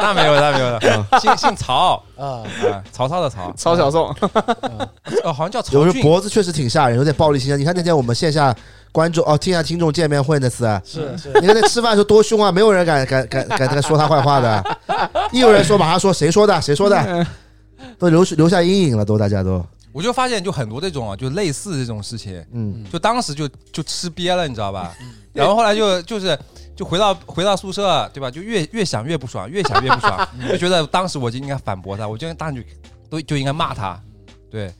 那没有，那没有嗯的，姓姓曹啊，啊，曹操的曹，曹小宋，呃，好像叫曹有时候俊，脖子确实挺吓人，有点暴力倾向。你看那天我们线下观众哦，线下听众见面会那次，啊是是，你看那吃饭的时候多凶啊，没有人敢敢敢敢敢说他坏话的，一有人说马上说谁说的谁说的，都留留下阴影了，都大家都我就发现就很多这种啊，就类似这种事情，嗯就当时就就吃瘪了，你知道吧？然后后来就就是就回到回到宿舍，对吧？就越越想越不爽，越想越 不爽，嗯就觉得当时我就应该反驳他，我就应该当时就都就应该骂他，对。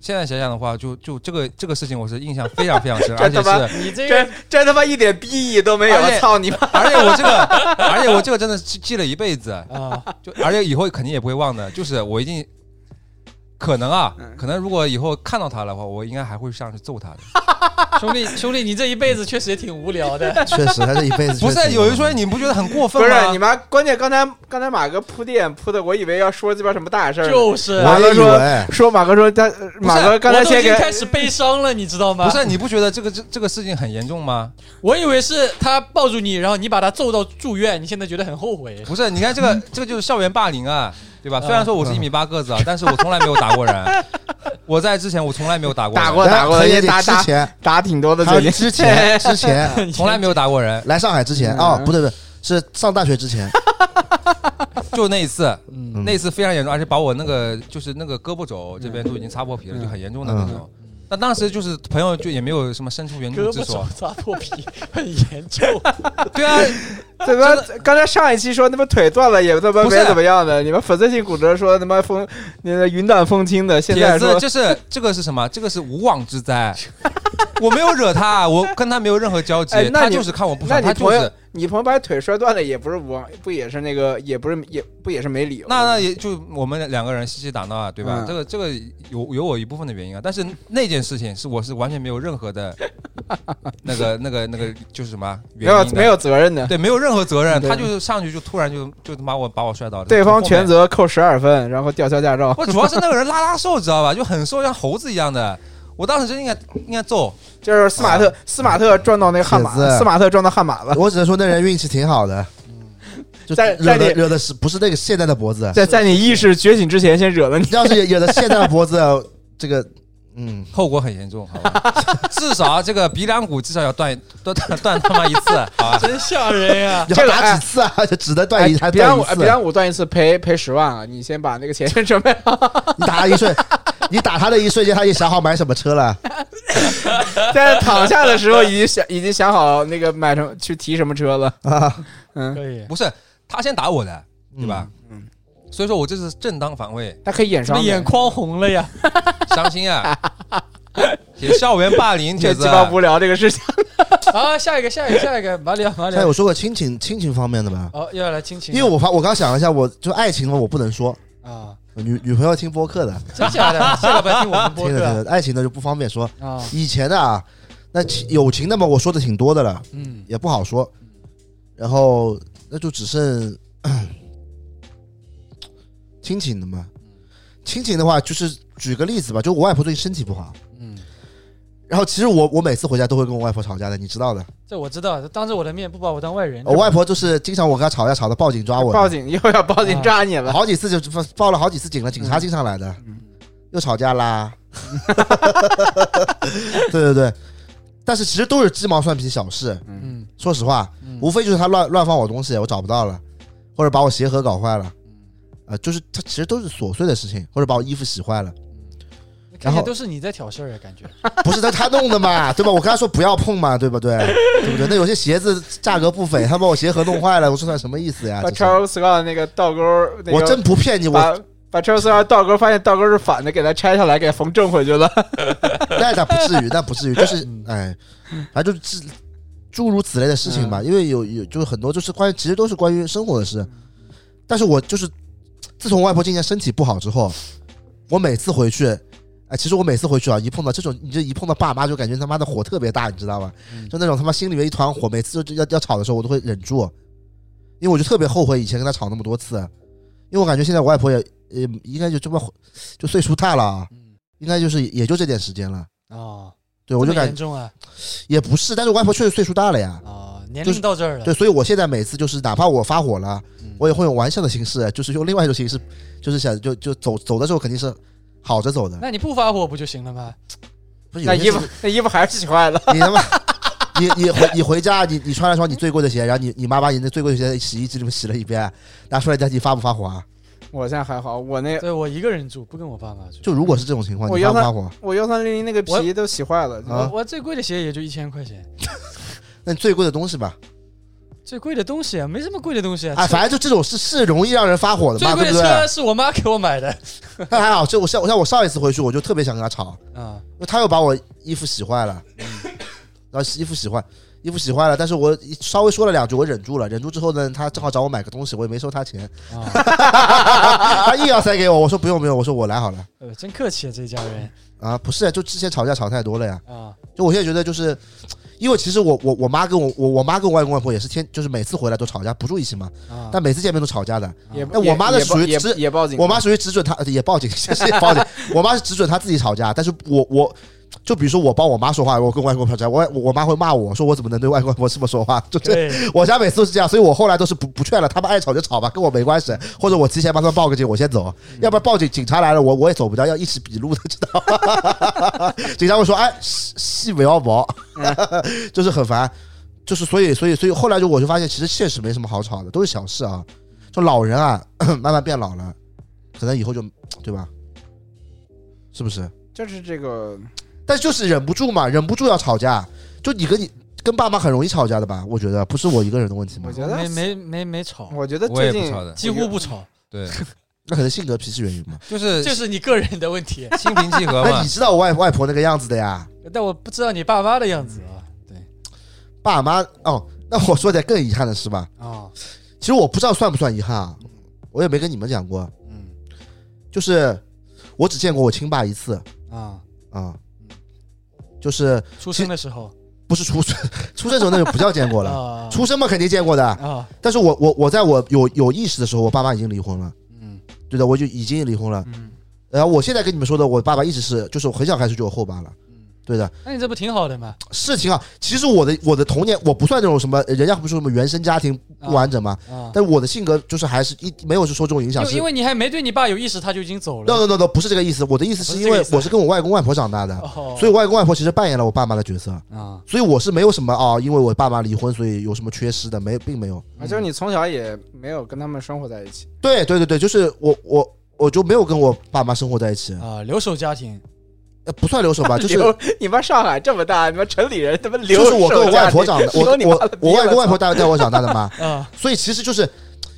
现在想想的话，就就这个这个事情，我是印象非常非常 深，而且这他妈是，你这这个这他妈一点逼意都没而且有！操你妈！而且我这个，而且我这个真的是记记了一辈子，啊，就而且以后肯定也不会忘的，就是我一定可能啊嗯，可能如果以后看到他的话，我应该还会上去揍他的。兄弟兄弟，你这一辈子确实也挺无聊的。确实，他这一辈子不确是，实有人说你不觉得很过分不是吗？你妈，关键刚才刚才马哥铺垫铺的，我以为要说鸡巴什么大事儿呢，就是啊，我我还也以哎说为说马哥说他马哥刚才我都先已给经开始悲伤了，你知道吗？不是，你不觉得这个这这个事情很严重吗？我以为是他抱住你，然后你把他揍到住院，你现在觉得很后悔。不是，你看这个这个就是校园霸凌啊，对吧？嗯虽然说我是一米八个子啊，但是我从来没有打过人。我在之前我从来没有打过人，打过打过还有打之打前，打挺多的还最有近，之前之前 从来没有打过人，来上海之前嗯哦，不对不对，是上大学之前，就那一次，嗯，那一次非常严重，而且把我那个就是那个胳膊肘这边都已经擦破皮了，嗯就很严重的那种。但当时就是朋友就也没有什么伸出援胳助之膊肘手，擦破皮，很严重。对啊， 对吧？刚才上一期说他妈腿断了也他妈不是没怎么样的，你们粉碎性骨折说他妈风那个云淡风轻的， 现在铁子说这是这个是什么？这个是无妄之灾， 我没有惹他，我跟他没有任何交集哎，那他你就是看我不那爽，你他就朋友是你朋友把腿摔断了也不是无妄，不也是那个也不是也不也是没理由那那也就我们两个人嬉戏打闹啊，对吧？嗯这个这个有有我一部分的原因啊，但是那件事情是我是完全没有任 何的那个那个那个就是什么啊没原有因的没有责任的，对没有任何责任，对他就是上去就突然就就他妈我把我摔倒了，对方全责。责扣十二分，然后吊销驾照，我主要是那个人拉拉瘦，知道吧？就很瘦，像猴子一样的。我当时真应该应该揍，就是斯马特斯马特撞到那个悍马铁，子斯马特撞到悍马了，啊我只能说那人运气挺好的，就在在惹的你惹的是不是那个现在的脖子，啊在在你意识觉醒之前先惹了你。要是惹的现在的脖子，啊这个嗯，后果很严重，好吧？ 至少这个鼻梁骨至少要断断 断断他妈一次，啊好啊吧？ 真吓人呀、要这个打几次啊？就只能断一，还哎别让断我别一次，让我断一次赔赔十万啊！你先把那个钱先准备 好，你打他一 瞬，你打他的一瞬间，他也想好买什么车了。在躺下的时候已经想已经想好那个买什么去提什么车了。啊，嗯，可以，不是他先打我的，对吧？嗯所以说我这是正当防卫，他可以演怎上么的眼眶红了呀？伤心啊！铁校园霸 凌，这啊铁鸡子，巴无聊这个事情。啊，下一个，下一个，下一个，马里奥，马里他奥有。说过亲情亲情方面的吧？哦，又要来亲情因了，为我发我刚想了一下，我就爱情嘛，我不能说。啊，女女朋友听播客的，真假的，下个白听我们播听着客听着，爱情的就不方便说。啊啊，以前的啊，那情友情的嘛，我说的挺多的了，嗯，也不好说。然后那就只剩 亲情的嘛。亲情的话，就是举个例子吧，就我外婆最近身体不好，嗯，然后其实我我每次回家都会跟我外婆吵架的，你知道的。这我知道，当着我的面不把我当外人。哦我外婆就是经常我跟她吵架，吵到报警抓我的，报警又嗯要报警抓你了，啊好几次就报报了好几次警了，警察经常来的，嗯又吵架啦。 对对对，但是其实都是鸡毛蒜皮小事。嗯，说实话，嗯无非就是他乱乱放我东西，我找不到了，或者把我鞋盒搞坏了，嗯啊、就是他其实都是琐碎的事情，或者把我衣服洗坏了，然看起来后都是你在挑事儿啊，感觉。不是他他弄的嘛， 对吧？我跟他说不要碰嘛，对不对？对不对？那有些鞋子价格不菲，他把我鞋盒弄坏了，我说他什么意思呀？把这是 Charles Scott 那个倒钩，那个我真不骗你，我把把 Charles Scott 倒钩，发现倒钩是反的，给他拆下来，给缝正回去了。哎 那倒不至于，那不至于，就是哎，反正就是诸如此类的事情吧。因为有有就是很多就是关于其实都是关于生活的事，但是我就是自从外婆今年身体不好之后，我每次回去。哎，其实我每次回去啊，一碰到这种，你这一碰到爸妈，就感觉他妈的火特别大，你知道吗？就那种他妈心里面一团火，每次就就要要吵的时候，我都会忍住，因为我就特别后悔以前跟他吵那么多次，因为我感觉现在我外婆也也应该就这么就岁数大了啊，应该就是也就这点时间了。哦，对，我就这么感严重啊，也不是，但是我外婆确实岁数大了呀。哦，年就龄是到这儿了。对，所以我现在每次就是，哪怕我发火了，嗯我也会用玩笑的形式，就是用另外一种形式，就是想就就走走的时候肯定是好着走的。那你不发火不就行了吗？不是那有些衣事服情那衣服还是洗坏了。你他妈，你你回你回家，你你穿了双你最贵的鞋，然后你你妈把你那最贵的鞋在洗衣机里面洗了一遍，拿出来家你发不发火啊？我现在还好，我那对我一个人住，不跟我爸妈住。就如果是这种情况，我你要发不他发火？我幺三零零那个皮我都洗坏了。我啊我最贵的鞋也就一千块钱，那你最贵的东西吧，最贵的东西啊，没什么贵的东西啊。哎，反正就这种事是容易让人发火的最嘛，贵对的不对？车是我妈给 我买的但还好，就我像我像我上一次回去，我就特别想跟他吵，啊。啊 因为他又把我衣服洗坏了，然后洗衣服洗坏，衣服喜欢了，但是我稍微说了两句，我忍住了。忍住之后呢，他正好找我买个东西，我也没收他钱，啊， 他硬要塞给我，我说不用不用，我说我来好了。呃，真客气啊，这一家 人啊，不是，就之前吵架吵太多了呀。啊，就我现在觉得就是，因为其实我我我妈跟我我我妈跟我外公外婆也是天，就是每次回来都吵架，不住一起嘛，啊但每次见面都吵架的。也那我妈的也属于也只也报警，我妈属于只准她呃也报警，谢谢报警。我妈是只准她自己吵架，但是我我。就比如说我帮我妈说话，我跟外公婆吵架，我我妈会骂我说我怎么能对外公外婆这么说话？就是对， 我家每次都是这样，所以我后来都是不不劝了，他们爱吵就吵吧，跟我没关系。或者我提前帮他们报个警，我先走，要不然报警警察来了，我我也走不掉，要一起笔录的，知道吗？ 警察会说，哎，细细不要毛， 就是很烦，就是所以所以所以后来就我就发现，其实现实没什么好吵的，都是小事啊。就老人啊， 慢慢变老了，可能以后就对吧？是不是？就是这个但是就是忍不住嘛，忍不住要吵架。就你跟你跟爸妈很容易吵架的吧？我觉得不是我一个人的问题嘛我。觉得 没没没没吵，我觉得我也最不近吵的，几乎不吵，对，那可能性格脾气原因嘛。就是这是你个人的问题，心平 气和哎那嘛你。知道我外外婆那个样子的呀？但我不知道你爸妈的样子啊爸妈哦，那我说点更遗憾的事吧。啊，其实我不知道算不算遗憾啊，我也没跟你们讲过，嗯就是我只见过我亲爸一次啊，啊、就是出生的时候不是出生 出生时候那就不叫见过 了，啊出生嘛肯定见过的。啊但是我我我在我有有意识的时候，我爸妈已经离婚了，嗯对的，我就已经离婚了。嗯然后我现在跟你们说的，我爸爸一直是就是我很小开始就有后爸了，嗯，对的，那你这不挺好的吗？是挺好。啊其实我的我的童年我不算那种什么，人家不是说什么原生家庭不完整吗？啊，但我的性格就是还是一没有是受这种影响，因是因为你还没对你爸有意识，他就已经走 no 了。 no no no 不是这个意思，我的意思是因不是这个为意思我是跟我外公外婆长大的，哦，所以我外公外婆其实扮演了我爸妈的角色，啊，所以我是没有什么啊、因为我爸妈离婚，所以有什么缺失的没，并没有。啊，就是你从小也没有跟他们生活在一起，对对对对，就是我我我就没有跟我爸妈生活在一起，啊，留守家庭呃不算留守吧， 就是留你妈上海这么大，你妈城里人他妈留就是我跟我外婆长的，我留你妈我了逼我外公了外婆带带我长大的嘛，啊，所以其实就是，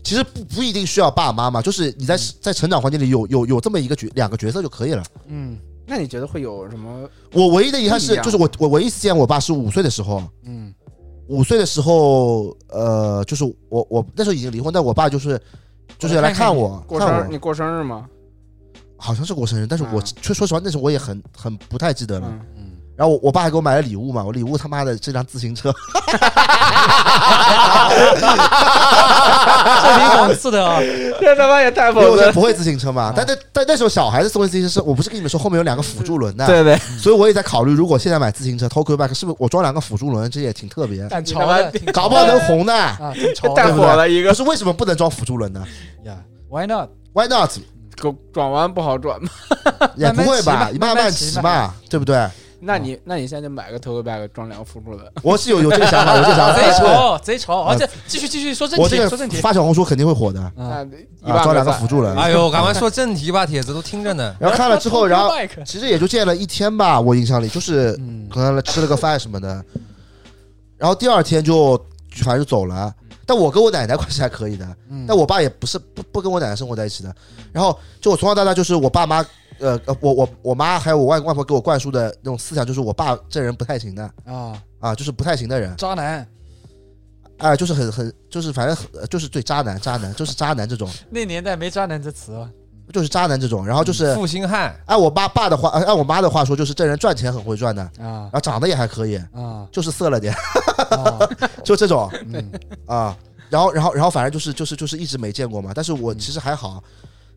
其实不不一定需要爸妈嘛，就是你嗯在在成长环境里有有有这么一个角两个角色就可以了。嗯那你觉得会有什么？我唯一的遗憾不一是，样就是我我唯一一次见我爸是五岁的时候，嗯五岁的时候，呃，就是我我那时候已经离婚，但我爸就是就是来看我过看生日我，你过生日吗？好像是过生日，但是我啊却说实话那时候我也很很不太记得了。嗯，嗯，然后我我爸还给我买了礼物嘛，我礼物他妈的这辆自行车， 这挺讽刺的啊，这他妈也太 因为讽我刺是了。不会自行车嘛啊。但但但那时候小孩子送的自行车是，我不是跟你们说后面有两个辅助轮的，对对，所以我也在考虑，如果现在买自行车 Tokyo Back，是不是我装两个辅助轮，这也挺特别，但潮的，挺搞不好能红呢。啊，挺潮带的对不对火了一可个，是为什么不能装辅助轮呢呀，Why not？ ？Why not？狗转弯不好转嘛。也不会吧，慢慢骑吧慢慢慢骑骑吧嘛，对不对？那啊你那你现在就买个 t o t bag 装两个辅助的，我是有有这个想法，有这个 想法。贼但是潮，贼潮！而且继续继续说正我题这，个说正题。发小红书肯定会火的，那啊，一啊，万装两个赞辅助轮。哎呦，赶快说正题吧，帖子都听着 呢。然后看了之 后，然后 Tokyo Bike 其实也就见了一天吧，我印象里就是嗯可能吃了个饭什么的，然后第二天就反正就走了。但我跟我奶奶关系还可以的，嗯但我爸也不是不不跟我奶奶生活在一起的。然后就我从小到大就是我爸妈，呃，呃我我我妈还有我外公外婆给我灌输的那种思想，就是我爸这人不太行的啊，啊，就是不太行的人，渣男哎、就是很很就是反正很呃就是对渣男渣男就是渣男这种，那年代没渣男这词了就是渣男这种。然后就是负心汉，按我爸爸的话，呃按我妈的话说，就是这人赚钱很会赚的，啊然后长得也还可以，啊就是色了点，啊！就这种嗯啊。然后然后然后反正就是就是就是一直没见过嘛，但是嗯我其实还好。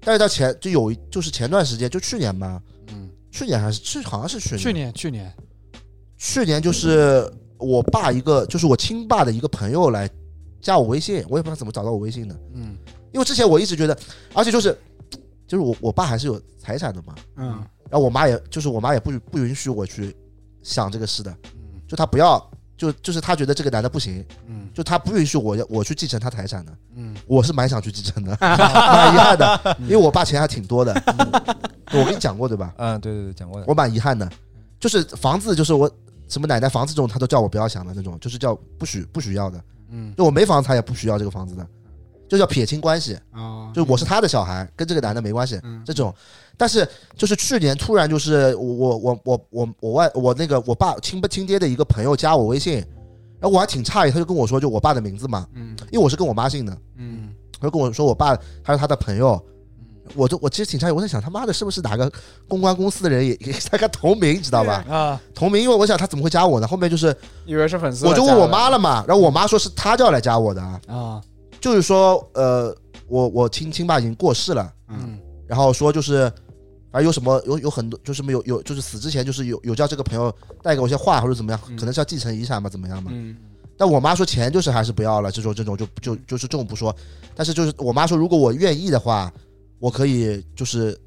但是到前就有一就是前段时间就去年吧，嗯，去年还是去好像是去年，去年去年去年就是我爸一个就是我亲爸的一个朋友来加我微信，我也不知道怎么找到我微信的，嗯因为之前我一直觉得，而且就是就是我我爸还是有财产的嘛，嗯，然后我妈也就是我妈也不允不允许我去想这个事的，嗯就她不要。就就是她觉得这个男的不行，嗯就她不允许我我去继承他财产的，嗯 我是蛮想去继承的，蛮遗憾的，因为我爸钱还挺多的，我跟你讲过对吧？嗯，对对对，讲过的。我蛮遗憾的，就是房子，就是我什么奶奶房子这种，他都叫我不要想的那种，就是叫不许不许要的。嗯就我没房子，他也不许要这个房子的，就叫撇清关系，哦，就是我是他的小孩，跟这个男的没关系嗯这种。但是就是去年突然就是我我我我我我外我那个我爸亲不亲爹的一个朋友加我微信，然后我还挺诧异，他就跟我说就我爸的名字嘛，嗯因为我是跟我妈姓的，嗯他就跟我说我爸他是他的朋友嗯，我就我其实挺诧异，我在想他妈的是不是哪个公关公司的人也也他跟他同名，知道吧？啊，同名，因为我想他怎么会加我呢？后面就是以为是粉丝，我就问我妈了嘛，然后我妈说是他叫来加我的啊，啊，就是说呃我我亲亲爸已经过世了，嗯然后说就是。反正有什么有有很多，就是没有有就是死之前就是有有叫这个朋友带给我一些话或者怎么样，嗯可能是要继承遗产嘛，怎么样嘛？嗯但我妈说钱就是还是不要了，这种这种就就就是这种不说。但是就是我妈说，如果我愿意的话，我可以就是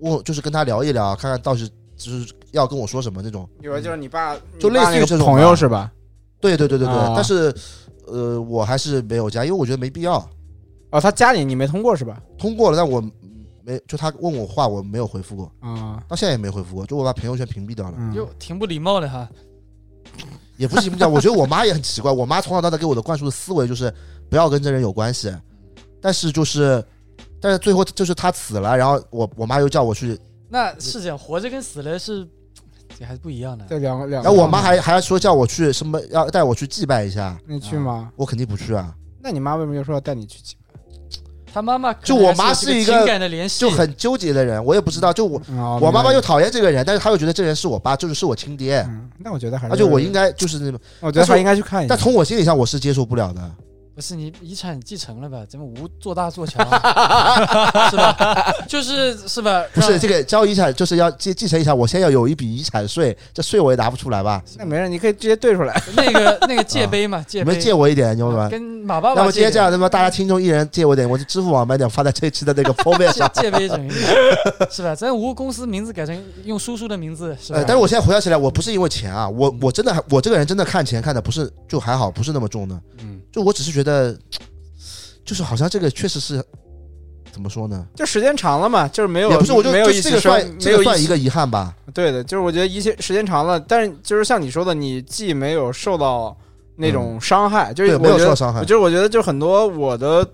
问，就是跟她聊一聊，看看到时就是要跟我说什么那种。以为就是你爸，嗯就类你似于爸那个这种吧朋友是吧？对对对对对，啊但是呃，我还是没有加，因为我觉得没必要。哦，他加你你没通过是吧？通过了，但我没就她问我话，我没有回复过，啊，到现在也没回复过，就我把朋友圈屏蔽掉了。嗯又挺不礼貌的哈。也不是屏蔽掉，我觉得我妈也很奇怪，我妈从小到大给我的灌输的思维就是不要跟这人有关系，但是就是。但是最后就是她死了，然后我我妈又叫我去那是这样，活着跟死了是这还是不一样的。这两个两个，然后我妈还还说叫我去什么，要带我去祭拜一下，你去吗？我肯定不去啊，那你妈为什么又说要带你去祭拜？他妈妈可能就我还妈是是有一这个情感的联系，就很纠结的人，我也不知道，就我哦我妈妈又明白讨厌这个人，但是她又觉得这人是我爸，就是是我亲爹，嗯，那我觉得还是，而且我应，该啊就是那种，我觉得但是还应该去看一下但。从我心理上我是接受不了的，不是你遗产继承了吧？咱们无做大做强，是吧？就是是吧？不是让这个交遗产就是要继继承遗产，我先要有一笔遗产税，这税我也拿不出来吧？那没事，你可以直接对出来。那个那个界碑嘛，你界碑们借我一点，你们吧。跟马爸要爸不今天这样，的那么大家听众一人借我点，我去支付宝买点发在这一期的 那个封面界上。界碑整一下，是吧？咱无公司名字改成用叔叔的名字，啊是吧？呃，但是我现在回想起来，我不是因为钱啊，我嗯我真的还我这个人真的看钱看的不是就还好，不是那么重的。嗯，就我只是觉得，就是好像这个确实是怎么说呢？ 就时间长了嘛，就是没有，也不是，我就没有就一这起个生，算没这有个一算起一个遗憾吧。对的，就是我觉得一些时间长了，但是就是像你说的，你既没有受到那种伤害，就是嗯对我没有觉受得到伤害我就是我觉得，就很多我的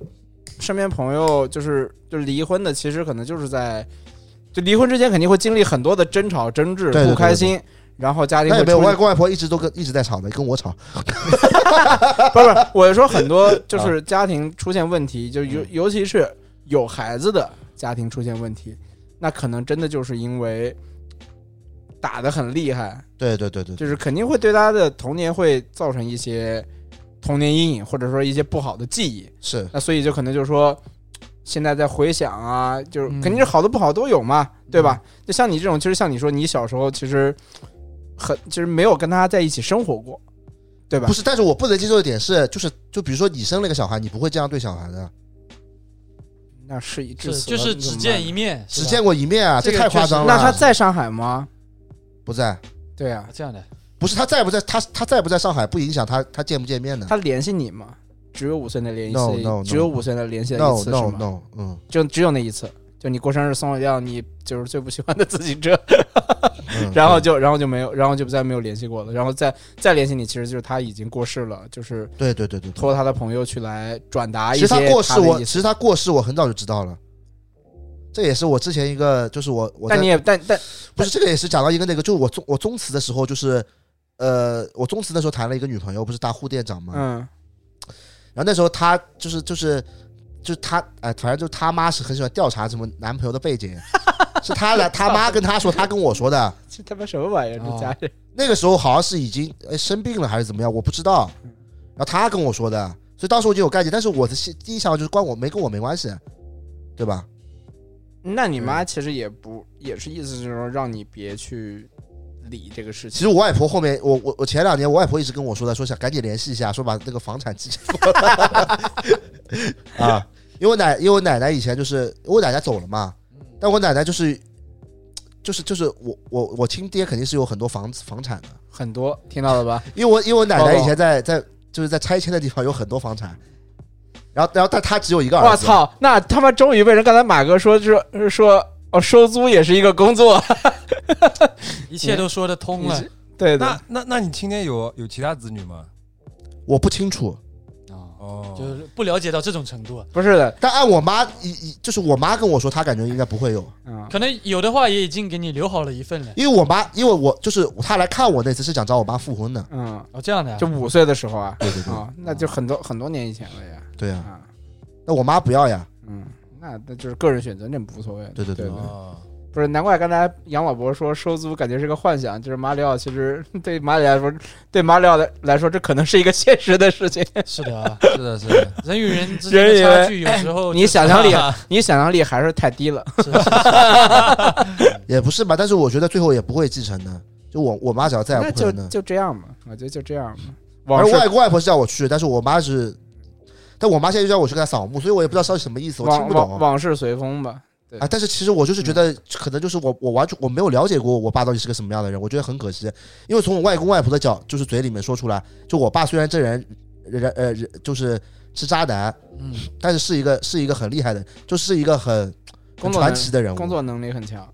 身边朋友，就是就离婚的，其实可能就是在就离婚之前肯定会经历很多的争吵、争执、对对对不开心，然后家庭那会也没有，出我现外公外婆一直都跟一直在吵的，跟我吵。不是不是，我是说很 多啊就是家庭出现问题，就嗯尤尤其是有孩子的家庭出现问题，那可能真的就是因为打得很厉害，对对对对，就是肯定会对他的童年会造成一些童年阴影，或者说一些不好的记忆。是那所以就可能就是说，现在在回想啊，就是肯定是好的不好都有嘛，对吧？就像你这种，其实像你说，你小时候其实很就是没有跟他在一起生活过，对吧不？是？但是我不能接受的点是，就是就比如说你生了个小孩，你不会这样对小孩的，那事已至是此就了，你是怎只么见办一面，是只吧见过一面啊，这这个太夸确实张了。那他在上海吗？不在？对啊，这样的，不是他在不在？他他在不在上海不影响他他见不见面的。他联系你吗？只有五岁的联系 No, no, no. 只有五岁的联系的一 No 次是 no 吗 no，嗯就只有那一次，就你过生日送了一辆你就是最不喜欢的自行车，嗯，然后就然后就没有，然后就再没有联系过了，然后再再联系你，其实就是他已经过世了，就是对对对对对。托他的朋友去来转达一其些实他过世的我，意其思实他过世我很早就知道了，这也是我之前一个就是我我在但你也但但不是这个也是讲到一个那个，就是我中我中辞的时候，就是呃，我中辞的时候谈了一个女朋友，不是大护店长嘛，嗯然后那时候她就是就是就是她哎，反正就是她妈是很喜欢调查什么男朋友的背景，是她来她妈跟她说，她跟我说的。这他妈什么玩意儿？这哦家人那个时候好像是已经哎生病了还是怎么样，我不知道。然后她跟我说的，所以当时我就有概念，但是我的心第一想法就是关我没跟我没关系，对吧？那你嗯妈其实也不也是意思就是说让你别去理这个事其情。实我外婆后面，我我我前两年我外婆一直跟我说的，说想赶紧联系一下，说把那个房产继承过来 啊，因为我奶因为我奶奶以前就是我奶奶走了嘛，但我奶奶就是就是就是我我我亲爹肯定是有很多房子房产的，很多听到了 吧？因为我因为我奶包奶括以前在在就是在拆迁的地方有很多房产，然后然后但她只有一个我儿子，操！那他妈终于被人刚才马哥说是说哦，收租也是一个工 作。一切都说得通了 对的，那那那你今天有有其他子女吗？我不清楚，啊。哦，就是不了解到这种程度。不是的，但按我妈一一就是我妈跟我说，她感觉应该不会有，嗯，可能有的话也已经给你留好了一份了。因为我妈因为我就是她来看我那次是想找我妈复婚的，嗯，哦，这样的啊，就五岁的时候啊，对对对，啊，那就很多很多年以前了呀，对呀、啊，那我妈不要呀，嗯，那那就是个人选择，那无所谓的。对对对对哦不是难怪刚才杨老伯说收租感觉是个幻想，就是马里奥其实 对马里奥来说，对马里奥来来说，这可能是一个现实的事情。是的啊，是的，是的，人与人之间的差距有时候你想象力啊，你想象力还是太低了。是是是也不是吧，但是我觉得最后也不会继承的，就我我妈只要在，那不可就能的。就这样嘛，我觉得就这样嘛。而往事外公外婆是叫我去，但是我妈是，但我妈现在就叫我去给她扫墓，所以我也不知道到底什么意思，我听往不往懂啊。往事随风吧。对哎嗯但是其实我就是觉得，可能就是我我完全我没有了解过我爸到底是个什么样的人，我觉得很可惜，因为从我外公外婆的角就是嘴里面说出来，就我爸虽然这人人呃人就是是渣男，嗯，但是是一个是一个很厉害的，就是一个很工很作能传奇的人物，工作能力很强，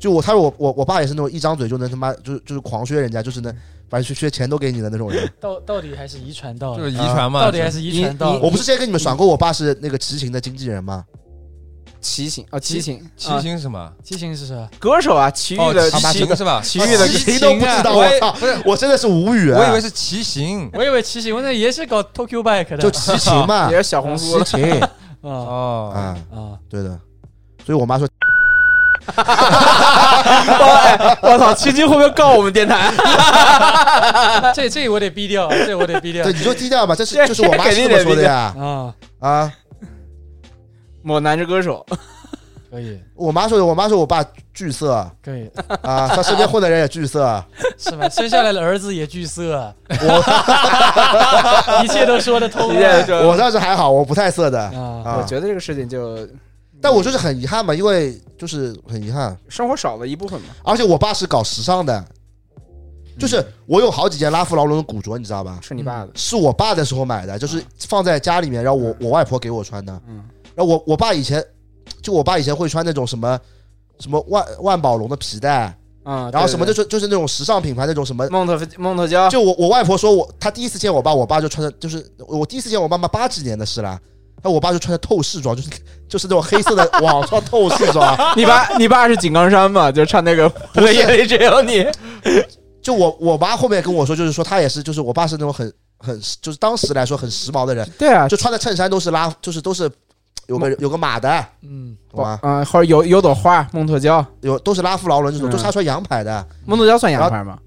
就我，他说我我我爸也是那种一张嘴就能他妈就是就是狂削人家，就是能把削削钱都给你的那种人。到到底还是遗传到就了，是遗传嘛，哦啊到底还是遗传到嗯了我不是之前跟你们爽过我爸是那个齐秦的经纪人吗？骑行啊，骑行，骑行是什么？畸形是啥？歌手啊，奇遇哦，的骑奇行是吧？哦奇遇的啊 齐秦骑都不知道，我我也操！不是，我真的是无语啊！我以为是骑行我以为骑行，我那也是搞 Tokyo Bike 的，就齐秦 嘛也，是小红书齐 秦啊哦，啊，啊，对的。所以我妈说，哦我操，七七会不会告我们电台？ 这这我得逼掉，这我得逼 掉对，你就低调吧，这是这就是我妈是这么说的呀啊，啊！某男子歌手，可以我妈说的，我妈说我爸巨色 啊，可以，他身边混的人也巨色啊，是吧？生下来的儿子也巨色，啊 一切都说得通 一见啊就我倒是还好，我不太色的啊。我啊，觉得这个事情就，但我就是很遗憾嘛，因为就是很遗憾。生活少了一部分嘛。而且我爸是搞时尚的，就是我有好几件拉夫劳伦的古着，你知道吧？是你爸的，是我爸的时候买的，就是放在家里面，然后我我外婆给我穿的。嗯，然后我我爸以前，就我爸以前会穿那种什么什么万万宝龙的皮带，啊，然后什么对就对是就是那种时尚品牌那种什么对。梦特梦特娇，就我我外婆说我，她第一次见我爸，我爸就穿着就是我第一次见我妈妈八几年的事啦，那我爸就穿着透视装，就是就是那种黑色 的网状透视装，你爸你爸是井冈山嘛？就唱那个我的眼里只有你，就我我妈后面跟我说，就是说她也是，就是我爸是那种很很就是当时来说很时髦的人， 对啊，就穿的衬衫都是拉，就是都是有个有个码的，嗯，懂吗？嗯，或者有有朵花，梦特娇，有都是拉夫劳伦这种，嗯都是他穿洋牌的，梦特娇算洋牌吗？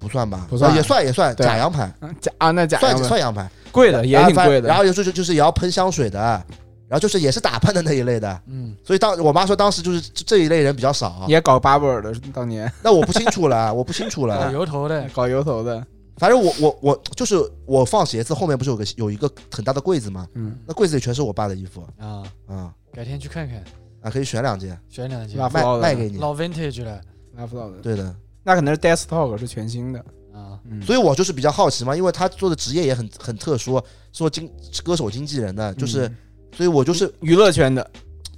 不算吧？不算呃也算也算对假洋牌，嗯假啊，那假算洋牌算洋牌，贵的，也然后挺反贵然的。后就是就是也要喷香水的，然后就是也是打扮的那一类的。嗯，所以当我妈说当时就是这这一类人比较少，也搞巴布尔的，当年那我不清楚了，我不清楚搞哎了。油头的，搞油头的，反正我我我就是我放鞋子后面不是有个有一个很大的柜子吗？嗯，那柜子里全是我爸的衣服啊，啊改天去看看，啊，可以选两件选两件拉，夫卖劳的，卖给你。老 vintage 了拉夫劳的，对的，那可能是 desktop 是全新的，啊，嗯，所以我就是比较好奇嘛，因为他做的职业也很很特殊，做经歌手经纪人的，就是，嗯所以我就是娱乐圈的，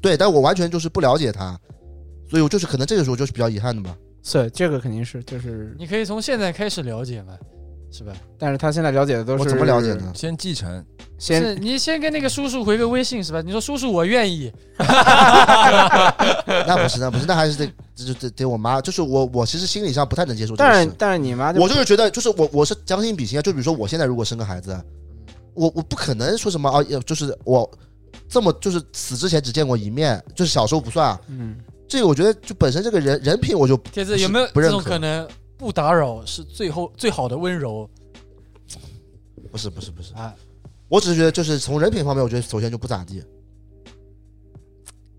对，但我完全就是不了解他，所以我就是可能这个时候就是比较遗憾的嘛。是这个肯定是就是，你可以从现在开始了解嘛，是吧？但是他现在了解的都是我怎么了解？呢？先继承，是先你先跟那个叔叔回个微信是吧？你说叔叔我愿意， 那不是，那不是，那还是得就得得我妈，就是我我其实心理上不太能接受这个但事是，但是你妈就我就是觉得就是我我是将心比心啊，就比如说我现在如果生个孩子，啊我我不可能说什么啊，也就是我这么就是死之前只见过一面，就是小时候不算啊，嗯，这个我觉得就本身这个人人品我就铁子有没有不这认种可可能？不打扰是最后最好的温柔不是不是不是啊！我只是觉得，就是从人品方面，我觉得首先就不咋地。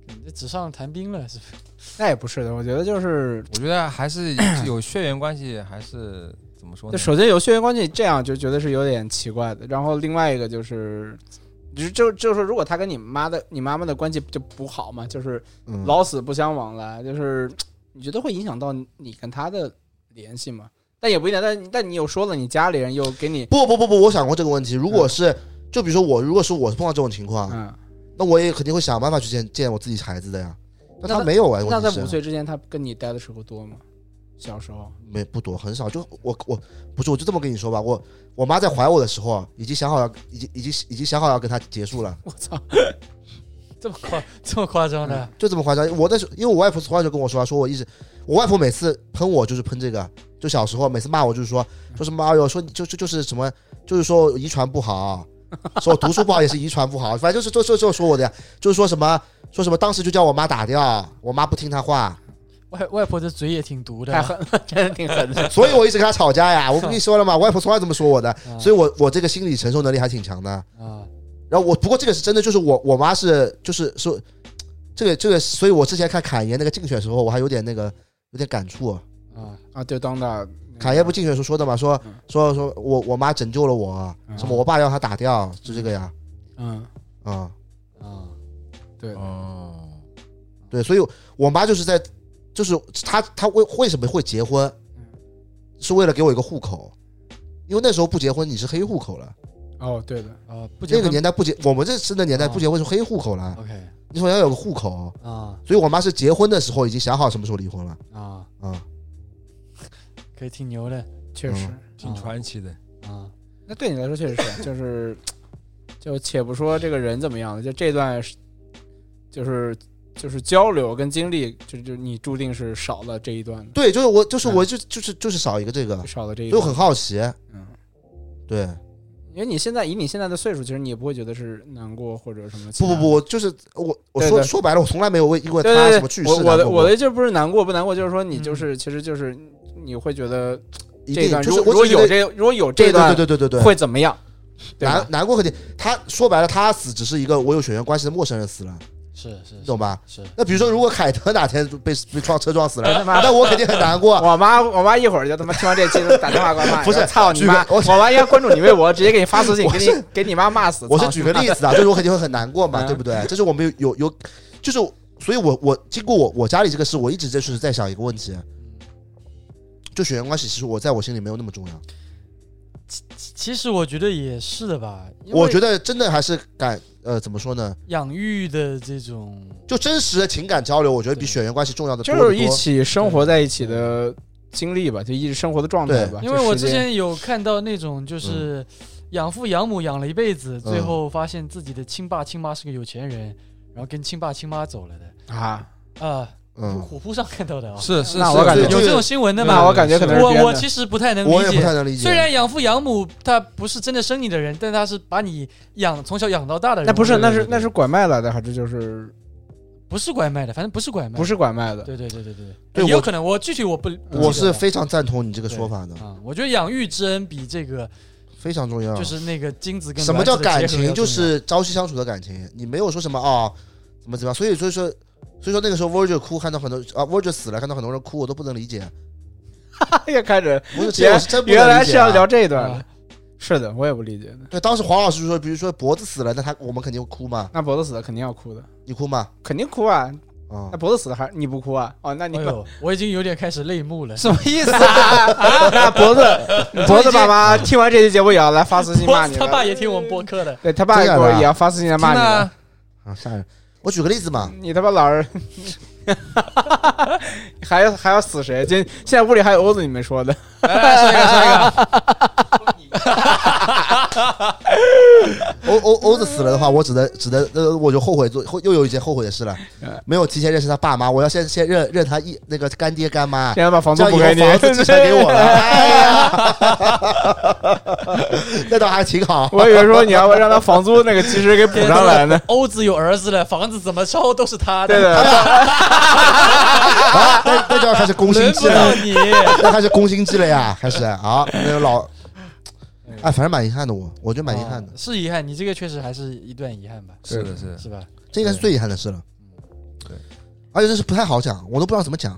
你这纸上谈兵了是不是？那也不是的，我觉得就是我觉得还是有血缘关系，还是怎么说就呢？首先有血缘关系，这样就觉得是有点奇怪的。然后另外一个就是，就就就是说，如果他跟你妈的、你妈妈的关系就不好嘛，就是嗯，老死不相往来，就是你觉得会影响到你跟他的联系吗？但也不一定。但但你又说了，你家里人又给你，不不不不，我想过这个问题。如果是，就比如说我，如果是我碰到这种情况，嗯，那我也肯定会想办法去见见我自己孩子的呀。但那他他没有啊，那在问题五是岁之前，他跟你待的时候多吗？小时候，没不多，很少。就我我不是，我就这么跟你说吧，我我妈在怀我的时候啊，已经想好要，已经已经已经想好要跟她结束了，我操，这么 夸这么夸张的，就这么夸张。我那时候，因为我外婆从来就跟我说啊，说我一直，我外婆每次喷我就是喷这个，就小时候每次骂我就是说说什么哎呦，说你就就就是什么，就是说我遗传不好，说我读书不好也是遗传不好，反正就是就就就说我的呀，就是说什么说什么，当时就叫我妈打掉，我妈不听她话，外外婆的嘴也挺毒的太，狠了，真的挺狠的。啊所以我一直跟她吵架呀。我不跟你说了吗？我外婆从来这么说我的，啊所以我我这个心理承受能力还挺强的。啊，然后我不过这个是真的，就是我我妈是就是说这个这个，所以我之前看侃爷那个竞选时候，我还有点那个有点感触。啊啊，对，当的侃爷不竞选时候说的嘛，说嗯说说我我妈拯救了我，啊嗯什么我爸要她打掉，就这个呀，嗯，啊、啊，对，哦，对，所以我妈就是在就是她她为为什么会结婚嗯，是为了给我一个户口。因为那时候不结婚你是黑户口了，哦，对的，啊，不结那个婚年代不结，我们这生的年代哦不结婚是黑户口了， ，OK，你首先要有个户口，啊所以我妈是结婚的时候已经想好什么时候离婚了啊，啊、可以挺牛的嗯确实。挺传奇的。啊，那对你来说确实是，就是就且不说这个人怎么样了，就这段是就是就是交流跟经历，就就你注定是少了这一段的，对，就是我，就是嗯我就就是就是少一个这个，所少了这一以我段。很好奇。嗯，对，因为你现在以你现在的岁数，其实你也不会觉得是难过或者什么其不他的。不不，我就是我我对说对说白了，我从来没有为因为对他对什对么去，我世我难的过我过的就不是难过不难过，就是说你就嗯是、其实就是你会觉得一这一定段就如是果如果我只是有对这如果有这对对段对对对对对，会怎么样？对吧难难过肯定。他说白了，他死只是一个我有血缘关系的陌生人死了，是是你是懂吧？是，那比如说，如果凯特哪天被被撞车撞死 了，那我肯定很难过。我妈，我妈一会儿就他妈听完这期就打电话给我骂，不是操你举个妈！我我妈应该关注你微博，直接给你发私信，我给是你给你妈骂死。我是操举个例子啊，就是我肯定会很难过 嗯嘛，对不对？这是我们有有有，就是所以我，我经过我我家里这个事，我一直就是在想一个问题，就血缘关系，其实我在我心里没有那么重要。其其实我觉得也是的吧，因为我觉得真的还是感呃，怎么说呢？养育的这种，就真实的情感交流，我觉得比对血缘关系重要的多就是一得多起生活在一起的经历吧，就一起生活的状态吧。啊因为我之这时间前有看到那种嗯就是养父养母养了一辈子，最后发现自己的亲爸亲妈是个有钱人，然后跟亲爸亲妈走了的啊，啊，嗯，虎扑上看到的啊，是是，那是我感觉有这种新闻的那吗？我感觉可能是编我的我其实不太能我也理不太解。能理解。虽然养父养母他不是真的生你的人，但他是把你养从小养到哎大的人。那不是，我觉得那是那是拐卖来的，还是就是不是拐卖的，反正不是拐卖，不。是拐卖的？对对对对对，对也有我可能。我具体我不，不我记得是了非常赞同你这个说法的，啊，我觉得养育之恩比这个非常重要。就是那个精子跟嗯什么叫卵感子的结合情？要就重要是朝夕相处的感情，你没有说什么哦，怎么怎么样。所以所以说，所以说那个时候 Virgil 哭，看到很多啊 Virgil 死了，看到很多人哭，我都不能理解。 又开始不 是，其实原我是真不原能来理是解要啊、聊这一段的啊，是的，我也不理解的。对，当时黄老师说，比如说脖子死了，那他我们肯定哭嘛，那脖子死了肯定要哭的，你哭吗？肯定哭啊！啊、那脖子死了还你不哭啊？哦，那你 哎呦，我已经有点开始泪目了。什么意思？啊，脖子，脖子爸妈听完这期节目也要来发私信骂我你 他了。爸也听我们播客的，对他爸真给的我吧也要发私信来骂你了。啊，吓人！我举个例子嘛，你他妈老是， 还要还要死谁？今现在屋里还有欧子你们说啊的，来说一个，说一个。欧欧欧子死了的话，我只能只能呃，我就后悔做后又有一件后悔的事了呃嗯，没有提前认识他爸妈，我要先先认认他一那个干爹干妈，现在把房这租补样以给后你， 房子继承给我了，哎呀， 那倒还挺好。我以为说你要让他房租那个及时给啊补上来 啊呢。欧子有儿子了，房子怎么烧都是他对的，的，啊，那那就要开始攻心轮计不了到，你。那开始攻心计了呀，开始啊，那个老，哎，反正蛮遗憾的，我我觉得蛮遗憾的啊，是遗憾，你这个确实还是一段遗憾吧，是的，是的，是吧？这应该是最遗憾的事了。对，而且这是不太好讲，我都不知道怎么讲，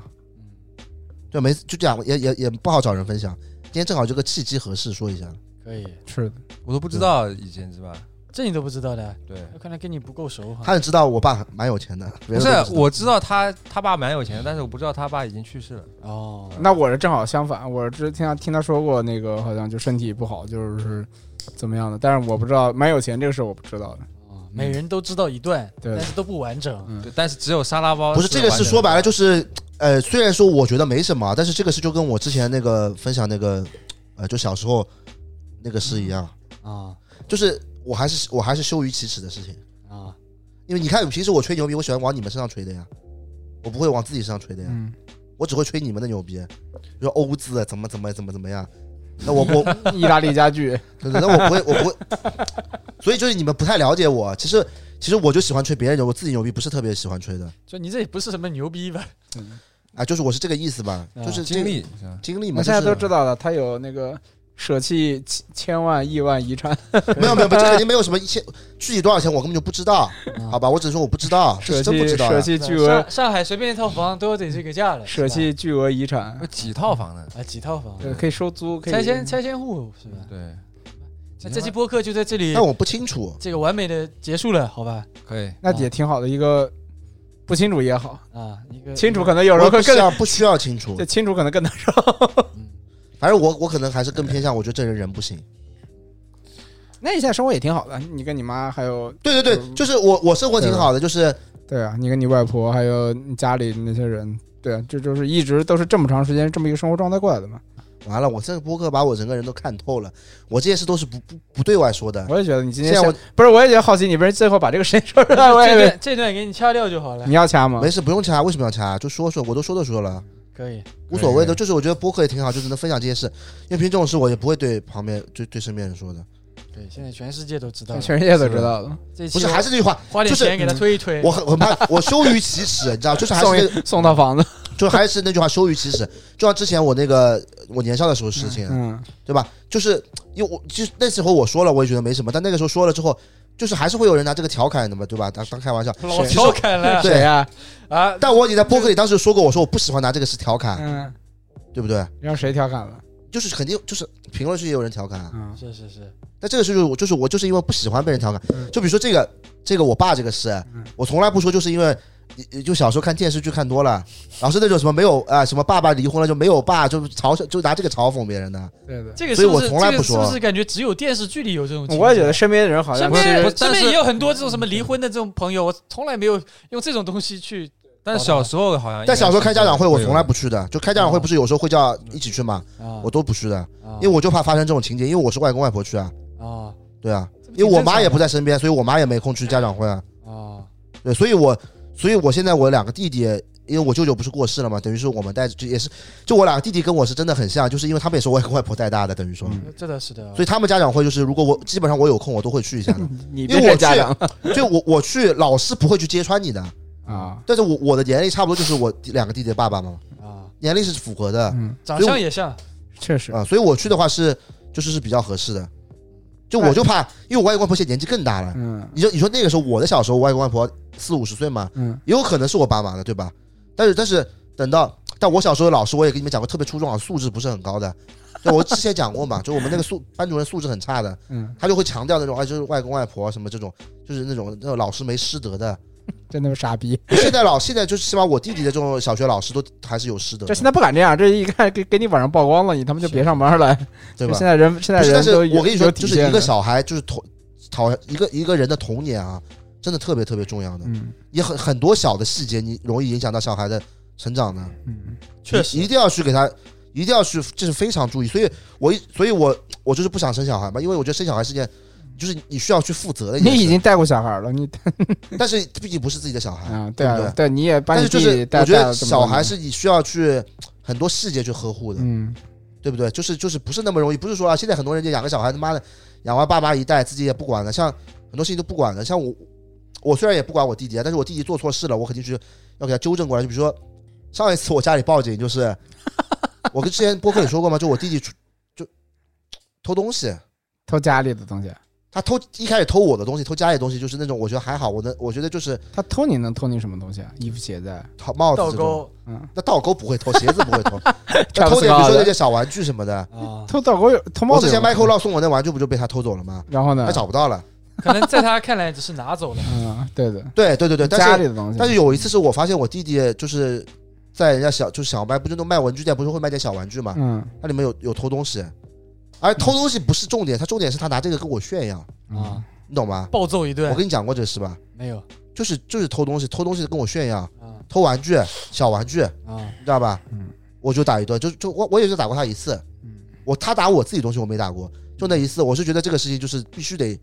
就没就这样，也也也不好找人分享。今天正好这个契机合适，说一下。可以，是的，我都不知道以前是吧？这你都不知道的，对，看来跟你不够熟哈。他是知道我爸蛮有钱的，不不是，我知道他他爸蛮有钱的，但是我不知道他爸已经去世了。哦，那我是正好相反，我之前听他听他说过那个好像就身体不好，就是怎么样的，但是我不知道蛮有钱这个事儿我不知道的。哦每人都知道一段，对但是都不完整。嗯对，但是只有沙拉包不是这个是说白了就是是呃，虽然说我觉得没什么，但是这个事就跟我之前那个分享那个，呃，就小时候那个事一样，啊就是我还是我还是羞于启齿的事情。啊，因为你看，平时我吹牛逼，我喜欢往你们身上吹的呀，我不会往自己身上吹的呀，嗯，我只会吹你们的牛逼，比如说欧字啊怎么怎么怎么怎么样。那我我意大利家 具，对对，那我不会，我不会。所以就是你们不太了解我，其实其实我就喜欢吹别人牛，我自己牛逼不是特别喜欢吹的就你这也不是什么牛逼吧？嗯啊，就是我是这个意思吧，啊就是这经历经历我嘛，们现在就是都知道了，他有那个舍弃千千万亿万遗产， 没有没有，不这肯定没有什么一千具体多少钱我根本就不知道，啊好吧，我只是说我不知道，这舍是真不弃知道舍呀。弃巨额上上海随便一套房都得这个价了，舍是弃巨额遗产有，几套房呢？吧啊几套房，对，啊可以收租，可以拆迁拆迁户是吧？对，那这期播客就在这里但，我不清楚，这个完美的结束了，好吧？可以，那也挺好的一个，不清楚也好，啊，一个清楚可能有时我候不会需更，要不需要清楚这，清楚可能更难受。反正我我可能还是更偏向，我觉得这人人不行。那你现在生活也挺好的，你跟你妈还有对对对，就是我我生活挺好的，就是对啊，你跟你外婆还有你家里那些人，对啊，这就是一直都是这么长时间这么一个生活状态过来的嘛。完了，我这个播客把我整个人都看透了，我这些事都是不不不对外说的。我也觉得你今现天在想我不是，我也觉得好奇，你不是最后把这个谁说出来？ 我也这以为段这段给你掐掉就好了你，要掐吗没？事，不用掐，为什么要掐？就说说，我都说都说了，可以。无所谓的。就是我觉得播客也挺好，就是能分享这些事，因为平时这种事我也不会对旁边对对身边人说的。对，现在全世界都知道了。全世界都知道了，这期不是，我还是那句话，花点就是钱给他推一推。我很很怕，我羞于启齿，你知道，就是还是送那一送套房子，就还是那句话，羞于启齿。就像之前我那个我年少的时候事情，啊嗯，对吧？就是因为我就那时候我说了，我也觉得没什么，但那个时候说了之后，就是还是会有人拿这个调侃的嘛，对吧？当当开玩笑。老其实调侃了对谁呀？ 啊！但我你在播客里当时说过，我说我不喜欢拿这个事调侃，嗯，对不对？让谁调侃了？就是肯定就是评论区也有人调侃啊，嗯是是是，但这个事就是我就是我就是因为不喜欢被人调侃嗯，就比如说这个这个我爸这个事嗯，我从来不说，就是因为。就小时候看电视剧看多了，老是那种什么没有啊、什么爸爸离婚了就没有爸，就嘲笑就拿这个嘲讽别人的。对的。这个所是以不我是从来不这个是不说是感觉只有电视剧里有这种情节？我也觉得身边的人好像身其边实人身但边是也有很多这种什么离婚的这种朋友，我从来没有用这种东西去。但小时候好像，但小时候开家长会我从来不去的，就开家长会不是有时候会叫一起去嘛，啊，我都不去的，啊因为我就怕发生这种情节，因为我是外公外婆去啊，啊，对啊，因为我妈也不在身边，所以我妈也没空去家长会啊，啊对，所以我，所以我现在我两个弟弟，因为我舅舅不是过世了嘛，等于是我们带就也是，就我两个弟弟跟我是真的很像，就是因为他们也是我外公外婆带大的，等于说，嗯这倒是的啊。所以他们家长会就是如果我基本上我有空我都会去一 下的，你因为变我成去家 长了就我我去老师不会去揭穿你的，啊，但是我我的年龄差不多就是我两个弟弟的爸爸嘛，啊，年龄是符合的，嗯，长所以相我也像确实，啊，所以我去的话是就是是比较合适的。就我就怕，因为我外公外婆现在年纪更大了。哎嗯你说你说那个时候我的小时候，我外公外婆四五十岁嘛，嗯，也有可能是我爸妈的，对吧？但是但是等到但我小时候的老师我也跟你们讲过，特别初中啊素质不是很高的。就我之前讲过嘛，就我们那个素班主任素质很差的，嗯，他就会强调那种哎，就是外公外婆什么这种，就是那种那种老师没师德的。真他妈傻逼！现在老现在就是起码我弟弟的这种小学老师都还是有师德这的，现在不敢这样，这一看给给你晚上曝光了，你他妈就别上班了。对吧现？在人现在不是，人但是都有我跟你说，有底就是线一个的小孩，就是童讨一个一个人的童年啊，真的特别特别重要的，嗯也很很多小的细节，你容易影响到小孩的成长的。嗯，确你实一定要去给他，一定要去，这是非常注意。所以我一，所以我我就是不想生小孩嘛，因为我觉得生小孩是件，就是你需要去负责的一你件事。已经带过小孩了，你但是毕竟不是自己的小孩，啊，对对啊，不对，你也把但你是就弟是弟带我觉带得了这么小多孩年是你需要去很多细节去呵护的，嗯，对不对？就是就是不是那么容易，不是说啊，现在很多人就养个小孩，他妈的养完爸妈一带，自己也不管了，像很多事情都不管了。像我，我虽然也不管我弟弟，啊，但是我弟弟做错事了，我肯定是要给他纠正过来。就比如说上一次我家里报警，就是我跟之前播客里说过嘛，就我弟弟出就偷东西，偷家里的东西，他偷一开始偷我的东西，偷家里的东西，就是那种我觉得还好，我能我觉得就是啊他偷你能偷你什么东西啊？衣服、鞋子，好帽子倒这种，钩嗯，那倒钩不会偷，鞋子不 会偷，那差不偷多点比如说那了些小玩具什么的。啊，偷倒钩有偷嗯帽我子之有前吗。 Michael 老送我那玩具不就被他偷走了吗？然后呢他？找不到了。可能在他看来只是拿走了嗯，对的，对对对对，但家是里的东西。但是有一次是我发现我弟弟就是在人家小就是小卖，不就那种卖文具店，不是会卖点小玩具嘛？嗯它里面有有偷东西，而偷东西不是重点，他重点是他拿这个跟我炫耀，啊啊，，你懂吗？暴揍一顿我跟你讲过这事吧，没有就是就是偷东西，偷东西跟我炫耀，啊，偷玩具、小玩具，啊，你知道吧？嗯我就打一顿，就就我我也就打过他一次，嗯我他打我自己东西我没打过，就那一次，我是觉得这个事情就是必须得，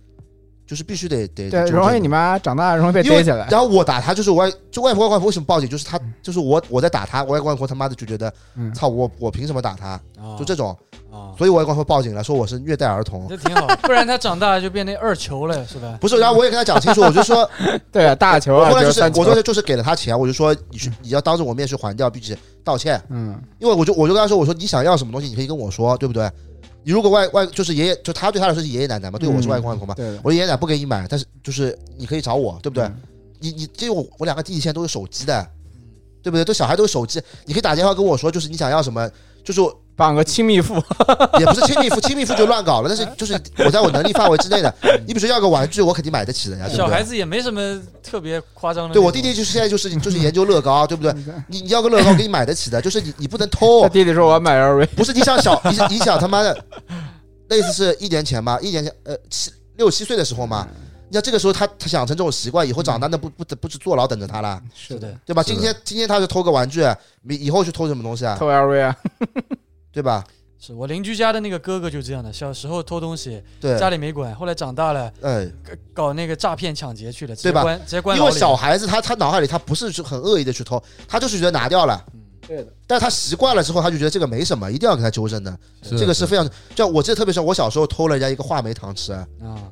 就是必须得得对，纠正容易你妈长大容易被因为逮起来，然后我打他，就是我外就外婆外婆为什么报警？就是他就是我我在打他，我外公外婆他妈的就觉得嗯，哦操我我凭什么打他？就这种，啊，所以我外公外婆报警了，说我是虐待 儿童。这挺好，不然他长大就变成二球了，是吧？不是，然后我也跟他讲清楚，我就说，对啊，大球我啊，后来就是三球我，说就是给了他钱，我就说你去你要当着我面去还掉，并且道歉，嗯因为我就我就跟他说，我说你想要什么东西，你可以跟我说，对不对？你如果外外就是爷爷，就他对他来说是爷爷奶奶嘛，对嗯我是外公外婆嘛，对的，我说爷爷奶奶不给你买，但是就是你可以找我，对不对？嗯你你这我我两个弟弟现在都有手机的，对不对？都小孩都有手机，你可以打电话跟我说，就是你想要什么，就是我绑个亲密哦妇，也不是亲密付，亲密付就乱搞了，但是就是我在我能力范围之 内的，你比如说要个玩具，我肯定买得起的呀，对小不孩对？子也没什么特别夸张的那对种。我弟弟就是现在就是就是研究乐高，对不对？他你你要个乐高，我给你买得起的，就是你你不能 偷，弟弟说我要买 LV，不是你想小你你想他妈的，类似是一年前吧，一年前呃七六七岁的时候嘛，你像这个时候他他养成这种习惯，以后长大那不不不是坐牢等着他了， 是是，的，对吧？是的今天今天他是偷个玩具，你以后去偷什么东西啊？偷 LV 啊， 对吧？是我邻居家的那个哥哥就这样的，小时候偷东西，对，家里没管，后来长大了哎，搞搞那个诈骗抢劫去了，直接对吧关直接关因牢为里。小孩子他他脑海里他不是去很恶意的去偷，他就是觉得拿掉了，对的，但是他习惯了之后，他就觉得这个没什么，一定要给他纠正的。这个是非常，就我记得特别深，我小时候偷了人家一个话梅糖吃，啊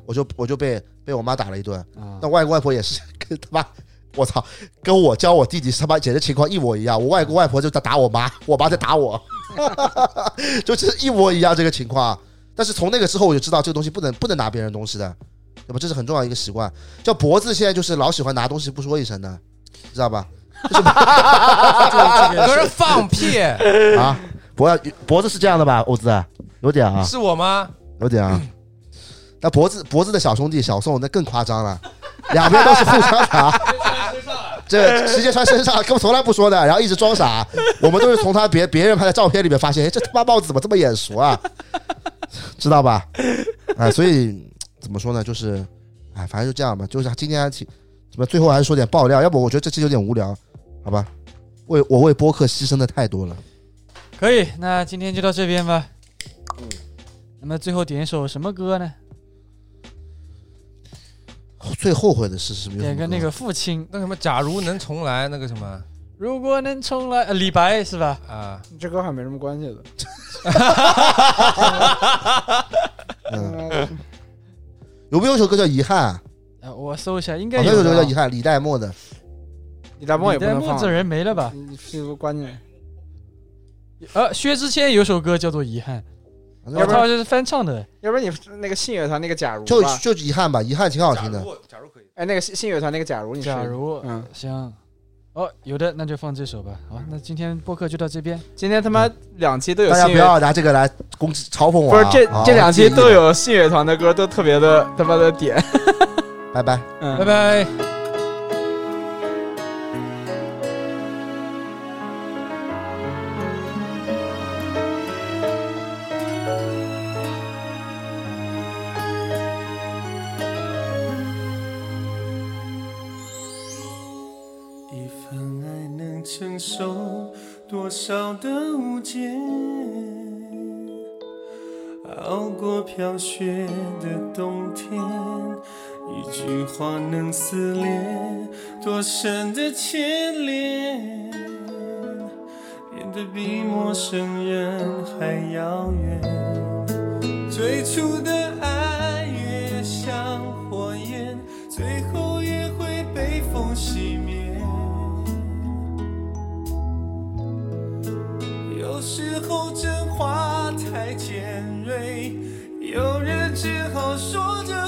我就我就被被我妈打了一顿。啊那外公外婆也是跟他妈，我操，跟我教我弟弟他妈简直情况一模一样。我外公外婆就在打我妈，我妈在打我， 就是一模一样这个情况。啊但是从那个之后我就知道这个东西不能不能拿别人东西的，对吧？这是很重要一个习惯。叫脖子现在就是老喜欢拿东西不说一声的，知道吧？这个 有人放屁， 啊，脖脖子是这样的吧？欧子，有点啊，是我吗？有点啊。那脖子脖子的小兄弟小宋那更夸张了，两边都是互相打，这直接穿身上，根本从来不说的，然后一直装傻。我们都是从他别别人拍的照片里面发现，哎，这他妈帽子怎么这么眼熟啊？知道吧？哎，所以怎么说呢？就是，哎，反正就这样吧。就是今天还挺什么，最后还是说点爆料，要不我觉得这期有点无聊，好吧？为我为播客牺牲的太多了。可以，那今天就到这边吧。那么最后点一首什么歌呢？最后悔的是什么？有什么点个歌那个父亲，那什么，假如能重来，那个什么如果能重来，呃李白是吧？啊，这跟我还没什么关系的，嗯。有没有一首歌叫《遗憾》？啊呃，我搜一下，应该好像有有首歌叫的啊《啊遗憾》，李代沫的。李大梦也李不代能沫放这，人没了吧？你屁股关键，呃，薛之谦有首歌叫做《遗憾》，哦反我正要不然操，这是翻唱的。要不然你那个信乐团那个假如就吧，就遗憾吧，遗憾挺好听的。假如可以，哎，那个信信乐团那个假如你试一假下如嗯，行，哦，有的那就放这首吧。好，那今天播客就到这边。今天他妈两期都有大家信不乐，要拿这个来攻击嘲讽我不啊。是这好这两期都。有信乐团的歌，都特别的他妈的点，拜拜。嗯 拜。拜。一份爱能承受多少的误解，熬过飘雪的冬天，一句话能撕裂多深的牵连，变得比陌生人还遥远。最初的爱越像火焰，最后也会被风熄灭。有时候真话太尖锐，有人只好说着